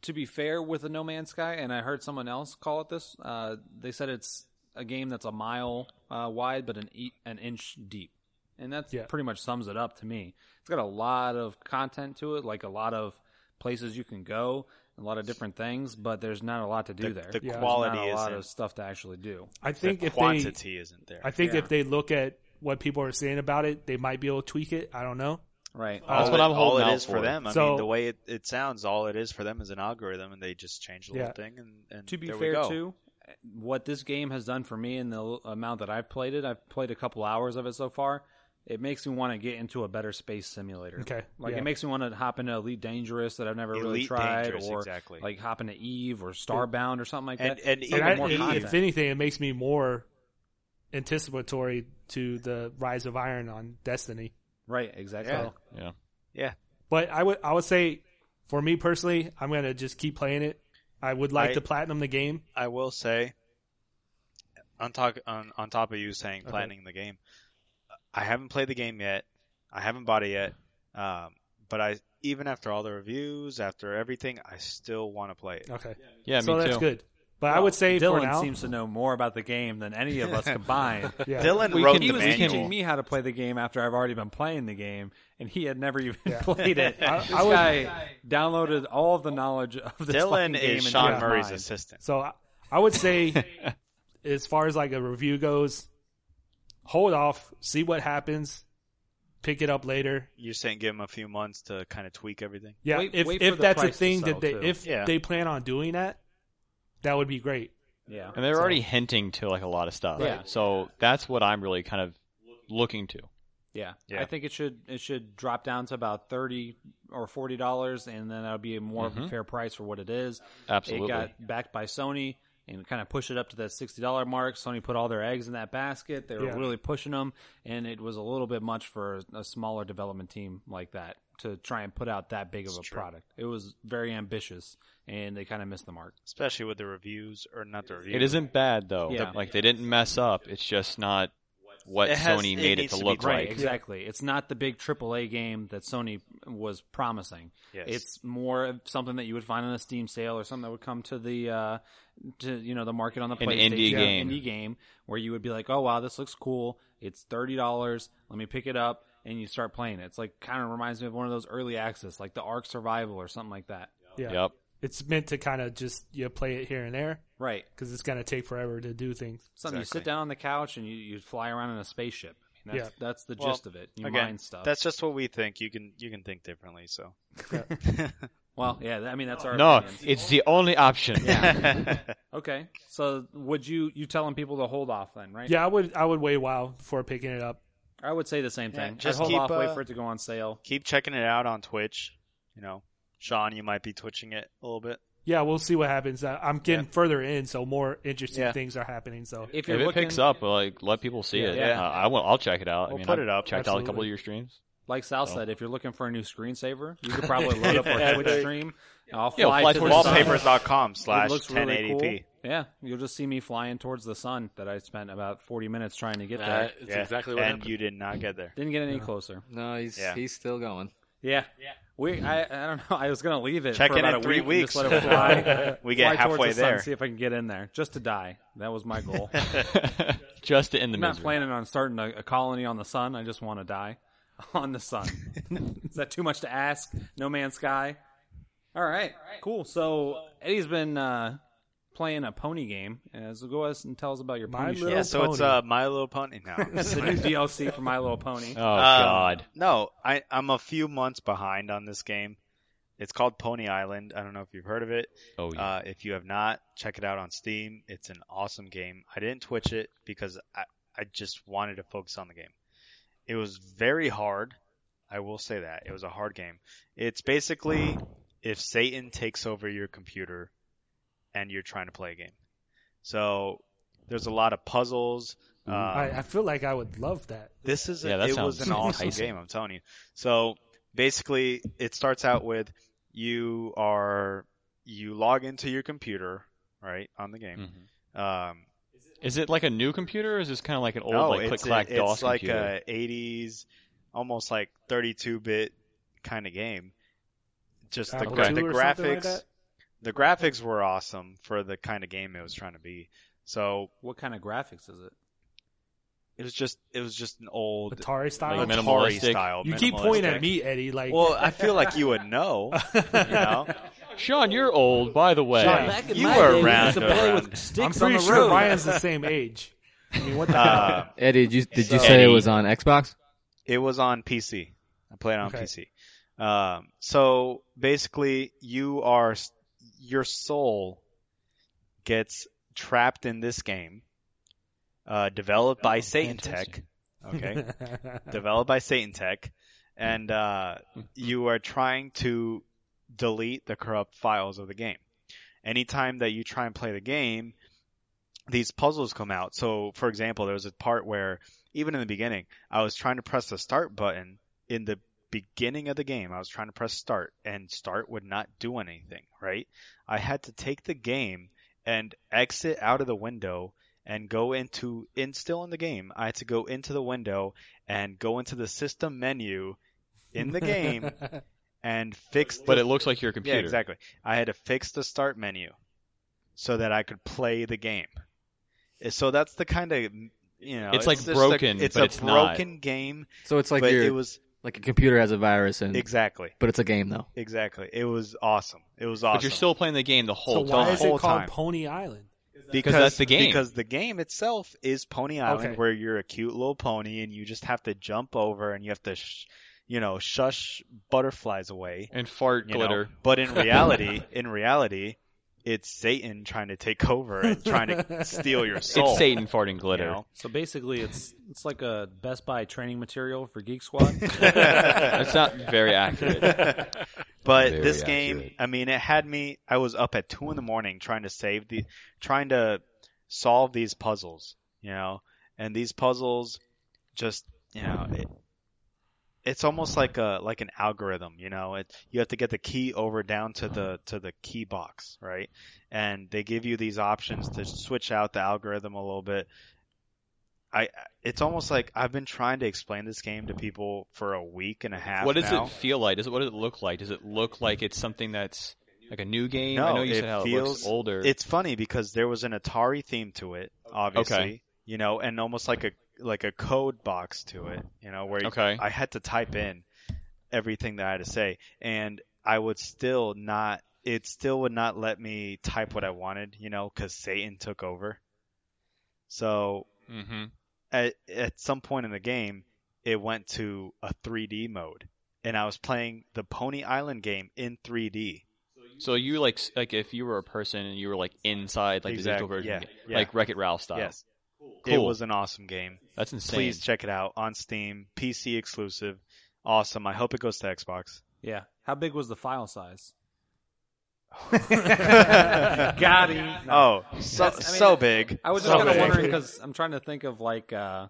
Speaker 1: to be fair with the No Man's Sky, and I heard someone else call it this. Uh, they said it's a game that's a mile uh, wide but an e- an inch deep, and that
Speaker 5: Yeah.
Speaker 1: pretty much sums it up to me. It's got a lot of content to it, like a lot of places you can go, a lot of different things, but there's not a lot to do
Speaker 4: The-
Speaker 1: there.
Speaker 4: the
Speaker 1: There's
Speaker 4: quality
Speaker 1: not a lot
Speaker 4: isn't-
Speaker 1: of stuff to actually do.
Speaker 5: I
Speaker 4: the
Speaker 5: think if they,
Speaker 4: quantity isn't there.
Speaker 5: I think
Speaker 1: Yeah.
Speaker 5: if they look at what people are saying about it, they might be able to tweak it. I don't know.
Speaker 1: Right.
Speaker 5: Uh, That's
Speaker 4: all
Speaker 2: what
Speaker 4: it,
Speaker 2: I'm holding
Speaker 4: all it
Speaker 2: out
Speaker 4: is for
Speaker 2: for.
Speaker 4: them. I
Speaker 5: So-
Speaker 4: mean, the way it, it sounds, all it is for them is an algorithm, and they just change the
Speaker 5: Yeah.
Speaker 4: whole thing. And, and
Speaker 1: to be
Speaker 4: there we
Speaker 1: fair
Speaker 4: go.
Speaker 1: too what this game has done for me and the l- amount that i've played it i've played a couple hours of it so far it makes me want to get into a better space simulator
Speaker 5: Okay.
Speaker 1: like
Speaker 5: Yeah.
Speaker 1: it makes me want to hop into elite dangerous that i've never really
Speaker 4: Elite
Speaker 1: tried
Speaker 4: Dangerous,
Speaker 1: or
Speaker 4: exactly.
Speaker 1: like hop into eve or starbound or something like
Speaker 4: and
Speaker 1: that
Speaker 4: and
Speaker 5: And
Speaker 4: even
Speaker 5: I,
Speaker 4: more
Speaker 5: if-
Speaker 4: content.
Speaker 5: if anything, it makes me more anticipatory to the rise of iron on Destiny.
Speaker 1: right exactly
Speaker 4: Yeah.
Speaker 2: yeah.
Speaker 5: But I would I would say for me personally, I'm gonna just keep playing it. I would like
Speaker 4: I-
Speaker 5: to platinum the game.
Speaker 4: I will say, on top on, on top of you saying
Speaker 5: Okay.
Speaker 4: planning the game, I haven't played the game yet. I haven't bought it yet. Um, but I even after all the reviews, after everything, I still want to play it.
Speaker 5: Okay.
Speaker 2: Yeah,
Speaker 5: so
Speaker 2: me
Speaker 5: that's
Speaker 2: too.
Speaker 5: good. But I would say
Speaker 1: Dylan
Speaker 5: for now,
Speaker 1: seems to know more about the game than any of us combined.
Speaker 5: yeah.
Speaker 4: Dylan
Speaker 2: We
Speaker 4: wrote
Speaker 2: can-
Speaker 4: the
Speaker 1: He was
Speaker 4: manual.
Speaker 1: teaching me how to play the game after I've already been playing the game, and he had never even played it.
Speaker 5: I-
Speaker 1: this
Speaker 5: I would-
Speaker 1: guy downloaded all of the knowledge of this fucking
Speaker 4: Dylan
Speaker 1: game
Speaker 4: is
Speaker 1: into
Speaker 4: Sean
Speaker 1: his
Speaker 4: Murray's
Speaker 1: mind.
Speaker 4: assistant.
Speaker 5: So I, I would say, as far as like a review goes, hold off, see what happens, pick it up later.
Speaker 4: You're saying give him a few months to kind of tweak everything.
Speaker 5: Yeah,
Speaker 1: Wait-
Speaker 5: if
Speaker 1: wait for
Speaker 5: if
Speaker 1: the
Speaker 5: that's a
Speaker 1: price to
Speaker 5: thing that
Speaker 1: settle,
Speaker 5: they
Speaker 1: too.
Speaker 5: if
Speaker 4: Yeah.
Speaker 5: they plan on doing that, that would be great.
Speaker 1: Yeah.
Speaker 2: And they're already hinting to like a lot of stuff.
Speaker 1: Yeah.
Speaker 2: So that's what I'm really kind of looking to.
Speaker 1: Yeah.
Speaker 4: Yeah.
Speaker 1: I think it should it should drop down to about thirty or forty dollars, and then that'll be a more
Speaker 4: Mm-hmm.
Speaker 1: of a fair price for what it is.
Speaker 2: Absolutely.
Speaker 1: It got backed by Sony and kind of pushed it up to that sixty dollar mark. Sony put all their eggs in that basket. They were
Speaker 5: Yeah.
Speaker 1: really pushing them, and it was a little bit much for a smaller development team like that to try and put out that big of a product. It was very ambitious, and they kind of missed the mark.
Speaker 4: Especially with the reviews, or not the reviews.
Speaker 2: It isn't bad though.
Speaker 1: Yeah.
Speaker 2: Like they didn't mess up. It's just not what
Speaker 4: It has-
Speaker 2: Sony
Speaker 4: it
Speaker 2: made it
Speaker 4: needs
Speaker 2: to
Speaker 4: to be
Speaker 2: look
Speaker 4: done.
Speaker 2: like.
Speaker 4: Right.
Speaker 1: Exactly. It's not the big AAA game that Sony was promising.
Speaker 4: Yes.
Speaker 1: It's more of something that you would find on a Steam sale or something that would come to the uh, to you know the market on the
Speaker 2: An
Speaker 1: PlayStation
Speaker 2: indie game.
Speaker 1: indie game where you would be like, oh wow, this looks cool. It's thirty dollars. Let me pick it up and you start playing it. It's like kind of reminds me of one of those early access, like the Ark Survival or something like that.
Speaker 5: Yeah,
Speaker 2: Yep.
Speaker 5: it's meant to kind of just you know, play it here and there
Speaker 1: Right.
Speaker 5: because it's gonna take forever to do things.
Speaker 1: Something you sit down on the couch and you, you fly around in a spaceship. I mean, that's, that's the
Speaker 4: Well,
Speaker 1: gist of it. You
Speaker 4: again,
Speaker 1: mine stuff.
Speaker 4: That's just what we think. You can you can think differently. So.
Speaker 1: well, yeah. I mean, that's our
Speaker 2: No,
Speaker 1: opinions.
Speaker 2: it's the only option.
Speaker 1: Okay. So would you you telling people to hold off then, right?
Speaker 5: Yeah, I would I would wait a while before picking it up.
Speaker 1: I would say the same
Speaker 4: Yeah,
Speaker 1: thing.
Speaker 4: just
Speaker 1: Just hold
Speaker 4: keep,
Speaker 1: off, wait
Speaker 4: uh,
Speaker 1: for it to go on sale.
Speaker 4: keep checking it out on Twitch. You know, Sean, you might be twitching it a little bit.
Speaker 5: Yeah, we'll see what happens. I, I'm getting further in, so more interesting
Speaker 4: Yeah.
Speaker 5: things are happening. So
Speaker 1: If
Speaker 2: If
Speaker 1: you're
Speaker 2: it
Speaker 1: looking
Speaker 2: picks up, like let people see it.
Speaker 4: Yeah.
Speaker 2: Uh, I will. I'll check it out. I
Speaker 4: We'll
Speaker 2: mean,
Speaker 4: put
Speaker 2: I've
Speaker 4: it up.
Speaker 2: Checked out a couple of
Speaker 5: Absolutely.
Speaker 2: your streams.
Speaker 1: like Sal said, if you're looking for a new screensaver, you could probably load up our Twitch stream. I'll
Speaker 2: Yeah,
Speaker 1: fly,
Speaker 2: fly
Speaker 1: to
Speaker 2: to
Speaker 1: the
Speaker 2: the sun.
Speaker 1: sun.
Speaker 2: Wallpapers.
Speaker 4: Wallpapers.com slash
Speaker 1: It looks really
Speaker 4: 1080p.
Speaker 1: cool. Yeah, you'll just see me flying towards the sun that I spent about 40 minutes trying to get there.
Speaker 7: That is
Speaker 4: Yeah.
Speaker 7: exactly what
Speaker 4: and
Speaker 7: happened.
Speaker 4: you did not get there.
Speaker 1: Didn't get any closer.
Speaker 6: No, he's
Speaker 4: Yeah.
Speaker 6: he's still going.
Speaker 1: Yeah. Yeah. We I, I don't know. I was gonna leave it
Speaker 4: Check
Speaker 1: for
Speaker 4: in
Speaker 1: about
Speaker 4: in
Speaker 1: a
Speaker 4: three
Speaker 1: week and just
Speaker 4: weeks.
Speaker 1: let it fly.
Speaker 4: We get
Speaker 1: fly towards
Speaker 4: halfway
Speaker 1: the sun,
Speaker 4: there.
Speaker 1: see if I can get in there, just to die. That was my goal.
Speaker 2: Just to end the
Speaker 1: I'm not
Speaker 2: misery.
Speaker 1: planning on starting a, a colony on the sun. I just want to die on the sun. Is that too much to ask? No Man's Sky. All right, cool. So Eddie's been uh, playing a pony game. Uh, so go ahead and tell us about your
Speaker 5: My
Speaker 1: pony show.
Speaker 5: Little
Speaker 4: Yeah, so it's
Speaker 5: Pony.
Speaker 4: uh, My Little Pony. No, I'm
Speaker 1: It's
Speaker 4: just
Speaker 1: the new DLC for My Little Pony.
Speaker 2: Oh
Speaker 4: Um,
Speaker 2: God.
Speaker 4: No, I, I'm a few months behind on this game. It's called Pony Island. I don't know if you've heard of it.
Speaker 2: Oh yeah.
Speaker 4: Uh, if you have not, check it out on Steam. It's an awesome game. I didn't Twitch it because I, I just wanted to focus on the game. It was very hard. I will say that. It was a hard game. It's basically if Satan takes over your computer and you're trying to play a game. So there's a lot of puzzles. Um,
Speaker 2: Mm-hmm.
Speaker 5: I, I feel like I would love that.
Speaker 4: this is a,
Speaker 2: Yeah, that
Speaker 4: it was
Speaker 2: sounds
Speaker 4: an awesome
Speaker 2: enticing.
Speaker 4: game. I'm telling you. So basically, it starts out with you are you log into your computer right on the game. Um,
Speaker 2: Is it like a new computer, or is this kind of like an Hmm. old
Speaker 4: no,
Speaker 2: like click
Speaker 4: it's
Speaker 2: clack
Speaker 4: a,
Speaker 2: DOS
Speaker 4: it's like
Speaker 2: computer?
Speaker 4: a 80s, almost like 32-bit kind of game. Just the,
Speaker 5: Apple
Speaker 4: gra-
Speaker 2: II
Speaker 4: the
Speaker 5: or something like
Speaker 4: graphics,
Speaker 5: that?
Speaker 4: the graphics were awesome for the kind of game it was trying to be. So
Speaker 3: What kind of graphics is it?
Speaker 4: it was just it was just an old
Speaker 5: Atari style.
Speaker 2: Like
Speaker 4: Atari
Speaker 2: minimalistic.
Speaker 4: style.
Speaker 5: you keep
Speaker 4: minimalistic.
Speaker 5: pointing at me, Eddie. Like,
Speaker 4: Well, I feel like you would know. You know,
Speaker 2: Sean, you're old, by the way.
Speaker 4: Sean,
Speaker 2: Back-
Speaker 4: in you my were day, we around used to play around. with
Speaker 5: I'm
Speaker 3: sticks
Speaker 5: pretty sure Ryan's the same age. I mean, what the
Speaker 4: Uh,
Speaker 6: Eddie, did you, did you
Speaker 4: So-
Speaker 6: say it
Speaker 2: Eddie.
Speaker 6: was on Xbox?
Speaker 4: It was on PC. I played it on
Speaker 5: Okay.
Speaker 4: PC. Um, so basically, you are s- your soul gets trapped in this game, uh, developed by Satan Tech. Okay,
Speaker 5: heck?
Speaker 4: developed by Satan Tech, and uh, you are trying to delete the corrupt files of the game. Anytime that you try and play the game, these puzzles come out. So, for example, there was a part where, even in the beginning, I was trying to press the start button in the beginning of the game. I was trying to press start, and start would not do anything, right? I had to take the game and exit out of the window and go into, in still in the game, I had to go into the window and go into the system menu in the game and fix
Speaker 2: but
Speaker 4: the-
Speaker 2: it looks like your computer.
Speaker 4: yeah, exactly. I had to fix the start menu so that I could play the game. Eh, So that's the kind of you know,
Speaker 2: It's like
Speaker 4: just a-
Speaker 2: broken,
Speaker 4: it's
Speaker 2: but
Speaker 4: a
Speaker 2: it's not.
Speaker 4: broken game,
Speaker 6: So it's like
Speaker 4: but
Speaker 6: your
Speaker 4: it was
Speaker 6: like a computer has a virus and
Speaker 4: exactly,
Speaker 6: but it's a game though.
Speaker 4: exactly. It was awesome. It was awesome.
Speaker 2: But you're still playing the game the whole
Speaker 5: so
Speaker 2: time.
Speaker 5: why is it
Speaker 4: whole
Speaker 5: called
Speaker 4: time.
Speaker 5: Pony Island?
Speaker 4: because
Speaker 2: that's the game.
Speaker 4: Because the game itself is Pony Island,
Speaker 5: Okay.
Speaker 4: where you're a cute little pony and you just have to jump over and you have to, sh- you know, shush butterflies away.
Speaker 2: and fart
Speaker 4: you know.
Speaker 2: glitter.
Speaker 4: But in reality, in reality, it's Satan trying to take over and trying to steal your soul.
Speaker 2: It's Satan farting
Speaker 4: you
Speaker 2: glitter.
Speaker 4: know?
Speaker 3: So basically, it's it's like a Best Buy training material for Geek Squad.
Speaker 2: That's not very accurate.
Speaker 4: But
Speaker 8: Very
Speaker 4: this game,
Speaker 8: accurate.
Speaker 4: I mean, it had me. I was up at two in the morning trying to save the, trying to solve these puzzles, you know. And these puzzles, just you know, it, it's almost like a like an algorithm, you know. It you have to get the key over down to the to the key box, right? And they give you these options to switch out the algorithm a little bit. I it's almost like I've been trying to explain this game to people for a week and a half.
Speaker 2: What does
Speaker 4: now.
Speaker 2: it feel like? Does it what does it look like? Does it look like it's something that's like a new game? I
Speaker 4: No,
Speaker 2: know you
Speaker 4: it
Speaker 2: said how it looks
Speaker 4: feels-
Speaker 2: older.
Speaker 4: It's funny because there was an Atari theme to it, obviously, you know, and almost like a like a code box to it, you know, where
Speaker 2: Okay.
Speaker 4: I had to type in everything that I had to say, and I would still not. It still would not let me type what I wanted, you know, because Satan took over. So
Speaker 2: mm-hmm.
Speaker 4: at at some point in the game, it went to a 3D mode, and I was playing the Pony Island game in 3D.
Speaker 2: So you like s- like if you were a person and you were like inside like the digital
Speaker 4: Exact-
Speaker 2: version,
Speaker 4: yeah, yeah.
Speaker 2: like Wreck It Ralph style.
Speaker 4: Yes, it
Speaker 2: Cool.
Speaker 4: was an awesome game.
Speaker 2: That's insane.
Speaker 4: please check it out on Steam, PC exclusive. Awesome. I hope it goes to Xbox.
Speaker 3: yeah. How big was the file size?
Speaker 4: Got
Speaker 3: him.
Speaker 4: Oh, so
Speaker 3: That's- I mean,
Speaker 4: so big.
Speaker 3: I was just
Speaker 4: so
Speaker 3: kind of
Speaker 4: big.
Speaker 3: wondering because I'm trying to think of like. uh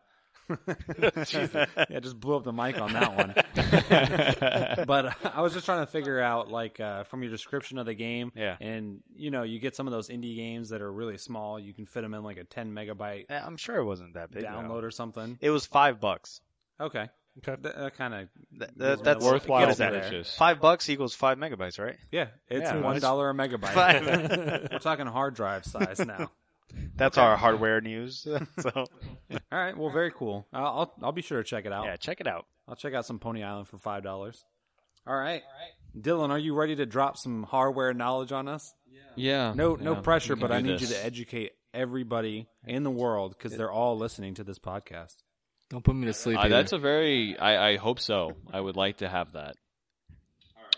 Speaker 3: Yeah, just blew up the mic on that one. but uh, I was just trying to figure out, like, uh, from your description of the game,
Speaker 4: Yeah.
Speaker 3: and you know, you get some of those indie games that are really small. You can fit them in like a 10 megabyte
Speaker 4: Yeah, I'm sure it wasn't that big. though.
Speaker 3: download or something.
Speaker 4: It was five bucks.
Speaker 3: Okay,
Speaker 5: Okay.
Speaker 3: Th- that kind of
Speaker 4: Th-
Speaker 3: It was
Speaker 4: th- that's
Speaker 2: worthwhile
Speaker 4: What is that?
Speaker 2: purchase.
Speaker 4: Five bucks equals five megabytes, right?
Speaker 3: yeah, it's
Speaker 4: Yeah,
Speaker 3: one
Speaker 4: that's-
Speaker 3: dollar a megabyte.
Speaker 4: Five.
Speaker 3: We're talking hard drive size now.
Speaker 4: That's our hardware news. so
Speaker 3: All right, well, very cool. I'll I'll, I'll be sure to check it out.
Speaker 4: yeah, check it out.
Speaker 3: I'll check out some Pony Island for five dollars. All right. Dylan, are you ready to drop some hardware knowledge on us?
Speaker 2: Yeah.
Speaker 3: No, no
Speaker 2: yeah,
Speaker 3: pressure,
Speaker 2: we can
Speaker 3: but I
Speaker 2: do
Speaker 3: need
Speaker 2: this.
Speaker 3: you to educate everybody in the world because they're all listening to this podcast.
Speaker 6: Don't put me to sleep.
Speaker 2: Uh,
Speaker 6: either.
Speaker 2: that's a very. I, I hope so. I would like to have that.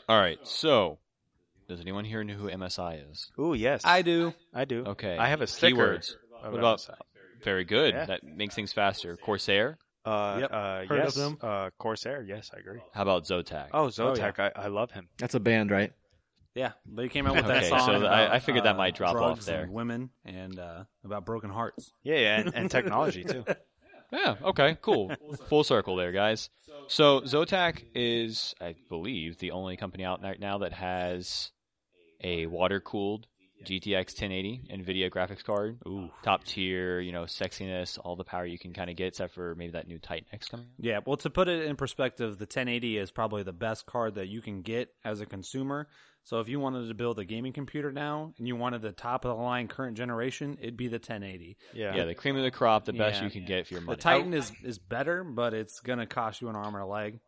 Speaker 2: All right. So, does anyone here know who MSI is?
Speaker 4: Ooh, yes.
Speaker 3: I do.
Speaker 4: I do.
Speaker 2: Okay.
Speaker 4: I have a sticker.
Speaker 2: Keywords.
Speaker 4: of
Speaker 2: What about?
Speaker 4: MSI.
Speaker 2: Very good.
Speaker 4: Yeah.
Speaker 2: That makes things faster. Corsair.
Speaker 4: Uh,
Speaker 3: Yep.
Speaker 4: uh,
Speaker 5: Heard of
Speaker 4: yes.
Speaker 5: them?
Speaker 4: Uh, Corsair. Yes, I agree.
Speaker 2: How about Zotac?
Speaker 4: Oh, Zotac. I, I love him.
Speaker 6: That's a band, right?
Speaker 1: Yeah, they came out with that
Speaker 2: Okay,
Speaker 1: song.
Speaker 2: so
Speaker 1: about,
Speaker 2: I- I figured that
Speaker 1: uh,
Speaker 2: might drop
Speaker 1: drugs
Speaker 2: off there.
Speaker 1: and women and uh, about broken hearts.
Speaker 4: Yeah, yeah, and, and technology too.
Speaker 2: Yeah. Okay. Cool. Full circle there, guys. So Zotac is, I believe, the only company out right now that has a water-cooled GTX 1080 NVIDIA graphics card,
Speaker 1: Ooh.
Speaker 2: top tier. You know, sexiness, all the power you can kind of get, except for maybe that new Titan X coming out.
Speaker 1: Yeah, well, to put it in perspective, the 1080 is probably the best card that you can get as a consumer. So if you wanted to build a gaming computer now and you wanted the top of the line current generation, it'd be the 1080.
Speaker 4: Yeah.
Speaker 2: Yeah. the cream of the crop, the best
Speaker 1: Yeah.
Speaker 2: you can get for your
Speaker 1: The
Speaker 2: money.
Speaker 1: Titan is is better, but it's gonna cost you an arm and a leg.
Speaker 2: Oh,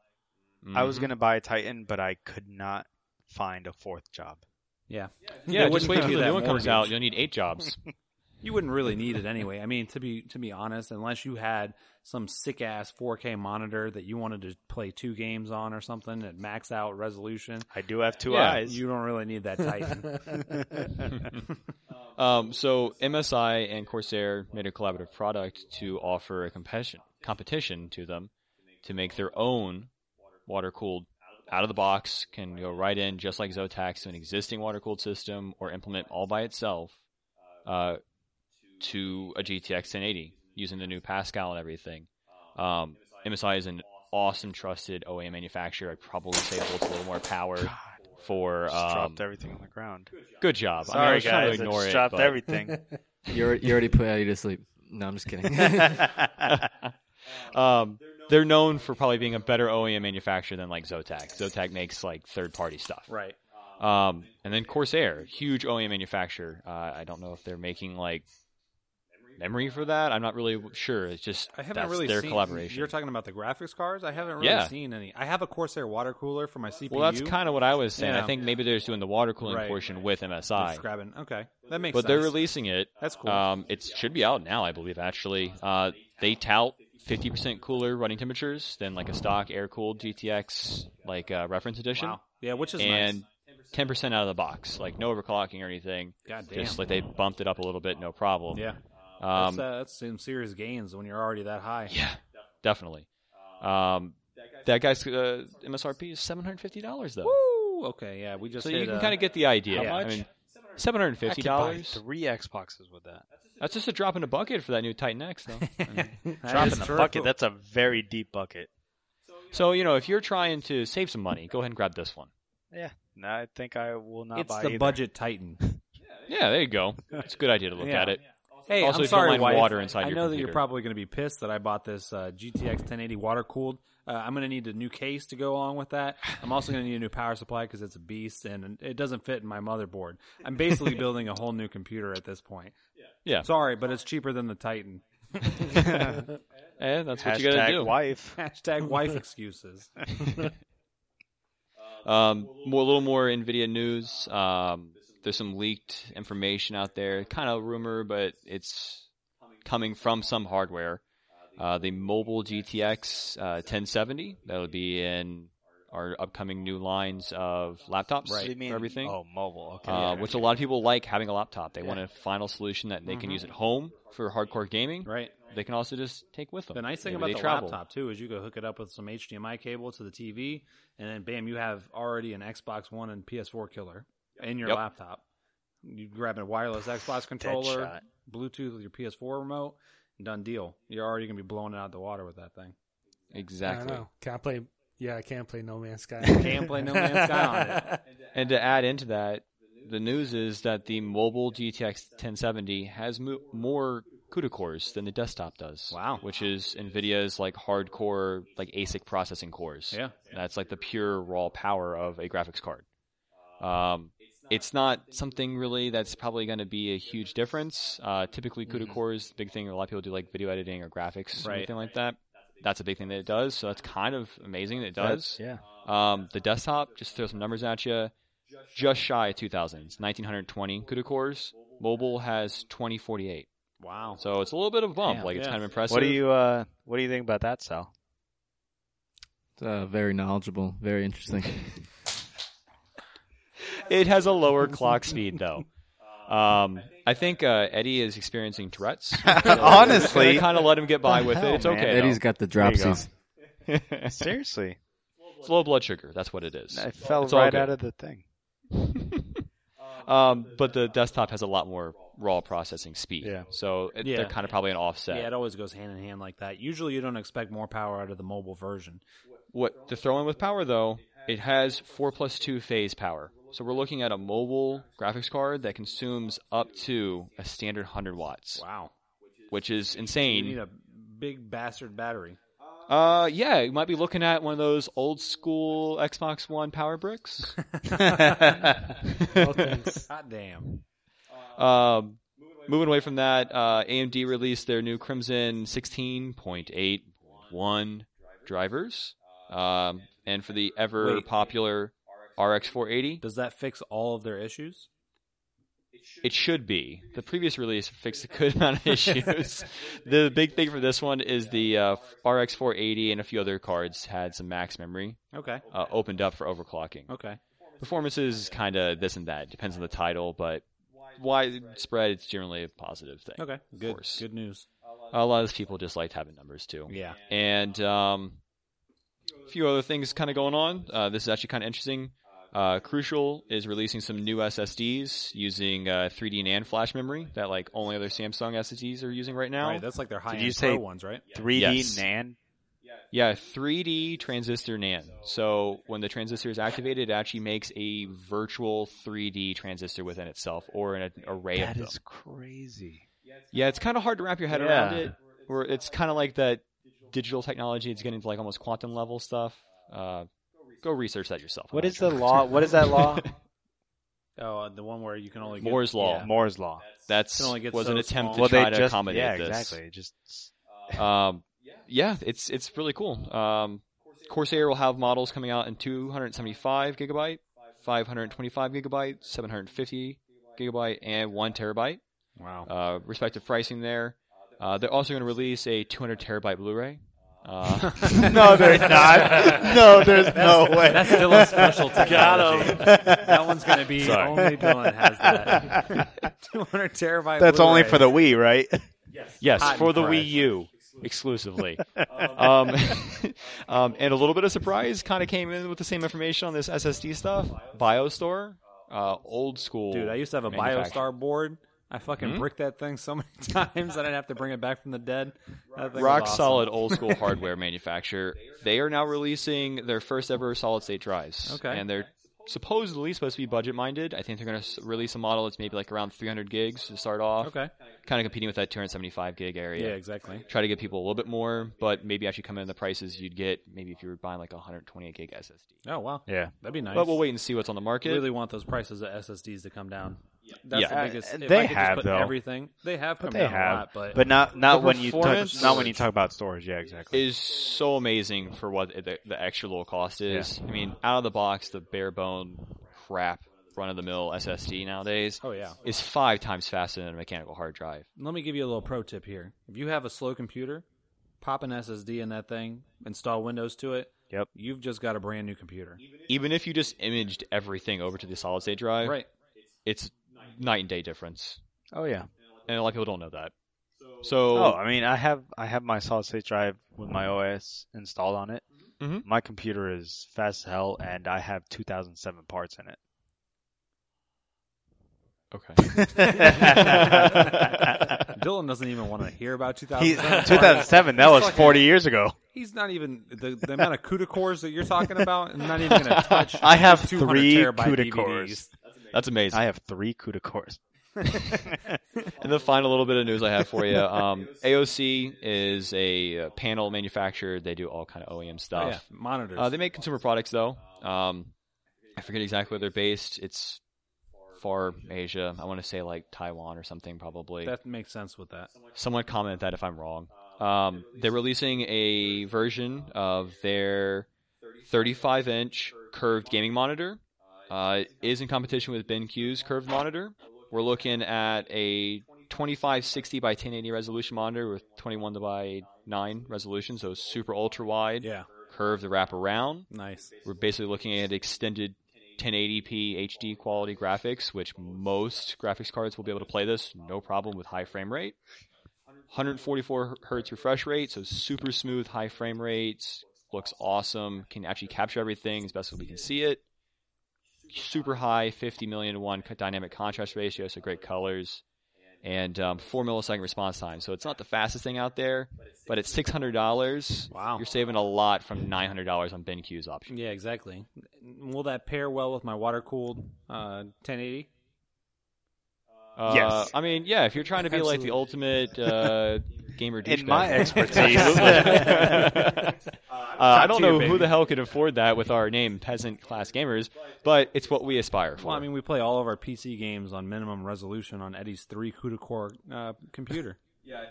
Speaker 2: mm.
Speaker 4: I
Speaker 2: Mm-hmm.
Speaker 4: was gonna buy Titan, but I could not find a fourth job.
Speaker 1: Yeah,
Speaker 2: Yeah,
Speaker 1: They
Speaker 2: just
Speaker 1: wouldn't
Speaker 2: wait
Speaker 1: give
Speaker 2: till
Speaker 1: you
Speaker 2: the
Speaker 1: that
Speaker 2: new one comes
Speaker 1: mortgage.
Speaker 2: out. You'll need eight jobs.
Speaker 1: You wouldn't really need it anyway. I mean, to be to be honest, unless you had some sick ass 4K monitor that you wanted to play two games on or something at max out resolution,
Speaker 4: I do have two
Speaker 2: Yeah,
Speaker 4: eyes.
Speaker 1: you don't really need that Titan.
Speaker 2: Um, so MSI and Corsair made a collaborative product to offer a competition competition to them to make their own water cooled out of the box can go right in just like Zotac to an existing water cooled system or implement all by itself uh, to a GTX 1080 using the new Pascal and everything. Um, MSI is an awesome trusted OA manufacturer. I'd probably say holds a little more power for
Speaker 4: Just
Speaker 2: um,
Speaker 4: dropped everything on the ground.
Speaker 2: good job. I mean, I
Speaker 4: Sorry
Speaker 2: was trying to
Speaker 4: guys, I
Speaker 2: ignore
Speaker 4: just
Speaker 2: it,
Speaker 4: dropped
Speaker 2: but-
Speaker 4: everything.
Speaker 6: You're, you already put Eddie to sleep. No, I'm just kidding.
Speaker 2: um, they're known for probably being a better OEM manufacturer than like Zotac. Zotac makes like third party stuff.
Speaker 1: right.
Speaker 2: Um, and then Corsair, huge OEM manufacturer. Uh, I don't know if they're making like memory for that. I'm not really sure. It's just
Speaker 1: I haven't
Speaker 2: that's
Speaker 1: really
Speaker 2: their
Speaker 1: seen,
Speaker 2: collaboration.
Speaker 1: You're talking about the graphics cards. I haven't really
Speaker 2: Yeah.
Speaker 1: seen any. I have a Corsair water cooler for my CPU.
Speaker 2: well, that's kind of what I was saying.
Speaker 1: Yeah.
Speaker 2: I think maybe they're just doing the water cooling
Speaker 1: Right.
Speaker 2: portion with
Speaker 1: It's
Speaker 2: MSI,
Speaker 1: grabbing. Okay, that makes.
Speaker 2: but
Speaker 1: sense.
Speaker 2: they're releasing it.
Speaker 1: That's cool.
Speaker 2: Um, it should be out now, I believe. Actually, uh, they tout 50% cooler running temperatures than like a stock air cooled GTX like uh, reference edition.
Speaker 1: wow. Yeah, which is
Speaker 2: and
Speaker 1: nice.
Speaker 2: 10% out of the box, like no overclocking or anything.
Speaker 1: God damn.
Speaker 2: Just like they bumped it up a little bit, no problem.
Speaker 1: yeah, that's,
Speaker 2: um,
Speaker 1: uh, that's some serious gains when you're already that high.
Speaker 2: yeah, definitely. Um, that guy's uh, MSRP is seven hundred fifty dollars though,
Speaker 1: Woo. Okay. Yeah, we just.
Speaker 2: so
Speaker 1: hit,
Speaker 2: you can
Speaker 1: uh,
Speaker 2: kind of get the idea.
Speaker 1: how
Speaker 2: I
Speaker 1: much?
Speaker 2: mean, seven hundred
Speaker 4: I
Speaker 2: fifty
Speaker 4: could buy
Speaker 2: dollars.
Speaker 4: Three Xboxes with that.
Speaker 2: That's just a drop in the bucket for that new Titan X though.
Speaker 1: that
Speaker 4: Drop
Speaker 1: is
Speaker 4: in the
Speaker 1: true.
Speaker 4: bucket. That's a very deep bucket.
Speaker 2: so you know, if you're trying to save some money, go ahead and grab this one.
Speaker 4: Yeah. No, I think I will not
Speaker 1: It's
Speaker 4: buy
Speaker 1: the
Speaker 4: either.
Speaker 1: budget Titan.
Speaker 2: Yeah, there you go. It's a good idea to look
Speaker 1: Yeah.
Speaker 2: at it.
Speaker 1: Hey, I'm
Speaker 2: Also, if you
Speaker 1: sorry,
Speaker 2: don't mind
Speaker 1: wife,
Speaker 2: water inside
Speaker 1: I
Speaker 2: your
Speaker 1: know that
Speaker 2: computer.
Speaker 1: you're probably going to be pissed that I bought this uh, GTX 1080 water cooled. Uh, I'm going to need a new case to go along with that. I'm also going to need a new power supply because it's a beast and it doesn't fit in my motherboard. I'm basically building a whole new computer at this point.
Speaker 2: Yeah.
Speaker 1: Sorry, but it's cheaper than the Titan.
Speaker 2: Eh, that's what you
Speaker 4: Hashtag
Speaker 2: gotta do.
Speaker 4: wife.
Speaker 1: Hashtag wife excuses.
Speaker 2: Um, more, a little more NVIDIA news. Um, there's some leaked information out there, kind of rumor, but it's coming from some hardware. Uh, the mobile GTX uh, 1070 that'll be in our upcoming new lines of laptops
Speaker 4: What do you
Speaker 2: for
Speaker 4: mean?
Speaker 2: everything.
Speaker 4: Oh, mobile. Okay.
Speaker 2: Uh,
Speaker 4: yeah.
Speaker 2: which a lot of people like having a laptop. They want a final solution that they can use at home for hardcore gaming.
Speaker 1: Right.
Speaker 2: They can also just take with them.
Speaker 1: The nice thing
Speaker 2: Maybe
Speaker 1: about the
Speaker 2: they travel.
Speaker 1: laptop too is you go hook it up with some HDMI cable to the TV, and then bam, you have already an Xbox One and PS4 killer in your
Speaker 2: Yep.
Speaker 1: laptop. You grab a wireless Xbox controller,
Speaker 4: shot.
Speaker 1: Bluetooth with your PS4 remote, and done deal. You're already gonna be blowing it out of the water with that thing.
Speaker 5: I
Speaker 2: Exactly.
Speaker 5: don't know. Can't play. Yeah, I can't play No Man's Sky.
Speaker 1: Can't play No Man's Sky on it.
Speaker 2: And to add into that, the news is that the mobile GTX 1070 has mo- more CUDA cores than the desktop does.
Speaker 1: Wow.
Speaker 2: Which is NVIDIA's like hardcore, like ASIC processing cores.
Speaker 1: Yeah.
Speaker 2: That's like the pure raw power of a graphics card. Um, it's not something really that's probably going to be a huge difference. Uh, typically, CUDA cores, the big thing, a lot of people do like video editing or graphics or
Speaker 1: Right.
Speaker 2: anything like that. That's a big thing that it does. So that's kind of amazing that it does.
Speaker 4: Yeah.
Speaker 2: Um, the desktop, just throw some numbers at you, just shy of 2,000. It's 1,920 CUDA cores. Mobile has 2048.
Speaker 1: Wow.
Speaker 2: So it's a little bit of a bump.
Speaker 4: Damn,
Speaker 2: like, it's
Speaker 1: yeah.
Speaker 2: kind of impressive.
Speaker 4: What do you uh, What do you think about that, Sal?
Speaker 6: uh, very knowledgeable, very interesting.
Speaker 2: It has a lower clock speed, though. Um, I think uh, Eddie is experiencing Tourette's.
Speaker 4: Honestly.
Speaker 2: kind of let him get by
Speaker 4: The
Speaker 2: with
Speaker 4: hell,
Speaker 2: it. It's
Speaker 4: man.
Speaker 2: okay.
Speaker 6: Eddie's got the dropsies.
Speaker 2: though.
Speaker 4: Seriously,
Speaker 2: it's low blood sugar. That's what it is.
Speaker 4: I fell
Speaker 2: It's all
Speaker 4: right
Speaker 2: good.
Speaker 4: out of the thing.
Speaker 2: um, but the desktop has a lot more raw processing speed.
Speaker 4: Yeah.
Speaker 2: So it,
Speaker 1: Yeah.
Speaker 2: they're kind of probably an offset.
Speaker 1: Yeah, it always goes hand in hand like that. Usually, you don't expect more power out of the mobile version.
Speaker 2: What to throw in with power though, it has four plus two phase power. So we're looking at a mobile graphics card that consumes up to a standard hundred watts,
Speaker 1: Wow,
Speaker 2: which is
Speaker 1: you
Speaker 2: insane.
Speaker 1: need a big bastard battery.
Speaker 2: Uh, yeah, you might be looking at one of those old school Xbox One power bricks.
Speaker 5: No thanks.
Speaker 1: God damn.
Speaker 2: um, moving away from that, uh, AMD released their new Crimson 16.8.1 drivers, um, and for the ever
Speaker 1: Wait.
Speaker 2: popular RX 480,
Speaker 1: Does that fix all of their issues?
Speaker 2: It should be. The previous release fixed a good amount of issues. the big thing for this one is the uh, RX 480 and a few other cards had some max memory
Speaker 1: Okay.
Speaker 2: uh, opened up for overclocking.
Speaker 1: Okay.
Speaker 2: Performance is kind of this and that. Depends on the title, but widespread, it's generally a positive thing.
Speaker 1: Okay. Good.
Speaker 2: course.
Speaker 1: Good news.
Speaker 2: A lot of people just liked having numbers too.
Speaker 1: Yeah.
Speaker 2: And um, a few other things kind of going on. Uh, this is actually kind of interesting. Uh, Crucial is releasing some new SSDs using uh, 3D NAND flash memory that like only other Samsung SSDs are using right now.
Speaker 1: Right. That's like their high
Speaker 4: you
Speaker 1: end
Speaker 4: say-
Speaker 1: pro ones, right?
Speaker 4: 3D
Speaker 2: Yes.
Speaker 4: NAND.
Speaker 2: Yeah, 3D transistor NAND. So when the transistor is activated, it actually makes a virtual 3D transistor within itself or an array of
Speaker 4: That
Speaker 2: them.
Speaker 4: is crazy.
Speaker 2: Yeah, it's kind of hard to wrap your head
Speaker 4: Yeah.
Speaker 2: around it. Where it's kind of like that digital technology. It's getting to like almost quantum level stuff. Uh, go research that yourself. I'm
Speaker 9: What
Speaker 2: not
Speaker 9: is the
Speaker 2: sure.
Speaker 9: law? What is that law?
Speaker 1: Oh, uh, the one where you can only get,
Speaker 2: Moore's law.
Speaker 1: Yeah.
Speaker 4: Moore's law.
Speaker 2: That's
Speaker 1: It only gets
Speaker 2: was
Speaker 1: so
Speaker 2: an attempt
Speaker 1: small.
Speaker 2: to
Speaker 4: well,
Speaker 2: try
Speaker 4: they
Speaker 2: to
Speaker 4: just
Speaker 2: accommodate
Speaker 4: yeah,
Speaker 2: this.
Speaker 4: exactly. It Just
Speaker 2: Um, yeah, it's it's really cool. Um, Corsair will have models coming out in 275 gigabyte, 525 gigabyte, 750 gigabyte, and one terabyte.
Speaker 1: Wow.
Speaker 2: Uh, respective pricing there. Uh, they're also going to release a 200 terabyte Blu-ray. Uh,
Speaker 4: no, there's not. No, there's no way.
Speaker 1: That's Dylan's special
Speaker 7: Got
Speaker 1: technology.
Speaker 7: 'em.
Speaker 1: That one's gonna be
Speaker 2: Sorry.
Speaker 1: only Dylan has that. 200 terabyte.
Speaker 4: That's only
Speaker 1: Blu-ray.
Speaker 4: for the Wii, right?
Speaker 2: Yes,
Speaker 1: Hot
Speaker 2: for
Speaker 1: and
Speaker 2: the
Speaker 1: fresh.
Speaker 2: Wii U exclusively. um, um, and a little bit of surprise kind of came in with the same information on this SSD stuff. BioStore, uh, old school.
Speaker 1: Dude, I used to have a
Speaker 2: manufacturer.
Speaker 1: BioStar board. I fucking bricked that thing so many times that I'd have to bring it back from the dead. That thing was
Speaker 2: Rock
Speaker 1: awesome.
Speaker 2: solid old school hardware manufacturer. They are now releasing their first ever solid state drives.
Speaker 1: Okay.
Speaker 2: And they're supposedly supposed to be budget minded. I think they're going to release a model that's maybe like around 300 gigs to start off.
Speaker 1: Okay.
Speaker 2: Kind of competing with that 275 gig
Speaker 1: Yeah,
Speaker 2: area.
Speaker 1: exactly.
Speaker 2: try to get people a little bit more, but maybe actually come in the prices you'd get maybe if you were buying like a 128 gig SSD.
Speaker 1: Oh wow.
Speaker 4: Yeah.
Speaker 1: That'd be nice.
Speaker 2: But we'll wait and see what's on the market.
Speaker 1: really want those prices of SSDs to come down. That's
Speaker 2: Yeah.
Speaker 1: the biggest.
Speaker 4: Uh,
Speaker 1: if I
Speaker 4: they
Speaker 1: could just
Speaker 4: have,
Speaker 1: put
Speaker 4: though.
Speaker 1: everything. They have come
Speaker 4: But they
Speaker 1: down
Speaker 4: have,
Speaker 1: a lot, but,
Speaker 4: but not not
Speaker 2: The
Speaker 4: when you talk,
Speaker 2: performance-
Speaker 4: not when you talk about storage. Yeah, exactly.
Speaker 2: Is so amazing for what the, the extra little cost is. I mean, out of the box, the bare bone crap run of the mill SSD nowadays
Speaker 1: oh yeah.
Speaker 2: is five times faster than a mechanical hard drive.
Speaker 1: Let me give you a little pro tip here. If you have a slow computer, pop an SSD in that thing, install Windows to it.
Speaker 4: Yep.
Speaker 1: You've just got a brand new computer.
Speaker 2: Even if you just imaged everything over to the solid state drive,
Speaker 1: Right.
Speaker 2: it's night and day difference.
Speaker 4: oh yeah.
Speaker 2: And a lot of people don't know that. So,
Speaker 4: Oh, I mean, I have I have my solid state drive with my OS installed on it.
Speaker 2: Mhm.
Speaker 4: My computer is fast as hell, and I have 2007 parts in it.
Speaker 2: okay.
Speaker 1: Dylan doesn't even want to hear about
Speaker 4: He-
Speaker 1: 2007.
Speaker 4: 2007, that was 40 years ago.
Speaker 1: He's not even the, the amount of CUDA cores that you're talking about. I'm not even going to touch.
Speaker 4: I have
Speaker 1: 200
Speaker 4: three
Speaker 1: terabyte
Speaker 4: CUDA
Speaker 1: DVDs.
Speaker 4: cores.
Speaker 2: That's amazing.
Speaker 4: I have three CUDA cores.
Speaker 2: And the final little bit of news I have for you, um, AOC is a uh, panel manufacturer. They do all kind of OEM
Speaker 1: Oh, yeah,
Speaker 2: stuff.
Speaker 1: monitors.
Speaker 2: uh, they make consumer products though. Um, I forget exactly where they're based. It's far Asia. I want to say like Taiwan or something probably.
Speaker 1: that makes sense with that.
Speaker 2: Someone comment that if I'm wrong. Um, they're releasing a version of their 35 inch curved gaming monitor. Uh, it is in competition with BenQ's curved monitor. We're looking at a 2560 by 1080 resolution monitor with 21 by 9 resolution, so super ultra wide,
Speaker 1: Yeah,
Speaker 2: curved to wrap around.
Speaker 1: nice.
Speaker 2: We're basically looking at extended 1080p HD quality graphics, which most graphics cards will be able to play this no problem with high frame rate. 144 hertz refresh rate, so super smooth high frame rates. Looks awesome. Can actually capture everything as best as we can see it. super high 50 million to one co- dynamic contrast ratio, so great colors, and um, four millisecond response time. So it's not the fastest thing out there, but it's six hundred dollars.
Speaker 1: Wow.
Speaker 2: you're saving a lot from nine hundred dollars on BenQ's option.
Speaker 1: Yeah, exactly. Will that pair well with my water cooled uh, 1080?
Speaker 2: Uh,
Speaker 4: Yes.
Speaker 2: I mean, yeah, if you're trying to be like the ultimate uh, gamer douchebag.
Speaker 4: In my
Speaker 2: Uh,
Speaker 4: expertise,
Speaker 2: I don't
Speaker 1: tier,
Speaker 2: know
Speaker 1: baby.
Speaker 2: who the hell could afford that with our name, Peasant Class Gamers, but it's what we aspire for.
Speaker 1: Well, I mean, we play all of our PC games on minimum resolution on Eddie's three CUDA core uh, computer.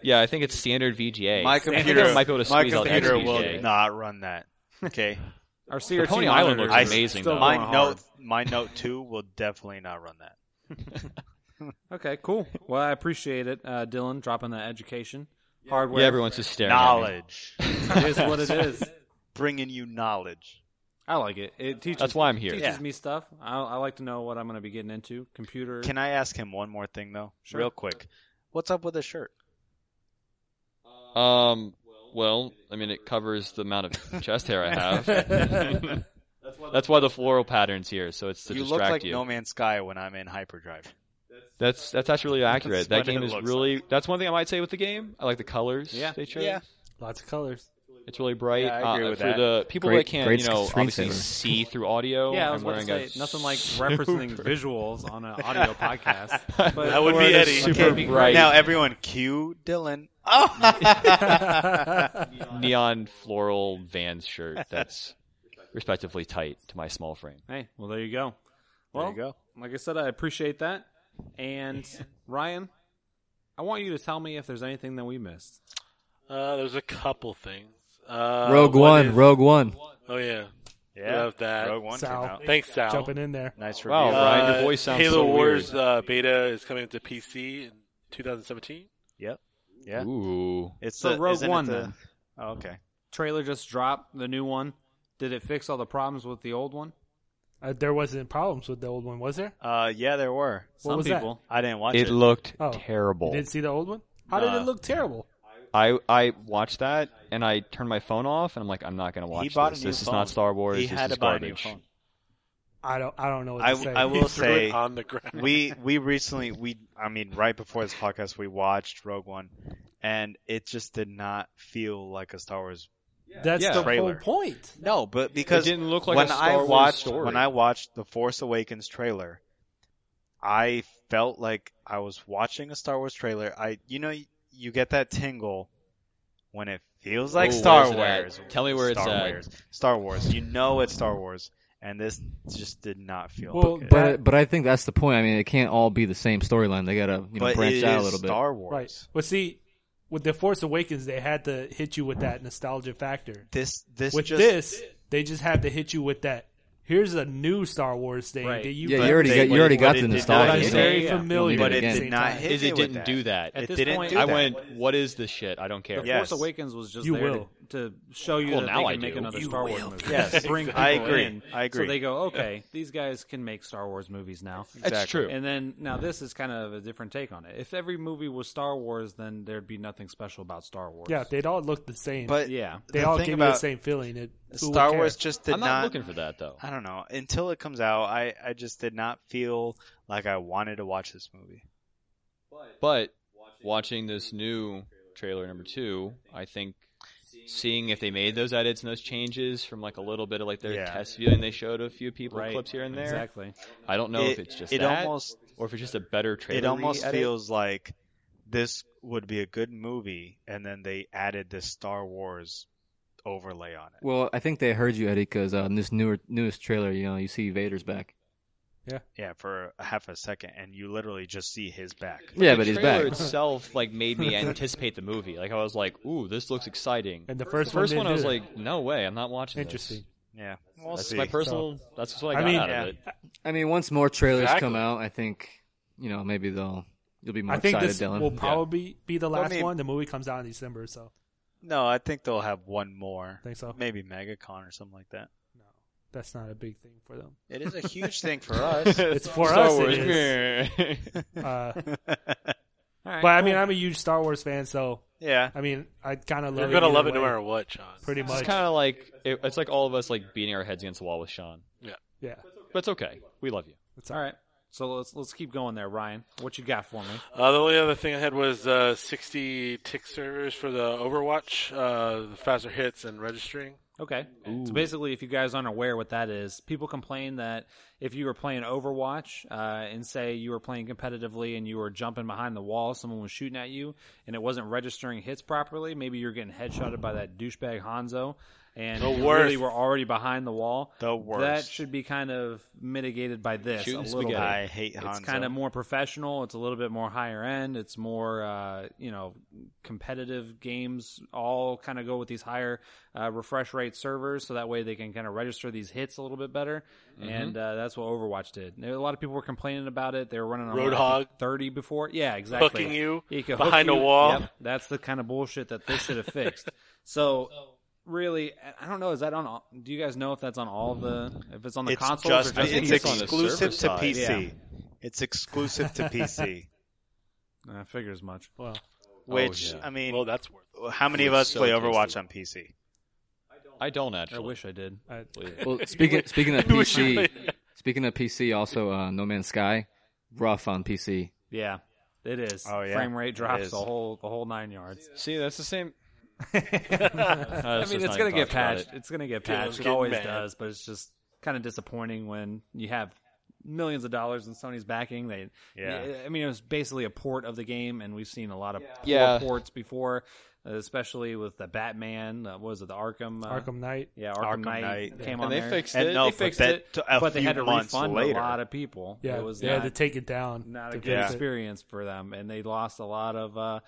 Speaker 2: yeah, I think it's standard VGA.
Speaker 4: my
Speaker 2: I think
Speaker 4: computer
Speaker 2: I might be able to
Speaker 4: my
Speaker 2: squeeze out
Speaker 4: computer
Speaker 2: XVGA.
Speaker 4: will not run that. Okay,
Speaker 1: Our CRT
Speaker 2: Pony Island
Speaker 1: monitors
Speaker 2: looks
Speaker 1: are
Speaker 2: amazing,
Speaker 1: still
Speaker 2: though.
Speaker 1: going
Speaker 4: my
Speaker 1: hard.
Speaker 4: note my note two will definitely not run that.
Speaker 1: Okay, cool. Well, I appreciate it, uh, Dylan, dropping that education. Hardware
Speaker 2: Yeah, everyone's just staring. At me.
Speaker 4: Knowledge,
Speaker 1: It is what it is.
Speaker 4: bringing you knowledge.
Speaker 1: I like it. It teaches,
Speaker 2: That's why I'm here.
Speaker 1: teaches me stuff. I, I like to know what I'm going to be getting into. Computer.
Speaker 4: Can I ask him one more thing though,
Speaker 1: Sure.
Speaker 4: real quick? What's up with his shirt?
Speaker 2: Um, well, I mean, it covers the amount of chest hair I have. That's why the floral pattern's here, so it's to
Speaker 4: you look
Speaker 2: distract
Speaker 4: like
Speaker 2: you.
Speaker 4: No Man's Sky when I'm in hyperdrive.
Speaker 2: That's that's actually accurate.
Speaker 4: That's
Speaker 2: that
Speaker 4: what
Speaker 2: game
Speaker 4: it
Speaker 2: is
Speaker 4: looks
Speaker 2: really. That's one thing I might say with the game. I like the colors.
Speaker 1: Yeah.
Speaker 2: they chose.
Speaker 4: Yeah.
Speaker 5: Lots of colors.
Speaker 2: It's really bright.
Speaker 4: Yeah, I agree
Speaker 2: uh,
Speaker 4: with
Speaker 2: for
Speaker 4: that.
Speaker 2: the people
Speaker 6: Great-
Speaker 2: that can't,
Speaker 6: great
Speaker 2: you know,
Speaker 6: screensaver.
Speaker 2: obviously see through audio.
Speaker 1: yeah, I was
Speaker 2: I'm
Speaker 1: going
Speaker 2: wearing
Speaker 1: to say
Speaker 2: a
Speaker 1: nothing like
Speaker 2: super-
Speaker 1: referencing visuals on an audio podcast. But
Speaker 7: That would be Eddie.
Speaker 2: super
Speaker 1: Okay,
Speaker 2: bright
Speaker 4: Now everyone, cue Dylan.
Speaker 2: neon floral Vans shirt that's respectively tight to my small frame.
Speaker 1: Hey, well, there you go. Well,
Speaker 4: you go.
Speaker 1: like I said, I appreciate that. And Ryan, I want you to tell me if there's anything that we missed.
Speaker 7: Uh, there's a couple things. Uh,
Speaker 6: Rogue
Speaker 7: what
Speaker 6: One,
Speaker 7: is-
Speaker 6: Rogue One.
Speaker 7: Oh yeah,
Speaker 4: Yeah,
Speaker 7: Love that.
Speaker 4: Rogue One
Speaker 5: Sal.
Speaker 4: came out.
Speaker 7: thanks, Sal.
Speaker 5: Jumping in there.
Speaker 4: Nice review.
Speaker 2: Wow, Ryan,
Speaker 7: Uh,
Speaker 2: your voice sounds
Speaker 7: Halo
Speaker 2: so
Speaker 7: Wars
Speaker 2: weird.
Speaker 7: Uh, beta is coming to PC in 2017.
Speaker 4: Yep. Yeah.
Speaker 2: Ooh,
Speaker 4: It's
Speaker 1: So
Speaker 4: the
Speaker 1: Rogue
Speaker 4: isn't it
Speaker 1: One,
Speaker 4: the-
Speaker 1: then.
Speaker 4: Oh, okay.
Speaker 1: Trailer just dropped, the new one. Did it fix all the problems with the old one?
Speaker 5: Uh, there wasn't problems with the old one, was there?
Speaker 4: Uh, yeah, there were.
Speaker 5: What
Speaker 1: Some
Speaker 5: was that?
Speaker 1: people.
Speaker 4: I didn't watch
Speaker 2: it
Speaker 4: it.
Speaker 2: looked
Speaker 5: Oh. You
Speaker 2: terrible.
Speaker 5: didn't see the old one? How did
Speaker 4: Nah.
Speaker 5: it look terrible?
Speaker 2: I I watched that and I turned my phone off and I'm like, I'm not gonna watch
Speaker 4: he bought
Speaker 2: this.
Speaker 4: a new
Speaker 2: This is
Speaker 4: phone.
Speaker 2: not Star Wars.
Speaker 4: He
Speaker 2: this
Speaker 4: had
Speaker 2: is
Speaker 4: to buy
Speaker 2: garbage.
Speaker 4: a new phone.
Speaker 5: I don't. I don't know what
Speaker 4: I
Speaker 5: to
Speaker 4: w-
Speaker 5: say.
Speaker 4: I
Speaker 7: He
Speaker 4: will
Speaker 7: threw it
Speaker 4: say
Speaker 7: on the ground.
Speaker 4: we we recently we I mean right before this podcast we watched Rogue One, and it just did not feel like a Star Wars.
Speaker 5: That's
Speaker 2: Yeah.
Speaker 5: the
Speaker 4: Trailer.
Speaker 5: whole point.
Speaker 4: No, but because
Speaker 2: it didn't look like
Speaker 4: when
Speaker 2: a Star
Speaker 4: I
Speaker 2: Wars
Speaker 4: watched
Speaker 2: story.
Speaker 4: when I watched the Force Awakens trailer, I felt like I was watching a Star Wars trailer. I you know you, you get that tingle when it feels like
Speaker 2: Whoa,
Speaker 4: Star
Speaker 2: where's Oh, it at?
Speaker 4: Wars.
Speaker 2: Tell me where
Speaker 4: Star
Speaker 2: it's at.
Speaker 4: Wars. Star Wars. You know it's Star Wars, and this just did not feel.
Speaker 5: Well,
Speaker 4: good.
Speaker 5: that-
Speaker 6: But but I think that's the point. I mean, it can't all be the same storyline. They gotta you know
Speaker 4: but
Speaker 6: branch
Speaker 4: it
Speaker 6: out a
Speaker 4: is
Speaker 6: little bit.
Speaker 4: Star Wars.
Speaker 5: Right. Well, see, with the Force Awakens, they had to hit you with that nostalgia factor.
Speaker 4: This this
Speaker 5: with
Speaker 4: just
Speaker 5: this, they just have to hit you with that. Here's a new Star Wars thing
Speaker 1: Right.
Speaker 5: that you
Speaker 6: yeah,
Speaker 5: can-
Speaker 6: you already
Speaker 4: they-
Speaker 6: got you already
Speaker 4: but
Speaker 6: got
Speaker 4: it
Speaker 6: the
Speaker 4: did not
Speaker 6: nostalgia.
Speaker 5: It's
Speaker 6: You
Speaker 4: say-
Speaker 6: don't-
Speaker 5: very
Speaker 4: Yeah.
Speaker 5: familiar,
Speaker 6: But
Speaker 5: at
Speaker 6: it
Speaker 5: the
Speaker 6: did
Speaker 5: same
Speaker 4: not
Speaker 5: time.
Speaker 4: hit-
Speaker 2: is
Speaker 4: me
Speaker 2: it
Speaker 4: with
Speaker 2: didn't
Speaker 4: that.
Speaker 2: do that.
Speaker 1: At
Speaker 4: It
Speaker 1: this
Speaker 4: didn't
Speaker 1: point,
Speaker 4: do
Speaker 2: I
Speaker 4: that.
Speaker 2: went, what is this shit? I don't care.
Speaker 1: The
Speaker 4: Yeah. Yes.
Speaker 1: Force Awakens was just
Speaker 5: You
Speaker 1: there
Speaker 5: will.
Speaker 1: To, to show you
Speaker 2: Well,
Speaker 1: that
Speaker 2: now
Speaker 1: they
Speaker 2: I
Speaker 1: can make
Speaker 2: do.
Speaker 1: another
Speaker 2: You
Speaker 1: Star Wars movie.
Speaker 4: Yes.
Speaker 1: Bring
Speaker 4: I
Speaker 1: people
Speaker 4: agree.
Speaker 1: in.
Speaker 4: I agree.
Speaker 1: So they go, okay, these guys can make Star Wars movies now.
Speaker 2: That's true.
Speaker 1: And then now this is kind of a different take on it. If every movie was Star Wars, then there'd be nothing special about Star Wars.
Speaker 5: Yeah, they'd all look the same.
Speaker 4: But
Speaker 1: yeah.
Speaker 5: they
Speaker 4: the
Speaker 5: all
Speaker 4: thing
Speaker 5: give you
Speaker 4: about
Speaker 5: the same feeling. It, who would
Speaker 4: Star
Speaker 5: care?
Speaker 4: Wars just did
Speaker 2: I'm not, looking for that though.
Speaker 4: I don't know. Until it comes out, I I just did not feel like I wanted to watch this movie.
Speaker 2: But watching this new trailer number two, I think seeing if they made those edits and those changes from like a little bit of like their
Speaker 4: Yeah.
Speaker 2: test viewing they showed a few people
Speaker 1: Right.
Speaker 2: clips here and there.
Speaker 1: Exactly.
Speaker 2: I don't know
Speaker 4: It-
Speaker 2: if it's just
Speaker 4: it
Speaker 2: that
Speaker 4: almost-
Speaker 2: or if it's just a better trailer.
Speaker 4: It almost
Speaker 2: re-edit.
Speaker 4: feels like this would be a good movie, and then they added this Star Wars overlay on it.
Speaker 6: Well, I think they heard you, Eddie, because uh, in this newer newest trailer, you know, you see Vader's back.
Speaker 4: Yeah, for a half a second, and you literally just see his back.
Speaker 6: Yeah,
Speaker 2: the
Speaker 6: but he's
Speaker 2: trailer
Speaker 6: back.
Speaker 2: itself like made me anticipate the movie. Like I was like, "Ooh, this looks exciting."
Speaker 5: And the
Speaker 2: The
Speaker 5: first,
Speaker 2: first
Speaker 5: one,
Speaker 2: one, I
Speaker 5: didn't
Speaker 2: was
Speaker 5: do that.
Speaker 2: like, "No way, I'm not watching." this."
Speaker 5: interesting.
Speaker 4: Yeah, we'll
Speaker 2: That's
Speaker 4: see.
Speaker 2: my personal. that's just what I
Speaker 5: I
Speaker 2: got
Speaker 5: mean,
Speaker 2: out
Speaker 4: yeah.
Speaker 2: of it.
Speaker 6: I mean, once more trailers
Speaker 7: Exactly.
Speaker 6: come out, I think you know maybe they'll you'll be more
Speaker 5: I think
Speaker 6: excited,
Speaker 5: this
Speaker 6: Dylan.
Speaker 5: will probably be the
Speaker 4: Well, I
Speaker 5: last
Speaker 4: mean-
Speaker 5: one. The movie comes out in December, so
Speaker 4: no, I think they'll have one more.
Speaker 5: Think so?
Speaker 4: Maybe MegaCon or something like that.
Speaker 5: that's not a big thing for them.
Speaker 4: It is a huge thing for us.
Speaker 5: It's for
Speaker 2: Star
Speaker 5: us.
Speaker 2: Wars.
Speaker 5: It is. Uh,
Speaker 1: All right,
Speaker 5: but I
Speaker 1: cool.
Speaker 5: mean, I'm a huge Star Wars fan, so
Speaker 4: yeah.
Speaker 5: I mean, I kind of
Speaker 7: You're
Speaker 5: love. it
Speaker 7: gonna
Speaker 5: either
Speaker 7: love it no
Speaker 5: way,
Speaker 7: matter what, Sean.
Speaker 5: Pretty
Speaker 2: It's
Speaker 5: much.
Speaker 2: kind of like it, it's like all of us like beating our heads against the wall with Sean.
Speaker 5: Yeah,
Speaker 2: But it's okay. We love you.
Speaker 1: It's all right. So let's let's keep going there, Ryan. What you got for me?
Speaker 7: Uh, the only other thing I had was uh, 60 tick servers for the Overwatch, uh, the faster hits and registering.
Speaker 1: Okay. So basically, if you guys aren't aware what that is, people complain that if you were playing Overwatch uh, and say you were playing competitively and you were jumping behind the wall, someone was shooting at you, and it wasn't registering hits properly, maybe you're getting headshotted by that douchebag Hanzo, and
Speaker 7: The
Speaker 1: you
Speaker 7: worst.
Speaker 1: really were already behind the wall.
Speaker 4: The worst.
Speaker 1: That should be kind of mitigated by this
Speaker 2: Shooting
Speaker 1: a little
Speaker 2: spaghetti.
Speaker 1: bit
Speaker 4: I hate Hanzo.
Speaker 1: it's kind of more professional. It's a little bit more higher end. It's more, uh, you know, competitive games all kind of go with these higher uh, refresh rate servers, so that way they can kind of register these hits a little bit better. And uh, that's what Overwatch did. There- A lot of people were complaining about it. They were running on like,
Speaker 7: Roadhog.
Speaker 1: thirty before. Yeah, exactly.
Speaker 7: Hooking you
Speaker 1: He could
Speaker 7: behind
Speaker 1: hook
Speaker 7: a
Speaker 1: you.
Speaker 7: wall.
Speaker 1: Yep, that's the kind of bullshit that they should have fixed. so. Really, I- I don't know. Is that on? all Do you guys know if that's on all the? If it's on the
Speaker 4: it's
Speaker 1: consoles
Speaker 4: just
Speaker 1: or just
Speaker 2: think
Speaker 4: it's
Speaker 2: it's on the
Speaker 4: exclusive to
Speaker 2: server side.
Speaker 4: PC. It's exclusive to PC.
Speaker 1: I figure as much.
Speaker 5: Well,
Speaker 4: Oh, Which
Speaker 2: Oh, yeah.
Speaker 4: I mean,
Speaker 7: Well, that's worth.
Speaker 4: how many of
Speaker 2: it's
Speaker 4: us
Speaker 2: so
Speaker 4: play
Speaker 2: tasty.
Speaker 4: Overwatch on PC?
Speaker 2: I don't
Speaker 1: I
Speaker 2: actually.
Speaker 1: wish I did.
Speaker 5: I,
Speaker 6: Well, speaking speaking of
Speaker 7: wish you
Speaker 6: PC,
Speaker 7: played-
Speaker 6: speaking of PC, also uh, No Man's Sky, rough on PC.
Speaker 1: Yeah, it is.
Speaker 4: Oh, yeah.
Speaker 1: frame rate drops
Speaker 4: is.
Speaker 1: the whole the whole nine yards.
Speaker 2: See, that's the same.
Speaker 1: I
Speaker 2: just
Speaker 1: mean, it's
Speaker 2: not
Speaker 1: gonna
Speaker 2: even
Speaker 1: get
Speaker 2: talk about
Speaker 1: patched. It's gonna get
Speaker 7: People
Speaker 1: patched. It
Speaker 7: get
Speaker 1: always
Speaker 7: mad.
Speaker 1: does, but it's just kind of disappointing when you have millions of dollars in Sony's backing. They,
Speaker 4: Yeah.
Speaker 1: I mean, it was basically a port of the game, and we've seen a lot of poor
Speaker 2: Yeah.
Speaker 1: ports before, uh, especially with the Batman. Uh, what was it the Arkham? Uh,
Speaker 5: Arkham Knight.
Speaker 1: Yeah, Arkham,
Speaker 4: Arkham
Speaker 1: Knight,
Speaker 4: Knight.
Speaker 1: came
Speaker 2: And
Speaker 1: on
Speaker 2: they
Speaker 1: there.
Speaker 2: fixed
Speaker 4: And
Speaker 2: it.
Speaker 4: no,
Speaker 1: they
Speaker 4: but
Speaker 1: fixed
Speaker 4: that
Speaker 1: it,
Speaker 4: t- a
Speaker 1: but they
Speaker 4: few
Speaker 1: had to
Speaker 4: months
Speaker 1: refund
Speaker 4: later.
Speaker 1: a lot of people.
Speaker 5: Yeah,
Speaker 1: it was
Speaker 5: they had
Speaker 1: not-
Speaker 5: to take it down.
Speaker 1: not a
Speaker 5: to
Speaker 1: good
Speaker 5: fix it.
Speaker 1: experience for them, and they lost a lot of, uh,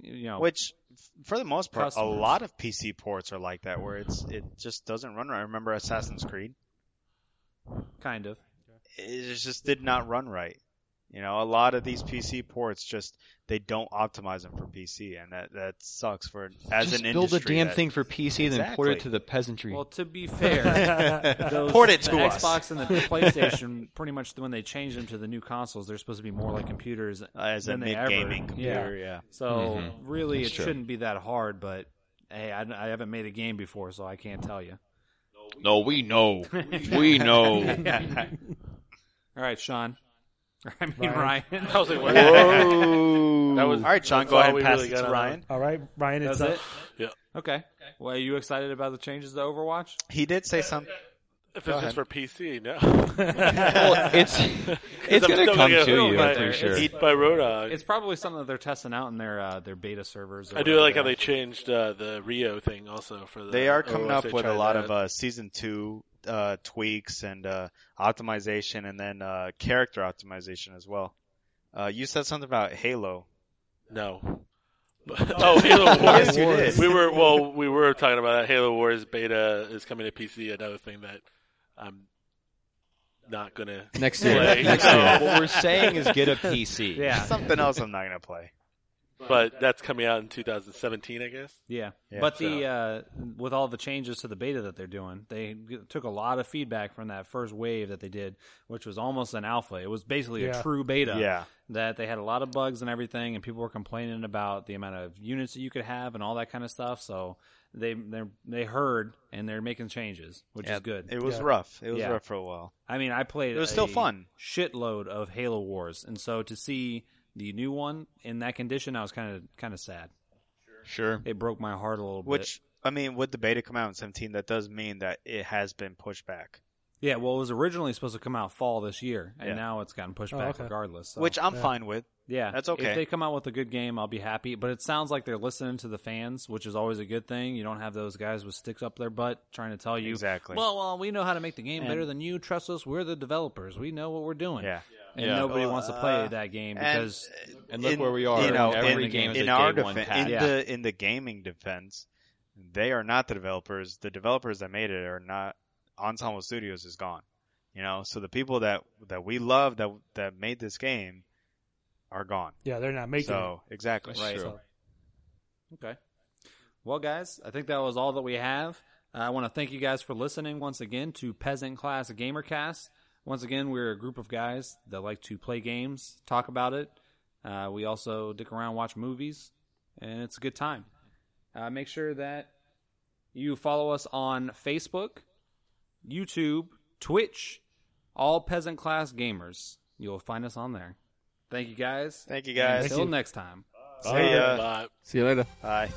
Speaker 1: you know,
Speaker 4: Which, f- for the most part, a
Speaker 1: Oh. Customers.
Speaker 4: lot of PC ports are like that, where it's it just doesn't run right. I remember Assassin's Creed;
Speaker 1: kind of.
Speaker 4: it just did not run right. You know, a lot of these PC ports just they don't optimize them for PC, and that that sucks for as
Speaker 2: Just
Speaker 4: an
Speaker 2: build a
Speaker 4: industry.
Speaker 2: damn
Speaker 4: that-
Speaker 2: thing for PC, then port it
Speaker 4: Exactly.
Speaker 2: to the peasantry.
Speaker 1: Well, to be fair, those,
Speaker 4: Port it
Speaker 1: the
Speaker 4: to us.
Speaker 1: Xbox and the PlayStation, pretty much when they changed them to the new consoles, they're supposed to be more like computers
Speaker 4: as a
Speaker 1: than they
Speaker 4: mid
Speaker 1: ever.
Speaker 4: gaming
Speaker 1: Yeah.
Speaker 4: computer. Yeah.
Speaker 1: So
Speaker 7: Mm-hmm.
Speaker 1: really,
Speaker 2: That's
Speaker 1: it
Speaker 2: true.
Speaker 1: shouldn't be that hard. But hey, I, I haven't made a game before, so I can't tell you.
Speaker 2: no, we know. we know.
Speaker 1: All right, Sean. I mean, Ryan.
Speaker 5: Ryan.
Speaker 7: I was like, what?
Speaker 4: Whoa!
Speaker 7: That was-
Speaker 4: all right, John.
Speaker 7: that's
Speaker 4: Go
Speaker 7: all
Speaker 4: ahead
Speaker 7: we
Speaker 4: and pass
Speaker 7: really
Speaker 4: it
Speaker 7: got
Speaker 4: to
Speaker 7: on
Speaker 4: Ryan.
Speaker 5: All right, Ryan, it's
Speaker 1: That's
Speaker 5: up.
Speaker 1: it.
Speaker 7: Yeah.
Speaker 1: Okay. Well, are you excited about the changes to Overwatch?
Speaker 4: He did say something.
Speaker 7: If it's just for PC, no.
Speaker 2: well, it's it's
Speaker 7: I'm
Speaker 2: gonna
Speaker 7: still
Speaker 2: come
Speaker 7: gonna get
Speaker 2: to
Speaker 7: hit
Speaker 2: you.
Speaker 7: by-
Speaker 2: I'm pretty sure.
Speaker 7: hit by Roadhog.
Speaker 1: It's probably something that they're testing out in their uh, their beta servers. or
Speaker 7: I do like how
Speaker 1: whatever.
Speaker 7: they changed uh, the Rio thing also for the.
Speaker 4: They are coming
Speaker 7: OS.
Speaker 4: up
Speaker 7: They
Speaker 4: with a
Speaker 7: tried
Speaker 4: lot
Speaker 7: that.
Speaker 4: of uh, season two uh, tweaks and uh, optimization, and then uh, character optimization as well. Uh, you said something about Halo.
Speaker 7: No. oh, Halo Wars.
Speaker 4: Yes, you did.
Speaker 7: We were well, we were talking about that. Halo Wars beta is coming to PC. Another thing that I'm not gonna.
Speaker 6: Next year,
Speaker 7: Play.
Speaker 6: next
Speaker 7: No.
Speaker 6: year.
Speaker 2: So what we're saying is get a PC.
Speaker 1: Yeah.
Speaker 4: Something else I'm not gonna play.
Speaker 7: But that's coming out in 2017, I guess.
Speaker 1: Yeah,
Speaker 4: Yeah,
Speaker 1: but the uh, with all the changes to the beta that they're doing, they g- took a lot of feedback from that first wave that they did, which was almost an alpha. It was basically
Speaker 5: Yeah.
Speaker 1: a true beta.
Speaker 4: Yeah.
Speaker 1: that they had a lot of bugs and everything, and people were complaining about the amount of units that you could have and all that kind of stuff. So they they they heard and they're making changes, which is good.
Speaker 4: It was
Speaker 5: Yeah.
Speaker 4: rough. It was
Speaker 1: Yeah.
Speaker 4: rough for a while.
Speaker 1: I mean, I played.
Speaker 4: It was
Speaker 1: a
Speaker 4: still fun.
Speaker 1: Shitload of Halo Wars, and so to see the new one in that condition, I was kind of kind of sad.
Speaker 2: Sure.
Speaker 1: It broke my heart a little bit.
Speaker 4: Which I mean, would the beta come out in 17? That does mean that it has been pushed back,
Speaker 1: Yeah, well, it was originally supposed to come out fall this year, and
Speaker 4: Yeah.
Speaker 1: now it's gotten pushed
Speaker 5: Oh,
Speaker 1: back
Speaker 5: okay.
Speaker 1: regardless. so-
Speaker 4: which I'm
Speaker 5: yeah.
Speaker 4: fine with.
Speaker 1: yeah,
Speaker 4: that's okay.
Speaker 1: If they come out with a good game, I'll be happy. But it sounds like they're listening to the fans, which is always a good thing. You don't have those guys with sticks up their butt trying to tell you,
Speaker 4: Exactly.
Speaker 1: Well, well, we know how to make the game
Speaker 4: And-
Speaker 1: better than you. Trust us. We're the developers. We know what we're doing.
Speaker 4: yeah.
Speaker 1: and
Speaker 2: Yeah.
Speaker 1: nobody
Speaker 4: Well,
Speaker 1: wants to play
Speaker 4: uh,
Speaker 1: that game
Speaker 4: And- uh,
Speaker 1: because
Speaker 2: And look
Speaker 4: in-
Speaker 2: where we are.
Speaker 4: You know,
Speaker 2: Every
Speaker 4: in,
Speaker 2: game is
Speaker 4: in
Speaker 2: a
Speaker 4: our
Speaker 2: day one
Speaker 4: defen-
Speaker 2: patch.
Speaker 4: in
Speaker 1: Yeah.
Speaker 4: the in the gaming defense, they are not the developers. The developers that made it are not. Ensemble Studios is gone. You know, so the people that that we love that that made this game are gone.
Speaker 5: Yeah, they're not making
Speaker 4: so exactly
Speaker 2: That's true.
Speaker 1: Okay. Well, guys, I think that was all that we have. Uh, I want to thank you guys for listening once again to Peasant Class Gamercast. Once again, we're a group of guys that like to play games, talk about it. Uh, we also dick around, watch movies, and it's a good time. Uh, make sure that you follow us on Facebook, YouTube, Twitch, all peasant class gamers. You'll find us on there. Thank you guys.
Speaker 4: Thank you guys.
Speaker 5: Thank
Speaker 1: Until
Speaker 5: you.
Speaker 1: next time.
Speaker 4: See ya.
Speaker 7: But
Speaker 4: Uh,
Speaker 6: See you later.
Speaker 4: Bye.